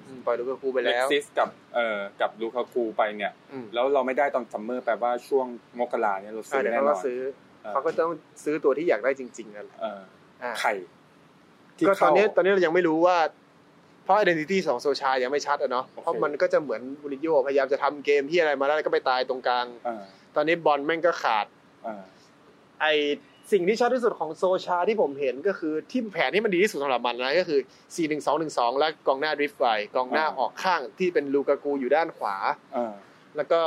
S2: อืมปล่อยลูกกูไป
S1: เล็
S2: แล้
S1: ก
S2: ว
S1: ซิสกับเอ่อกับลูคาคูไปเนี่ย
S2: อืม
S1: แล้วเราไม่ได้ตอนซัมเมอร์แปลว่าช่วงมกราเนี่ยเราซื้
S2: อ่า
S1: อ
S2: เดี๋ยว
S1: แน่น
S2: เขาก็
S1: อน
S2: ซื้อเขาก็ต้องซื้อตัวที่อยากได้จริงๆนั่นแหละ
S1: เออ
S2: อ่า
S1: ไข่ที่
S2: ก็ต
S1: เข้า
S2: อนนี้ตอนนี้เรายังไม่รู้ว่า เพราะ identity ของโซชายังไม่ชัดอะเนาะ
S1: โอเค
S2: เพราะมันก็จะเหมือนบูรินโยพยายามจะทำเกมที่อะไรมาแล้วก็ไปตายตรงกลาง
S1: เออ
S2: ตอนนี้บอลแม่งก็ขาด
S1: เออ
S2: ไอสิ่งที่ชัดที่สุดของโซชาที่ผมเห็นก็คือที่แผนที่มันดีที่สุดสำหรับมันนะก็คือ 4 1 2 1 2 และกองหน้าดริฟต์ไวกองหน้าออกข้างที่เป็นลูกากูอยู่ด้านขวา
S1: เออ
S2: แล้วก็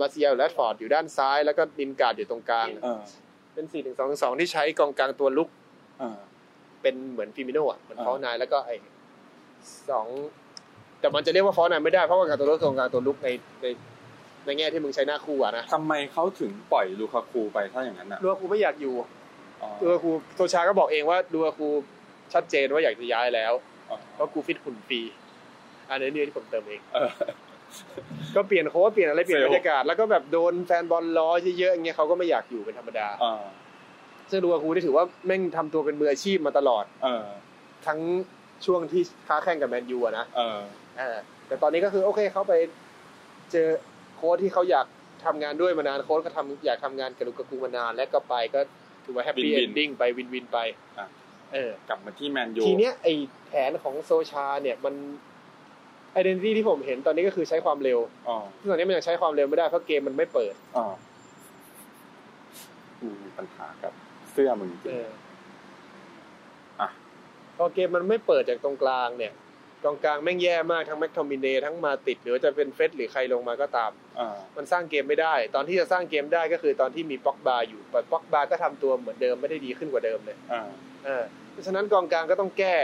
S2: มาเซียลและฟอร์ดอยู่ด้านซ้าย แล้วก็ดินการ์ดอยู่ตรงกลาง
S1: เออ
S2: เป็น 4 1 2 1 2 ที่ใช้กองกลางตัวลุก
S1: เออ
S2: เป็นเหมือนฟิมิโน่อะเหมือน
S1: อ่า
S2: ฟอร์นายแล้วก็ไอสองแต่มันจะเรียกว่าฟอร์นายไม่ได้เพราะว่ากองกลางตัวลุกกองกลางตัวลุกในในในแง่ที่มึงใช้หน้าคู่อะนะ
S1: ทำไมเขาถึงปล่อยลูคาคูไปถ้าอย่างนั้นอ่ะ
S2: ลูกากูไม่อยากอยู่
S1: อ๋อ
S2: ดูอาคูโซชาก็บอกเองว่าดูอาคูชัดเจนว่าอยากจะย้ายแล้ว
S1: อ๋อ
S2: เพราะกูฟิตหุ่นฟรีอันนี้เนี่ยที่ผมเติมเอง
S1: เออ
S2: ก็เปลี่ยนโค้ชเปลี่ยนอะไรเปลี่ยน
S1: เซลล์
S2: บรรยากาศแล้วก็แบบโดนแฟนบอลล้อเยอะๆอย่างเงี้ยเขาก็ไม่อยากอยู่เป็นธรรมดา
S1: เออ
S2: ซึ่งดูอาคูที่ถือว่าแม่งทำตัวเป็นมืออาชีพมาตลอด
S1: เออ
S2: ทั้งช่วงที่ค้าแข่งกับแมนยูอะนะ
S1: เออ
S2: เออแต่ตอนนี้ก็คือโอเคเขาไปเจอโค้ชที่เขาอยากทำงานด้วยมานานโค้ชก็ทำอยากทำงานกับลูกากูมานานและก็ไปก็ถือว่าแฮปปี้เอนดิ้งไปวินวินไปเออ
S1: กลับมาที่แมนยู
S2: ทีเนี้ยไอแผนของโซชาเนี่ยมัน identity ที่ผมเห็นตอนนี้ก็คือใช้ความเร็ว
S1: อ๋อ
S2: ซึ่งตอนนี้มันยังใช้ความเร็วไม่ได้เพราะเกมมันไม่เปิด
S1: อ๋อกูมีปัญหากับเสื้อมึงจริง อ่ะ
S2: พอเกมมันไม่เปิดจากตรงกลางเนี่ยกองกลางแม่งแย่มากทั้งแม็กทอมินเนทั้งมาติด หรือว่าจะเป็นเฟสหรือใครลงมาก็ตาม
S1: เออ
S2: มันสร้างเกมไม่ได้ ตอนที่จะสร้างเกมได้ก็คือตอนที่มีป็อกบาอยู่แต่ป็อกบาก็ทำตัวเหมือนเดิมไม่ได้ดีขึ้นกว่าเดิมเลย
S1: เออ
S2: เออเพราะฉะนั้นกองกลางก็ต้องแก้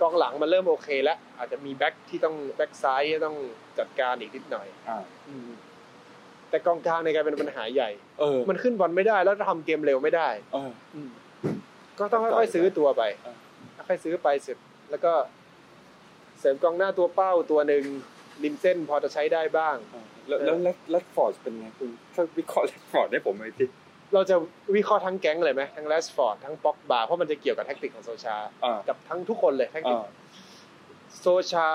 S2: กองหลังมันเริ่มโอเคแล้วอาจจะมีแบ็กที่ต้องแบ็กซ้ายที่ต้องจัดการอีกนิดหน่อย
S1: อ่า
S2: แต่กองกลางในยกลารเป็นปัญหาใหญ่
S1: เออ
S2: มันขึ้นบอลไม่ได้แล้วทำเกมเร็วไม่ได้
S1: เออ
S2: ก็ต้องค่อยๆซื้อตัวไป
S1: เออ
S2: ค่อยๆซื้อไปเสร็จ แล้วก็เสริมกองหน้าตัวเป้าตัวหนึ่งริมเส้นพอจะใช้ได้บ้าง
S1: แล้วแล้วแล้วแรดฟอร์ดเป็นไงคุณช่วยวิเคราะห์แรดฟอร์ดให้ผมหน่อยสิ
S2: เราจะวิเคราะห์ทั้งแก๊งเลยไหมทั้งแรชฟอร์ดทั้งป็อกบาเพราะมันจะเกี่ยวกับแท็กติกของโซชา
S1: อ่า
S2: กับทั้งทุกคนเลยแท็กติ
S1: อ่าก
S2: โซชา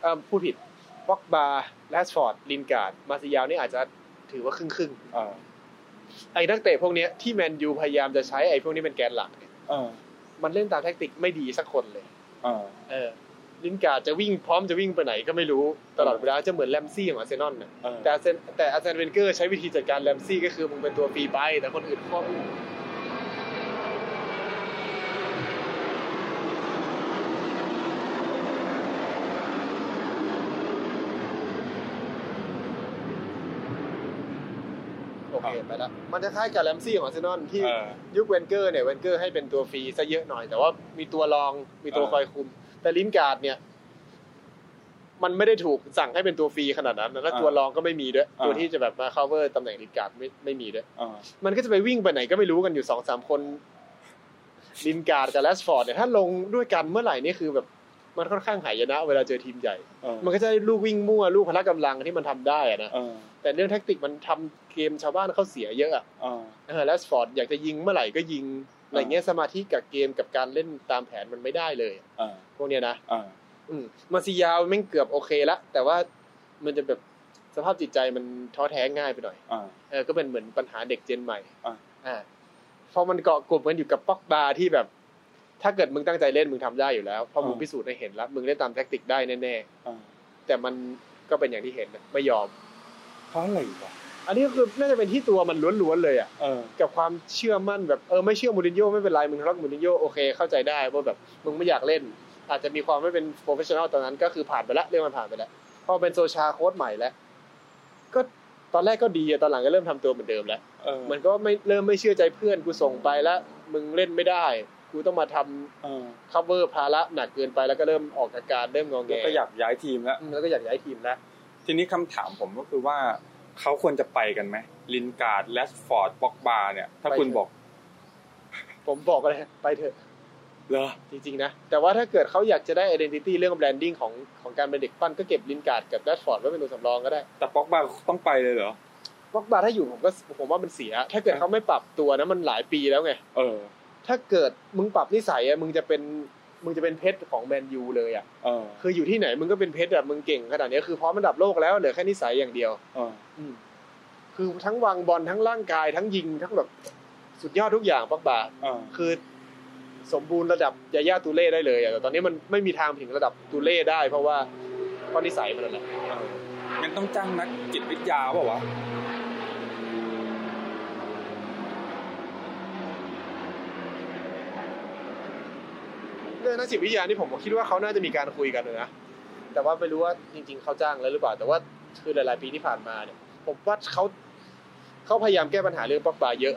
S2: เอ่อผู้ผิดป็อกบาแรชฟอร์ดลินการ์ดมาซิยาวนี่อาจจะถือว่าครึ่งๆ
S1: อ่า
S2: ไอ้นักเตะพวกเนี้ยที่แมนยูพยายามจะใช้ไอ้พวกนี้เป็นแกนหลักเนี่ย
S1: อ่า
S2: มันเล่นตามแทคติกไม่ดีสักคนเลย
S1: อ่า
S2: เออลินการ์ดจะวิ่งพร้อมจะวิ่งไปไหนก็ไม่รู้ตลอดเวลาจะเหมือนแรมซี่ของอาร์เซนอลน่ะ
S1: เออ
S2: แต่อาร์เซนแต่อาร์เซนเวนเกอร์ใช้วิธีจัดการแรมซี่ก็คือมึงเป็นตัวฟรีไปแต่คนอื่นควบ เปลี่ยนไปแล้วมันจะคล้ายกับแรมซี่ของอาร์เซนอลที่
S1: เออ
S2: ยุคเวนเกอร์เนี่ยเวนเกอร์ให้เป็นตัวฟรีซะเยอะหน่อย แต่ว่ามีตัวรองมีตัว
S1: เออ
S2: คอยคุม แต่ลินการ์ดเนี่ย มันไม่ได้ถูกสั่งให้เป็นตัวฟรีขนาดนั้นนะแล้วตัวรองก็ไม่มีด้วยตัวที่จะแบบมา cover ตำแหน่งลินการ์ดไม่ไม่มีด้วย
S1: เออ
S2: มันก็จะไปวิ่งไปไหนก็ไม่รู้กันอยู่สองสามคนลินการ์ดกับแรชฟอร์ดเนี่ยถ้าลงด้วยกันเมื่อไหร่นี่คือแบบมันค่อนข้างหายนะ เวลาเจอทีมใหญ่
S1: เออ
S2: มันก็จะได้ลูกวิ่งมั่วลูกพละกำลังที่มันทำได้อะนะ
S1: เออ
S2: แต่เรื่องแท็กติกมันทำเกมชาวบ้านเขาเสียเยอะอะ
S1: เออ
S2: เออแรชฟอร์ดอยากจะยิงเมื่อไหร่ก็ยิงอะไรเงี้ยสมาธิกับเกมกับการเล่นตามแผนมันไม่ได้เลย
S1: เออ
S2: พวกเนี้ยนะ
S1: เออ
S2: อืมมาซียาวแม่งเกือบโอเคละแต่ว่ามันจะแบบสภาพจิตใจมันท้อแท้ง่ายไปหน่อย
S1: เออ
S2: เออก็เป็นเหมือนปัญหาเด็กเจนใหม่
S1: อ่ะ
S2: อ่าพอมันเกาะกลุ่มกันอยู่กับป๊อกบาที่แบบ ถ้าเกิดมึงตั้งใจเล่นมึงทำได้อยู่แล้วเพราะมึงพิสูจน์ให้เห็นแล้ว มึงเล่นตามแท็กติกได้แน่
S1: เออ
S2: ๆ แต่มันก็เป็นอย่างที่เห็นนะไม่ยอม
S1: เพราะอะไรวะ
S2: อันนี้ก็คือน่าจะเป็นที่ตัวมันล้วนๆเลยอ่ะ
S1: เออ
S2: กับความเชื่อมั่นแบบเออไม่เชื่อมูรินโญ่ไม่เป็นไรมึงทะเลาะกับมูรินโญ่โอเคเข้าใจได้ว่าแบบมึงไม่อยากเล่น อาจจะมีความไม่เป็นโปรเฟชชั่นอลตอนนั้นก็คือผ่านไปแล้วเรื่องมันผ่านไปแล้วพอเป็นโซชาโค้ชใหม่แล้ว ก็ตอนแรกก็ดีอะตอนหลังก็เริ่มทำตัวเหมือนเดิมแล้ว
S1: เออ
S2: มันก็ไม่เริ่มไม่เชื่อใจเพื่อนกูส่งไปแล้ว มึงเล่นไม่ได้ กูต้องมาท
S1: เออ
S2: ำ cover ภาระหนักเกินไปแล้วก็เริ่มออกอาการเริ่มงองแง
S1: แล้วก็อยากย้ายทีมแล้ว
S2: อืมแล้วก็อยากย้ายทีมแล้ว
S1: ทีนี้คำถามผมก็คือว่าเขาควรจะไปกันไหมลินการ์ดแลสฟอร์ดบ็อกบาเนี่ย ถ้าคุณบอก
S2: ผมบอกเลยไปเถอะ
S1: เหรอ
S2: จริงๆนะ แต่ว่าถ้าเกิดเขาอยากจะได้ identity เรื่อง branding ของของการเป็นเด็กปั้นก็เก็บลินการ์ดกับแรดฟอร์ดไว้เป็นตัวสำรองก็ได้
S1: แต่บ็อกบาต้องไปเลยเหรอ
S2: พวกบาถ้าอยู่ผมก็ผมว่ามันเสีย ถ้าเกิดเขาไม่ปรับตัวนะมันหลายปีแล้วไง
S1: เออ
S2: ถ้าเกิดมึงปรับนิสัยอะมึงจะเป็นมึงจะเป็นเพชรของแมนยูเลยอะ
S1: เออ
S2: คืออยู่ที่ไหนมึงก็เป็นเพชรอะมึงเก่งขนาดนี้คือพร้อมระดับโลกแล้วเหลือแค่นิสัยอย่างเดียว
S1: เออ
S2: คือทั้งวางบอลทั้งร่างกายทั้งยิงทั้งแบบสุดยอดทุกอย่างปักบา
S1: เออ
S2: คือสมบูรณ์ระดับยาย่าตูเล่ได้เลยอะแต่ตอนนี้มันไม่มีทางถึงระดับตูเล่ได้ เพราะว่าข้อนิสัยมันนั่นแหละ
S1: งั้นต้องจ้างนักจิตวิทยาเปล่าวะ
S2: เรื่องนักจิตวิทยานี่ผมก็คิดว่าเขาน่าจะมีการคุยกันนะแต่ว่าไม่รู้ว่าจริง ๆเขาจ้างแล้วหรือเปล่า แต่ว่าคือหลาย ๆ ปีที่ผ่านมาเนี่ย ผมว่าเขาเขาพยายามแก้ปัญหาเรื่องปักบาเยอะ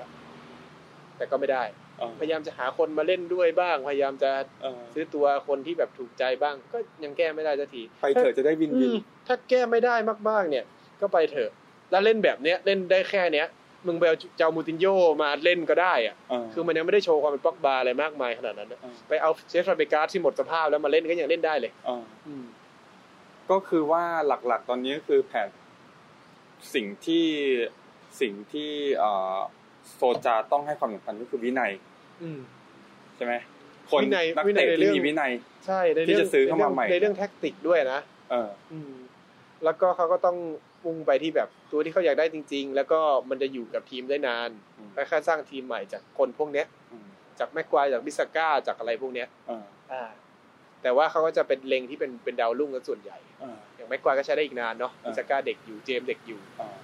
S2: แต่ก็ไม่ได้
S1: เออ
S2: พยายามจะหาคนมาเล่นด้วยบ้าง พยายามจะ
S1: เออ
S2: ซื้อตัวคนที่แบบถูกใจบ้าง ก็ยังแก้ไม่ได้สักที
S1: ไปเถอะจะได้วิน
S2: อื
S1: วิน
S2: มถ้าแก้ไม่ได้มากๆ เนี่ย ก็ไปเถอะ แล้วเล่นแบบเนี้ยเล่นได้แค่เนี้ย มึงไปเอาเจ้ามูตินโยมาเล่นก็ได้อะ
S1: เออ
S2: คือมันยังไม่ได้โชว์ความเป็นปอกบาอะไรมากมายขนาดนั้นนะ
S1: เออ
S2: ไปเอาเชฟฟาเบการ์ดที่หมดสภาพแล้วมาเล่นก็ยังเล่นได้เลย
S1: เออ ก็คือว่าหลักๆ ตอนนี้ก็คือแผนสิ่งที่สิ่งที่เอ่อโซจาต้องให้ความสำคัญก็คือวินัย
S2: อืม
S1: ใช่ไหมคน
S2: วินัย
S1: นัก
S2: วินัย
S1: เตะ
S2: ในเรื่
S1: ที่
S2: อง
S1: มีวินัย
S2: ใช่ในเรื่
S1: ที่จะซื้อเข้ามาใหม่
S2: ในเรื่องแท็กติกด้วยนะ
S1: เออ
S2: อืม แล้วก็เขาก็ต้องมุ่งไปที่แบบตัวที่เขาอยากได้จริง ๆ แล้วก็มันจะอยู่กับทีมได้นาน
S1: อืม
S2: ไปค่อยๆสร้างทีมใหม่จากคนพวกเนี้ย
S1: อืม
S2: จากแม็กควายจากบิสก้าจากอะไรพวกเนี้ย
S1: เออ
S2: แต่ว่าเขาก็จะเป็นเลงที่เป็นเป็นดาวรุ่งกันส่วนใหญ่
S1: เออ
S2: อย่างแม็กควายก็ใช้ได้อีกนานเนาะ
S1: อ่า
S2: บิสก้าเด็กอยู่เจมส์เด็กอยู่
S1: เออ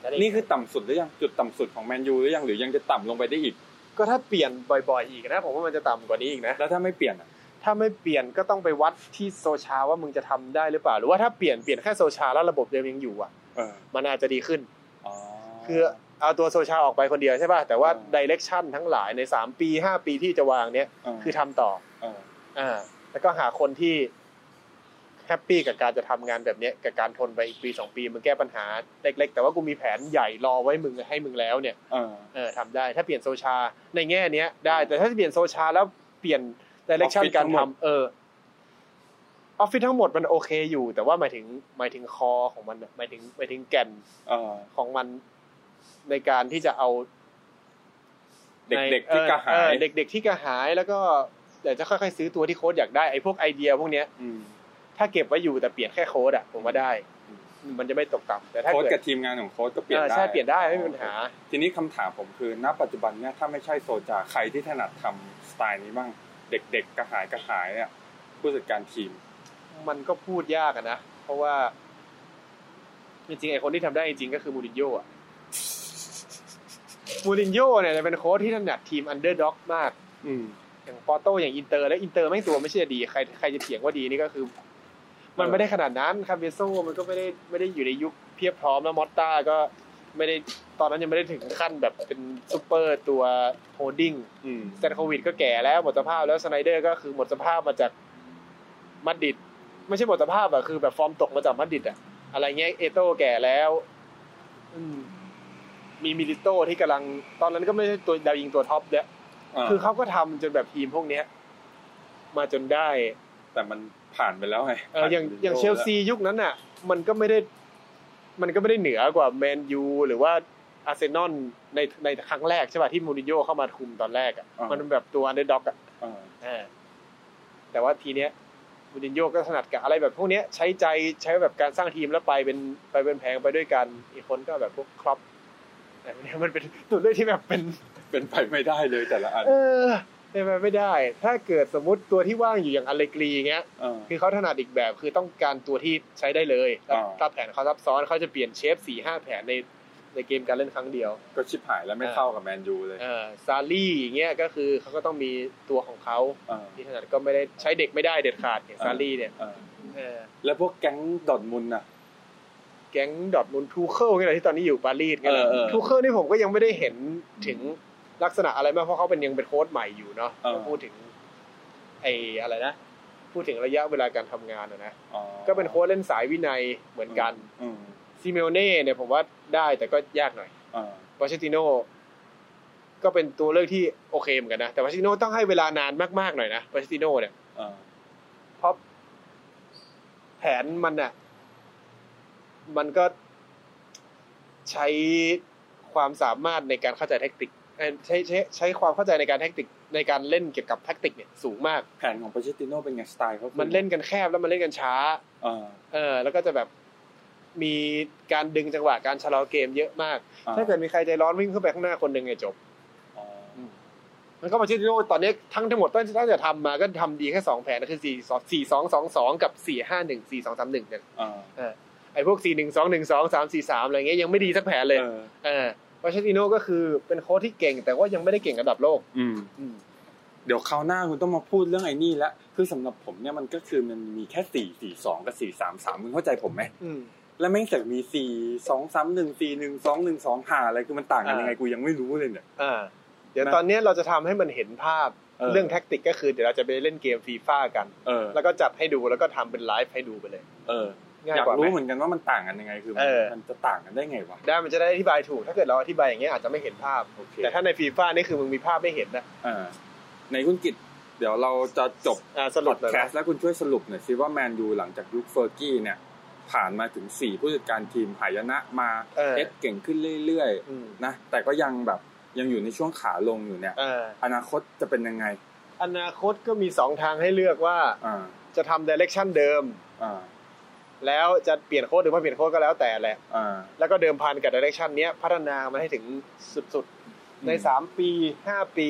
S2: ใช้ได้ก
S1: นี่คือต่ำสุดหรือยังจุดต่ำสุดของแมนยูหรือยังหรือยังจะต่ำลงไปได้อีก
S2: ก็ถ้าเปลี่ยนบ่อย ๆ อีกนะผมว่ามันจะต่ำกว่านี้อีกนะ
S1: แล้วถ้าไม่เปลี่ยนอะ
S2: ถ้าไม่เปลี่ยนก็ต้องไปวัดที่โซชาว่ามึงจะทำได้หรือเปล่า หรือว่าถ้าเปลี่ยนเปลี่ยนแค่โซชาแล้วระบบเดิมยังอยู่อ่ะ
S1: เออ
S2: มันอาจจะดีขึ้น
S1: อ๋อ
S2: คือเอาตัวโซชาออกไปคนเดียวใช่ป่ะแต่ว่า
S1: อ่า
S2: ดิเรกชันทั้งหลายในสามปีห้าปีที่จะวางเนี้ย
S1: เ
S2: คือทำต่อ
S1: เออ
S2: อ่าแล้วก็หาคนที่แฮปปี้กับการจะทำงานแบบเนี้ยกับการทนไปอีกปีสองปีมึงแก้ปัญหาเล็ก ๆ แต่ว่ากูมีแผนใหญ่รอไว้มึงให้มึงแล้วเนี่ย
S1: เออ
S2: เออทำได้ถ้าเปลี่ยนโซชาในแง่เนี้ยได้ แต่ถ้าเปลี่ยนโซชาแล้วเปลี่ยนดิเรกชัน
S1: Office
S2: การ
S1: ทั้งหม
S2: ทำ
S1: ด
S2: เออออฟฟิศทั้งหมดมันโอเคอยู่ แต่ว่าหมายถึงหมายถึงคอของมันน่ะหมายถึงหมายถึงแก่น
S1: เออ
S2: ของมันในการที่จะเอา
S1: เด็ก
S2: ใน
S1: ๆที่กระ
S2: เอ
S1: หา
S2: อย เด็ก ๆ ที่กระหายแล้วก็เดี๋ยวจะค่อยๆซื้อตัวที่โค้ดอยากได้ไอ้พวกไอเดียพวกเนี้ย
S1: อืม
S2: ถ้าเก็บไว้อยู่แต่เปลี่ยนแค่โค้ดอะผมว่าได้
S1: อืม
S2: มันจะไม่ตกต่ำแต่ถ้า
S1: โค้ช
S2: เกิ
S1: กั
S2: ด
S1: บทีมงานของโค้ชก็เปลี่ยน
S2: เออ
S1: ได้
S2: ใช่เปลี่ยนได้ไม่มีปัญหา
S1: ทีนี้คำถามผมคือ ณ ปัจจุบันเนี่ยถ้าไม่ใช่โซจาใครที่ถนัดทำสไตล์นี้บ้าง เด็กๆกระหายกระหายเนี่ยผู้จัดการทีม
S2: มันก็พูดยากอะนะเพราะว่า จริงๆไอ้คนที่ทำได้จริงๆก็คือมูรินโญ่อะมูรินโญ่เนี่ยจะเป็นโค้ชที่ถนัดทีมอันเดอร์ด็อกมาก
S1: อืม
S2: อย่างปอร์โตอย่างอินเตอร์ แล้วอินเตอร์แม่งตัวไม่ใช่จะดีใครใครจะเถียงว่าดีนี่ก็คือ มันไม่ได้ขนาดนั้นคาเบโซมันก็ไม่ได้ไม่ได้อยู่ในยุคเพียบพร้อมแล้วมอตตาก็ ไม่ได้ตอนนั้นยังไม่ได้ถึงขั้นแบบเป็นซูเปอร์ตัวโฮดดิ้ง
S1: อืม
S2: แซนโควิดก็แก่แล้วหมดสภาพแล้วสไนเดอร์ก็คือหมดสภาพมาจากมัดดิด ไม่ใช่หมดสภาพอะคือแบบฟอร์มตกมาจากมัดดิดอะอะไรเงี้ยเอโต้แก่แล้ว อืมมีมิลิโต้ที่กำลัง ตอนนั้นก็ไม่ใช่ตัวดาวยิงตัวท็อปเนี่ย
S1: อ่า
S2: คือเขาก็ทำจนแบบทีมพวกเนี้ย มาจนได้
S1: แต่มันผ่านไปแล้วไง
S2: เอออย่างอย่างเชลซียุคนั้นน่ะ มันก็ไม่ได้ มันก็ไม่ได้เหนือกว่าแมนยูหรือว่าอาร์เซนอลในในครั้งแรกใช่ป่ะที่มูรินโญ่เข้ามาคุมตอนแรกอ่ะมันเป็นแบบตัวอันเดอร์ด็อกอ่ะ
S1: อ่า
S2: เออแต่ว่าทีเนี้ยมูรินโญ่ก็ถนัดกับอะไรแบบพวกเนี้ยใช้ใจใช้แบบการสร้างทีมแล้วไปเป็นไปเป็นแพงไปด้วยกัน อีกคนก็แบบพวกครอปแต่เนี่ย มันเป็นตัวเลือกที่แบบเป็น
S1: เป็นไปไม่ได้เลยแต่ละอัน
S2: เออเป็นไปไม่ได้ ถ้าเกิดสมมติตัวที่ว่างอยู่อย่างอเลกรีเงี้ย
S1: อ่า
S2: คือเขาถนัดอีกแบบคือต้องการตัวที่ใช้ได้เลย
S1: อ่า
S2: ถ้าแผนเขาซับซ้อนเขาจะเปลี่ยนเชฟสี่ห้าแผนในในเกมการเล่นครั้งเดียว
S1: ก็ชิบหายแล้วไม่เข้ากับแมนยูเลย
S2: เออซาลี่อย่างเงี้ยก็คือเขาก็ต้องมีตัวของเขา
S1: อ่า
S2: ที่ถนัดก็ไม่ได้ใช้เด็กไม่ได้เด็ดขาดอย่าง
S1: อ่า
S2: ซาลี่เนี่ย
S1: อ่า
S2: เออ
S1: แล้วพวกแก๊งดอร์ทมุนด์น่ะ
S2: แก๊งดอทมุนทูเคิลเนี่ยแหละที่ตอนนี้อยู่ปารีสกัน
S1: เออเออ
S2: ทูเคิลนี่ผมก็ยังไม่ได้เห็นถึงลักษณะอะไรมากเพราะเขาเป็นยังเป็นโค้ชใหม่อยู่เนาะ
S1: เออ
S2: ก็พูดถึงไอ้อะไรนะ พูดถึงระยะเวลาการทำงานอะนะ
S1: อ๋อ
S2: ก็เป็นโค้ชเล่นสายวินัยเหมือนกัน
S1: อืม
S2: ซิเมโอเน่เนี่ยผมว่าได้แต่ก็ยากหน่อย
S1: อ่า
S2: ปอเชติโน่ก็เป็นตัวเลือกที่โอเคเหมือนกันนะ แต่ปอเชติโน่ต้องให้เวลานานมากๆหน่อยนะปอเชติโน่เนี่ย
S1: อ่า
S2: เพราะแผนมันน่ะ มันก็ใช้ความสามารถในการเข้าใจแท็กติกเอ่อใช้ใช้ใช้ความเข้าใจในการแท็กติกในการเล่นเกี่ยวกับแท็กติกเนี่ยสูงมาก
S1: แผนของปาเชติโน่เป็นไงสไตล์เขาคือ
S2: มันเล่นกันแคบแล้วมันเล่นกันช้า
S1: อ่า
S2: เออ แล้วก็จะแบบมีการดึงจังหวะการชะลอเกมเยอะมาก
S1: อ่
S2: ถ้าเกิดมีใครใจร้อนวิ่งเข้าไปข้างหน้าคนหนึ่งไงจบ
S1: อ๋อ
S2: มันก็มาชิดโน่ตอนนี้ทั้งทั้งหมดตั้งตั้งแต่ทำมาก็ทำดีแค่สองแผนนะคือสี่สองสี่สองสองสองกับสี่ห้าหนึ่งสี่สองสามหนึ่งเนี่ย
S1: อ่า
S2: ไอ้พวกสี่หนึ่งสองหนึ่งสองสามสี่สามอะไรเงี้ยยังไม่ดีสักแผนเลย
S1: เออ
S2: เออวาเชติโน่ก็คือเป็นโค้ชที่เก่ง แต่ว่ายังไม่ได้เก่งระดับโลก
S1: อืม เดี๋ยวคราวหน้าคุณต้องมาพูดเรื่องไอ้นี่ละคือสำหรับผมเนี่ยมันก็คือมันมีแค่สี่สี่สองกับสี่สามสามคุณเข้าใจผมไหม
S2: อืม
S1: แล้วแม่งเสอกมีสี่สองสามหนึ่งสี่หนึ่งสองหนึ่งสองหาอะไรคือมันต่างกันยังไงกูยังไม่รู้เลยเนี่ย
S2: อ่า เดี๋ยว
S1: นะ
S2: ตอนเนี้ยเราจะทำให้มันเห็นภาพ
S1: เออ
S2: เรื่องแท็กติกก็คือเดี๋ยวเราจะไปเล่นเกมฟีฟ่ากัน
S1: เออ
S2: แล้วก็จัดให้ดูแล้วก็ทำเป็นไลฟ์ให้ดูไปเลย
S1: เออ
S2: ง่าย
S1: อยาก
S2: กว่าไหม
S1: รู้เหมือนกันว่ามันต่างกันยังไงคือมัน
S2: เออ
S1: มันจะต่างกันได้ไงวะ
S2: ได้มันจะได้อธิบายถูก ถ้าเกิดเราอธิบายอย่างเงี้ยอาจจะไม่เห็นภาพ
S1: โอเค
S2: แต่ถ้าในฟีฟ่านี่คือมึงมีภาพไม่เห็นนะ
S1: เออในคุณกิจเดี๋ยวเราจะจบ
S2: อ่าส
S1: พ
S2: รุ
S1: อด
S2: ปเลย
S1: แค
S2: นะ
S1: สต์แล้วคุณช่วยสรุปหน่อยสิว่าแมนยูหลังจากยุคเฟอร์กี้เนี่ย ผ่านมาถึง 4 ผู้จัดการทีมหายนะมา
S2: เออ
S1: เอ็ดเก่งขึ้นเรื่อย
S2: อืม
S1: ๆนะแต่ก็ยังแบบยังอยู่ในช่วงขาลงอยู่เนี่ย
S2: เอ่อ
S1: อนาคตจะเป็นยังไง
S2: อนาคตก็มีสองทางให้เลือกว่า
S1: อ่า
S2: จะทำดิเรกชันเดิม
S1: อ่า
S2: แล้วจะเปลี่ยนโค้ดหรือไม่เปลี่ยนโค้ดก็แล้วแต่แหละ
S1: อ่า
S2: แล้วก็เดิมพันกับดิเรกชันเนี้ยพัฒนามันให้ถึงสุด
S1: อืม
S2: ๆ ในสามปีห้าปี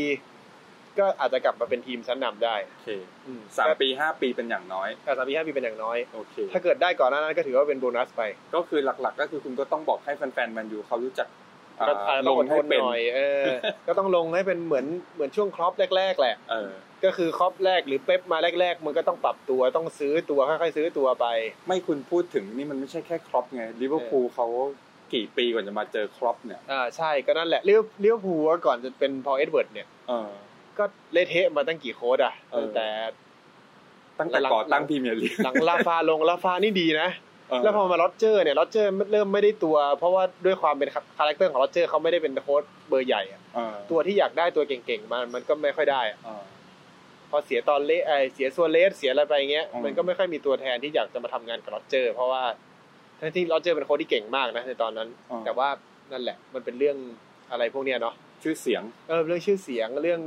S2: ก็อาจจะกลับมาเป็นทีมชั้นนำได้
S1: โอเคสามปีห้าปีเป็นอย่างน้อย
S2: แต่สามปีห้าปีเป็นอย่างน้อย
S1: โอเค
S2: ถ้าเกิดได้ก่อนหน้านั้นก็ถือว่าเป็นโบนัสไป
S1: ก็คือหลักๆ ก็คือคุณก็ต้องบอกให้แฟนๆแมนยูเขารู้จักอ่า
S2: ก็อาจจะ
S1: ล
S2: ต้อง
S1: ง
S2: อดท
S1: ให้
S2: น
S1: เป็น
S2: หน่อยเอ อ ก็ต้องลงให้เป็นเหมือนเหมือนช่วงครอปแรกๆแหละ
S1: เออ
S2: ก็คือครอปแรกหรือเป๊ปมาแรก ๆ มันก็ต้องปรับตัวต้องซื้อตัวค่อยๆซื้อตัวไป
S1: ไม่คุณพูดถึงนี่มันไม่ใช่แค่ครอปไงลิเวอร์พูลเขากี่ปีกว่อนจะมาเจอครอปเนี่ย
S2: อ่าใช่ก็นั่นแหละเลี้ยวเลี้ยวภูลว่าก่อนจะเป็นพอเอ็ดเวิร์ดเนี่ย
S1: เออ
S2: ก็เละเทะมาตั้งกี่โค้ดอ่ะ
S1: เออ
S2: ตั้งแต่
S1: ตั้งแต่
S2: หลัง
S1: ก่อตั้งพรีเมียร์ลีก
S2: หลังลาฟาลงลาฟานี่ดีนะ
S1: เ
S2: แล้วพอมาโรเจอร์เนี่ยโรเจอร์เริ่มไม่ได้ตัว เพราะว่าด้วยความเป็นคาแรคเตอร์ของโรเจอร์เขาไม่ได้เป็นโค้ดเบอร์ใหญ่อะ
S1: เออ
S2: ตัวที่อยากได้ตัวเก่งๆมันมันก็ไม่ค่อยได้อะ
S1: เออ
S2: พอเสียตอนเละไอเสียซัวเลสเสียอะไรไปเงี้ย
S1: อืม
S2: มันก็ไม่ค่อยมีตัวแทนที่อยากจะมาทำงานกับโรเจอร์ เพราะว่าทั้งที่โรเจอร์เป็นโค้ดที่เก่งมากนะในตอนนั้น
S1: เออ
S2: แต่ว่านั่นแหละมันเป็นเรื่องอะไรพวกเนี้ยเนาะ
S1: ชื่อเสียง
S2: เออเรื่องชื่อเสียงเรื่อง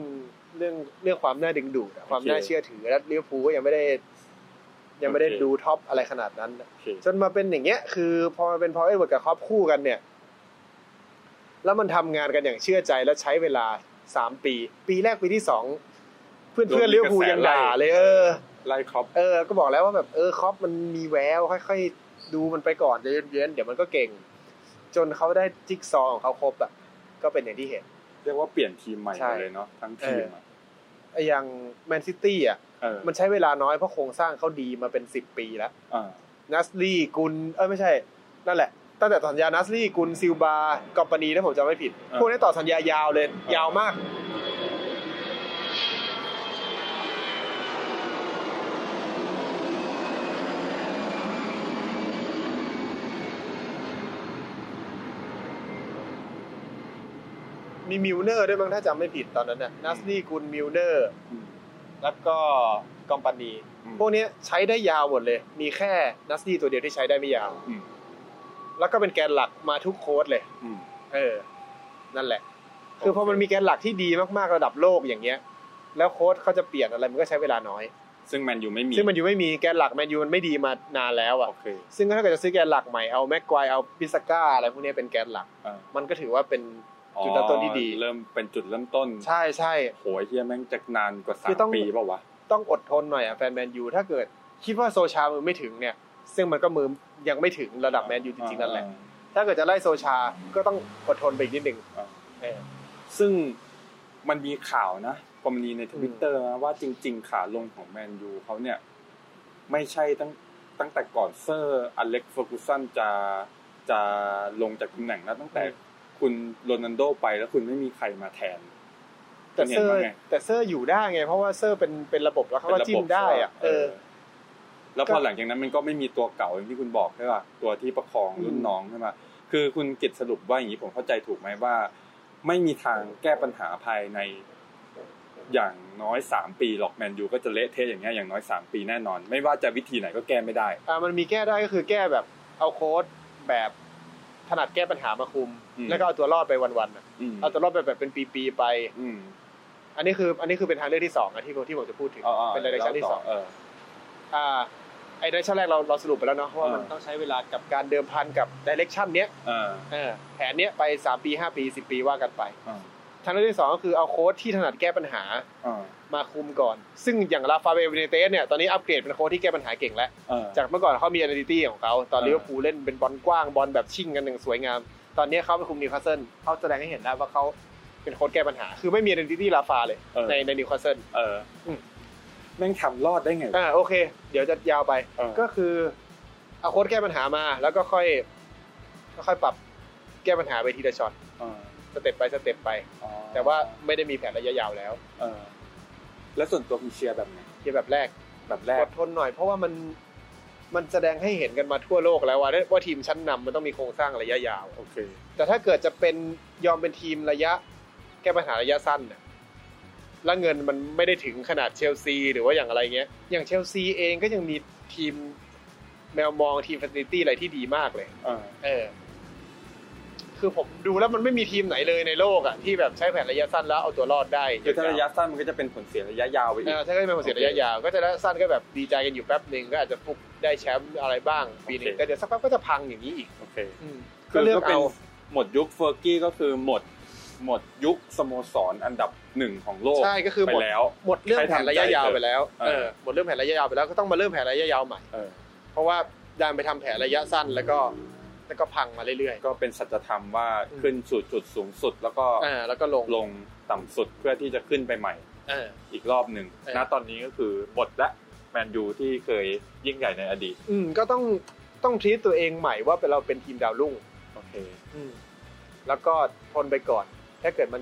S2: เรื่องเรื่องความน่าดึงดูดอะความ
S1: โอเค
S2: น่าเชื่อถือและลิเวอร์พูลก็ยังไม่ได้ ยังไม่ได้
S1: โอเค
S2: ดูท็อปอะไรขนาดนั้นอะ
S1: โอเค
S2: จนมาเป็นอย่างเงี้ย คือพอมาเป็นพอเอ็ดเวิร์ดกับครอปคู่กันเนี่ย แล้วมันทำงานกันอย่างเชื่อใจและใช้เวลาสามปี ปีแรกปีที่สองเพื่อนเพื่อนลิเวอร์พูลยังด่าเลย เออ
S1: ไล่ครอป
S2: เออ ก็บอกแล้วว่าแบบเออครอปมันมีแววค่อยๆ ดูมันไปก่อนใจเย็นๆเดี๋ยวมันก็เก่ง จนเขาได้จิ๊กซอว์ของเขาครบอ่ะก็เป็นอย่างที่เห็น
S1: เรียกว่าเปลี่ยนทีมใหม่ห
S2: ใช่
S1: มดเลยเนาะทั้งทีมอะ
S2: ไอ้อย่างแมนซิตี้อ่ะ
S1: เออ
S2: มันใช้เวลาน้อยเพราะโครงสร้างเขาดีมาเป็นสิบปีแล้ว
S1: อ่า
S2: นัสลีกุนเอ้ยไม่ใช่ นั่นแหละ ตั้งแต่ต่อสัญญานัสลี่กุนซิลบา กอมปานีถ้าผมจำไม่ผิด
S1: อ่า
S2: พวกนี้ต่อสัญญายาวเลย ยาวมาก มีมิลเนอร์ด้วยมั้งถ้าจำไม่ผิดตอนนั้นน่ะนัสลี่กุนมิลเนอร์
S1: อืม
S2: แล้วก็กอมปานี
S1: อืม
S2: พวกเนี้ยใช้ได้ยาวหมดเลย มีแค่นัสตี้ตัวเดียวที่ใช้ได้ไม่ยาว
S1: อืม
S2: แล้วก็เป็นแกนหลักมาทุกโค้ดเลย
S1: อืม
S2: เออ นั่นแหละ คือ
S1: โอเค
S2: พอมันมีแกนหลักที่ดีมากๆระดับโลกอย่างเงี้ย แล้วโค้ดเขาจะเปลี่ยนอะไรมันก็ใช้เวลาน้อย
S1: ซึ่งแมนยูไม่มี
S2: ซึ่งมันอยู่ไม่มีแกนหลักแมนยูมันไม่ดีมานานแล้วอ่ะ
S1: โอเค
S2: ซึ่งถ้าเกิดจะซื้อแกนหลักใหม่เอาแม็กควายเอาปิสก้าอะไรพวกเนี้ยเป็นแกนหลัก
S1: อ่า
S2: มันก็ถือว่าเป็น จุดเริ่มต้นที่ดี
S1: อ๋อเริ่มเป็นจุดเริ่มต้น
S2: ใช่ใช่
S1: โหยเฮียแม่งจะนานกว่าสา
S2: คื
S1: ม
S2: อต้อง
S1: ปีเปล่าวะ
S2: ต้องอดทนหน่อยอ่ะแฟนแมนยูถ้าเกิดคิดว่าโซชามือไม่ถึงเนี่ย ซึ่งมันก็มือยังไม่ถึงระดับแมนยูจริงๆนั่นแหละ ถ้าเกิดจะไล่โซชา ก็ต้องอดทนไปอีกนิดหนึ่ง
S1: อ่า
S2: เออ
S1: ซึ่งมันมีข่าวนะกรณีในทวิตเตอร์นะว่าจริง ๆ ขาลงของแมนยูเขาเนี่ย ไม่ใช่ตั้งตั้งแต่ก่อนเซอร์อเล็กซ์เฟอร์กูสันจะจะลงจากตำแหน่งนะตั้งแต่
S2: อืม
S1: คุณโรนันโดไปแล้วคุณไม่มีใครมาแทน
S2: แต่เซอ
S1: เห็น
S2: ร์
S1: ว่าไง
S2: แต่เซอร์อยู่ได้ไง เพราะว่าเซอร์เป็นเป็นระบบแล้วเขาก็จิ้มได้อ่ะ เออ
S1: แล้วพอหลังจากนั้นมันก็ไม่มีตัวเก่าอย่างที่คุณบอกใช่ป่ะตัวที่ประคองรุ่นน้องใช่ป่ะคือคุณกิตสรุปว่าอย่างนี้ผมเข้าใจถูกไหมว่า ไม่มีทางแก้ปัญหาภายใน อย่างน้อยสามปีหรอกแมนยูก็จะเละเทะอย่างเงี้ยอย่างน้อยสามปีแน่นอน ไม่ว่าจะวิธีไหนก็แก้ไม่ได้
S2: อ่ามันมีแก้ได้ก็คือแก้แบบเอาโค้ดแบบถนัดแก้ปัญหามาคุม
S1: อืม
S2: แล้วก็เอาตัวรอดไปวันๆน่ะ
S1: อืม
S2: เอาตัวรอดไปแบบเป็นปีๆไป
S1: อืม
S2: อันนี้คือ อันนี้คือเป็นทางเลือกที่สองนะที่ผมที่ผมจะพูดถึง
S1: อ๋อๆ
S2: เป็นรายการที่สอง
S1: เออ
S2: อ่าไอ้ดิเรกชันแรกเราเราสรุปไปแล้วเนาะว่ามัน
S1: อ่า
S2: ต้องใช้เวลากับการเดิมพันกับดิเรกชันเนี้ย
S1: เออ
S2: เออแผนเนี้ยไปสามปีห้าปีสิบปีว่ากันไป
S1: เออ
S2: ทางเลือกที่สองก็คือเอาโค้ดที่ถนัดแก้ปัญหา
S1: เออ
S2: มาคุมก่อน ซึ่งอย่างลาฟาเบลเวเนเตสเนี่ย ตอนนี้อัปเกรดเป็นโค้ชที่แก้ปัญหาเก่งแล้ว
S1: เออ
S2: จากเมื่อก่อนเขามี a อ a l i t y ของเขา ตอน
S1: อ่า
S2: ลิเวอร์พูลเล่นเป็นบอลกว้างบอลแบบชิ่งกันอย่างสวยงาม ตอนนี้เขาไปคุมนิวคาสเซิลเขาแสดงให้เห็นแล้วว่าเขาเป็นโค้ชแก้ปัญหา คือไม่มี a อ a l i t y ลาฟาเลย
S1: เออ
S2: ในในนิวคาสเซิล
S1: เอออ
S2: ม
S1: แม่งทำรอดได้ไงวะ
S2: อ่าโอเค เดี๋ยวจะยาวไป
S1: เออ
S2: ก็คือเอาโค้ชแก้ปัญหามา แล้วก็ค่อยค่อยปรับแก้ปัญหาไปทีละช็อต
S1: เออ
S2: สเต็ปไปสเต็ปไป
S1: อ๋อ
S2: แต่ว่าไม่ได้มีแผนระยะยาวแล้ว
S1: เออแล้วส่วนตัวคุณเชียร์แบบไหน
S2: เพียงแบบแรก
S1: แบบแร
S2: อก ดทนหน่อยเพราะว่ามันมันแสดงให้เห็นกันมาทั่วโลกแล้วว่าว่าทีมชั้นนำมันต้องมีโครงสร้างระยะยาว
S1: โอเค
S2: แต่ถ้าเกิดจะเป็นยอมเป็นทีมระยะ แก้ปัญหาระยะสั้นน่ะแล้วเงินมันไม่ได้ถึงขนาดเชลซีหรือว่าอย่างอะไรเงี้ย อย่างเชลซีเองก็ยังมีทีมแมวมองทีมฟ a ซิตี้อะไรที่ดีมากเลย
S1: เออ
S2: เออ คือผมดูแล้วมันไม่มีทีมไหนเลยในโลกอะที่แบบใช้แผนระยะสั้นแล้วเอาตัวรอดได้
S1: คือถ้าระยะสั้นมันก็จะเป็นผลเสียระยะยาวไปอี
S2: เอก อถ้าก็จะเป็นผลเสียระยะยาว ก็จะระยะสั้นก็แบบดีใจกันอยู่แป๊บหนึ่งก็อาจจะฟุกได้แชมป์อะไรบ้างปีหนึง
S1: โอเค
S2: แต่เดี๋ยวสักแป๊บก็จะพังอย่างนี้อีก
S1: โอเค
S2: ก็เลือก
S1: ป็น
S2: เอา
S1: หมดยุคเฟอร์กี้ก็คือหมด หมดยุคสโมสรอันดับหนึ่งของโลก
S2: ใช่ก็คือ
S1: ไป
S2: หมด
S1: แล้ว
S2: หมดเรื่องแผนระยะยาวไปแล้ว
S1: เออ
S2: เออ หมดเรื่องแผนระยะยาวไปแล้วก็ต้องมาเริ่มแผนระยะยาวใหม่
S1: เออ
S2: เพราะว่าดันไปทำแผนระยะสั้นแล้วก็ แล้วก็พังมาเรื่อย
S1: ก็เป็นสัจธรรมว่า
S2: อืม
S1: ขึ้นสู่จุดสูงสุด แล้วก็
S2: ๆอ่าแล้วก็ลง
S1: ลงต่ำสุดเพื่อที่จะขึ้นไปใหม่
S2: เออ
S1: อีกรอบหนึ่ง
S2: เออ
S1: ณตอนนี้ก็คือหมดละแมนยูที่เคยยิ่งใหญ่ในอดีต
S2: อืมก็ต้องต้องทีตัวเองใหม่ว่าเป็นเราเป็นทีมดาวรุ่ง
S1: โอเค
S2: อืมแล้วก็ทนไปก่อน ถ้าเกิดมัน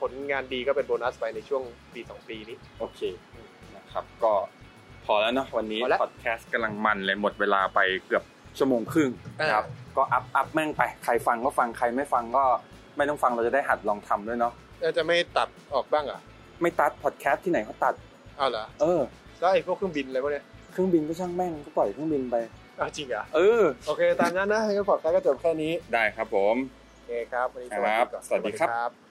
S2: ผลงานดีก็เป็นโบนัสไปในช่วงปีสองปีนี้
S1: โอเคนะครับก็พอแล้วเนาะวันนี้
S2: พอแล้ว
S1: พอดแคสต์กำลังมันเลยหมดเวลาไปเกือบชั่วโมงครึ่งนะครับ ก็อัพอัพแม่งไป ใครฟังก็ฟังใครไม่ฟังก็ไม่ต้องฟังเราจะได้หัดลองทำด้วยเนาะ
S2: าจะไม่ตัดออกบ้างเหรอ
S1: ไม่ตัดพอดแคสต์ที่ไหนเขาตัด
S2: เอาเหรอ
S1: เออ
S2: แล้วไอ้พวกเครื่องบินอะไรพวกเนี้ย
S1: เครื่องบินก็ช่างแม่งก็ปล่อยเครื่องบินไป
S2: เอาจริงเหรอ
S1: เออ
S2: โอเค ตามนั้นนะงั้นพอดแคสต์ก็จบแค่นี้
S1: ได้ครับผม
S2: โอเคครับวันนี้สวั
S1: ค
S2: สดี
S1: รับ
S2: ก่อน
S1: สวัสดีครับ
S2: บ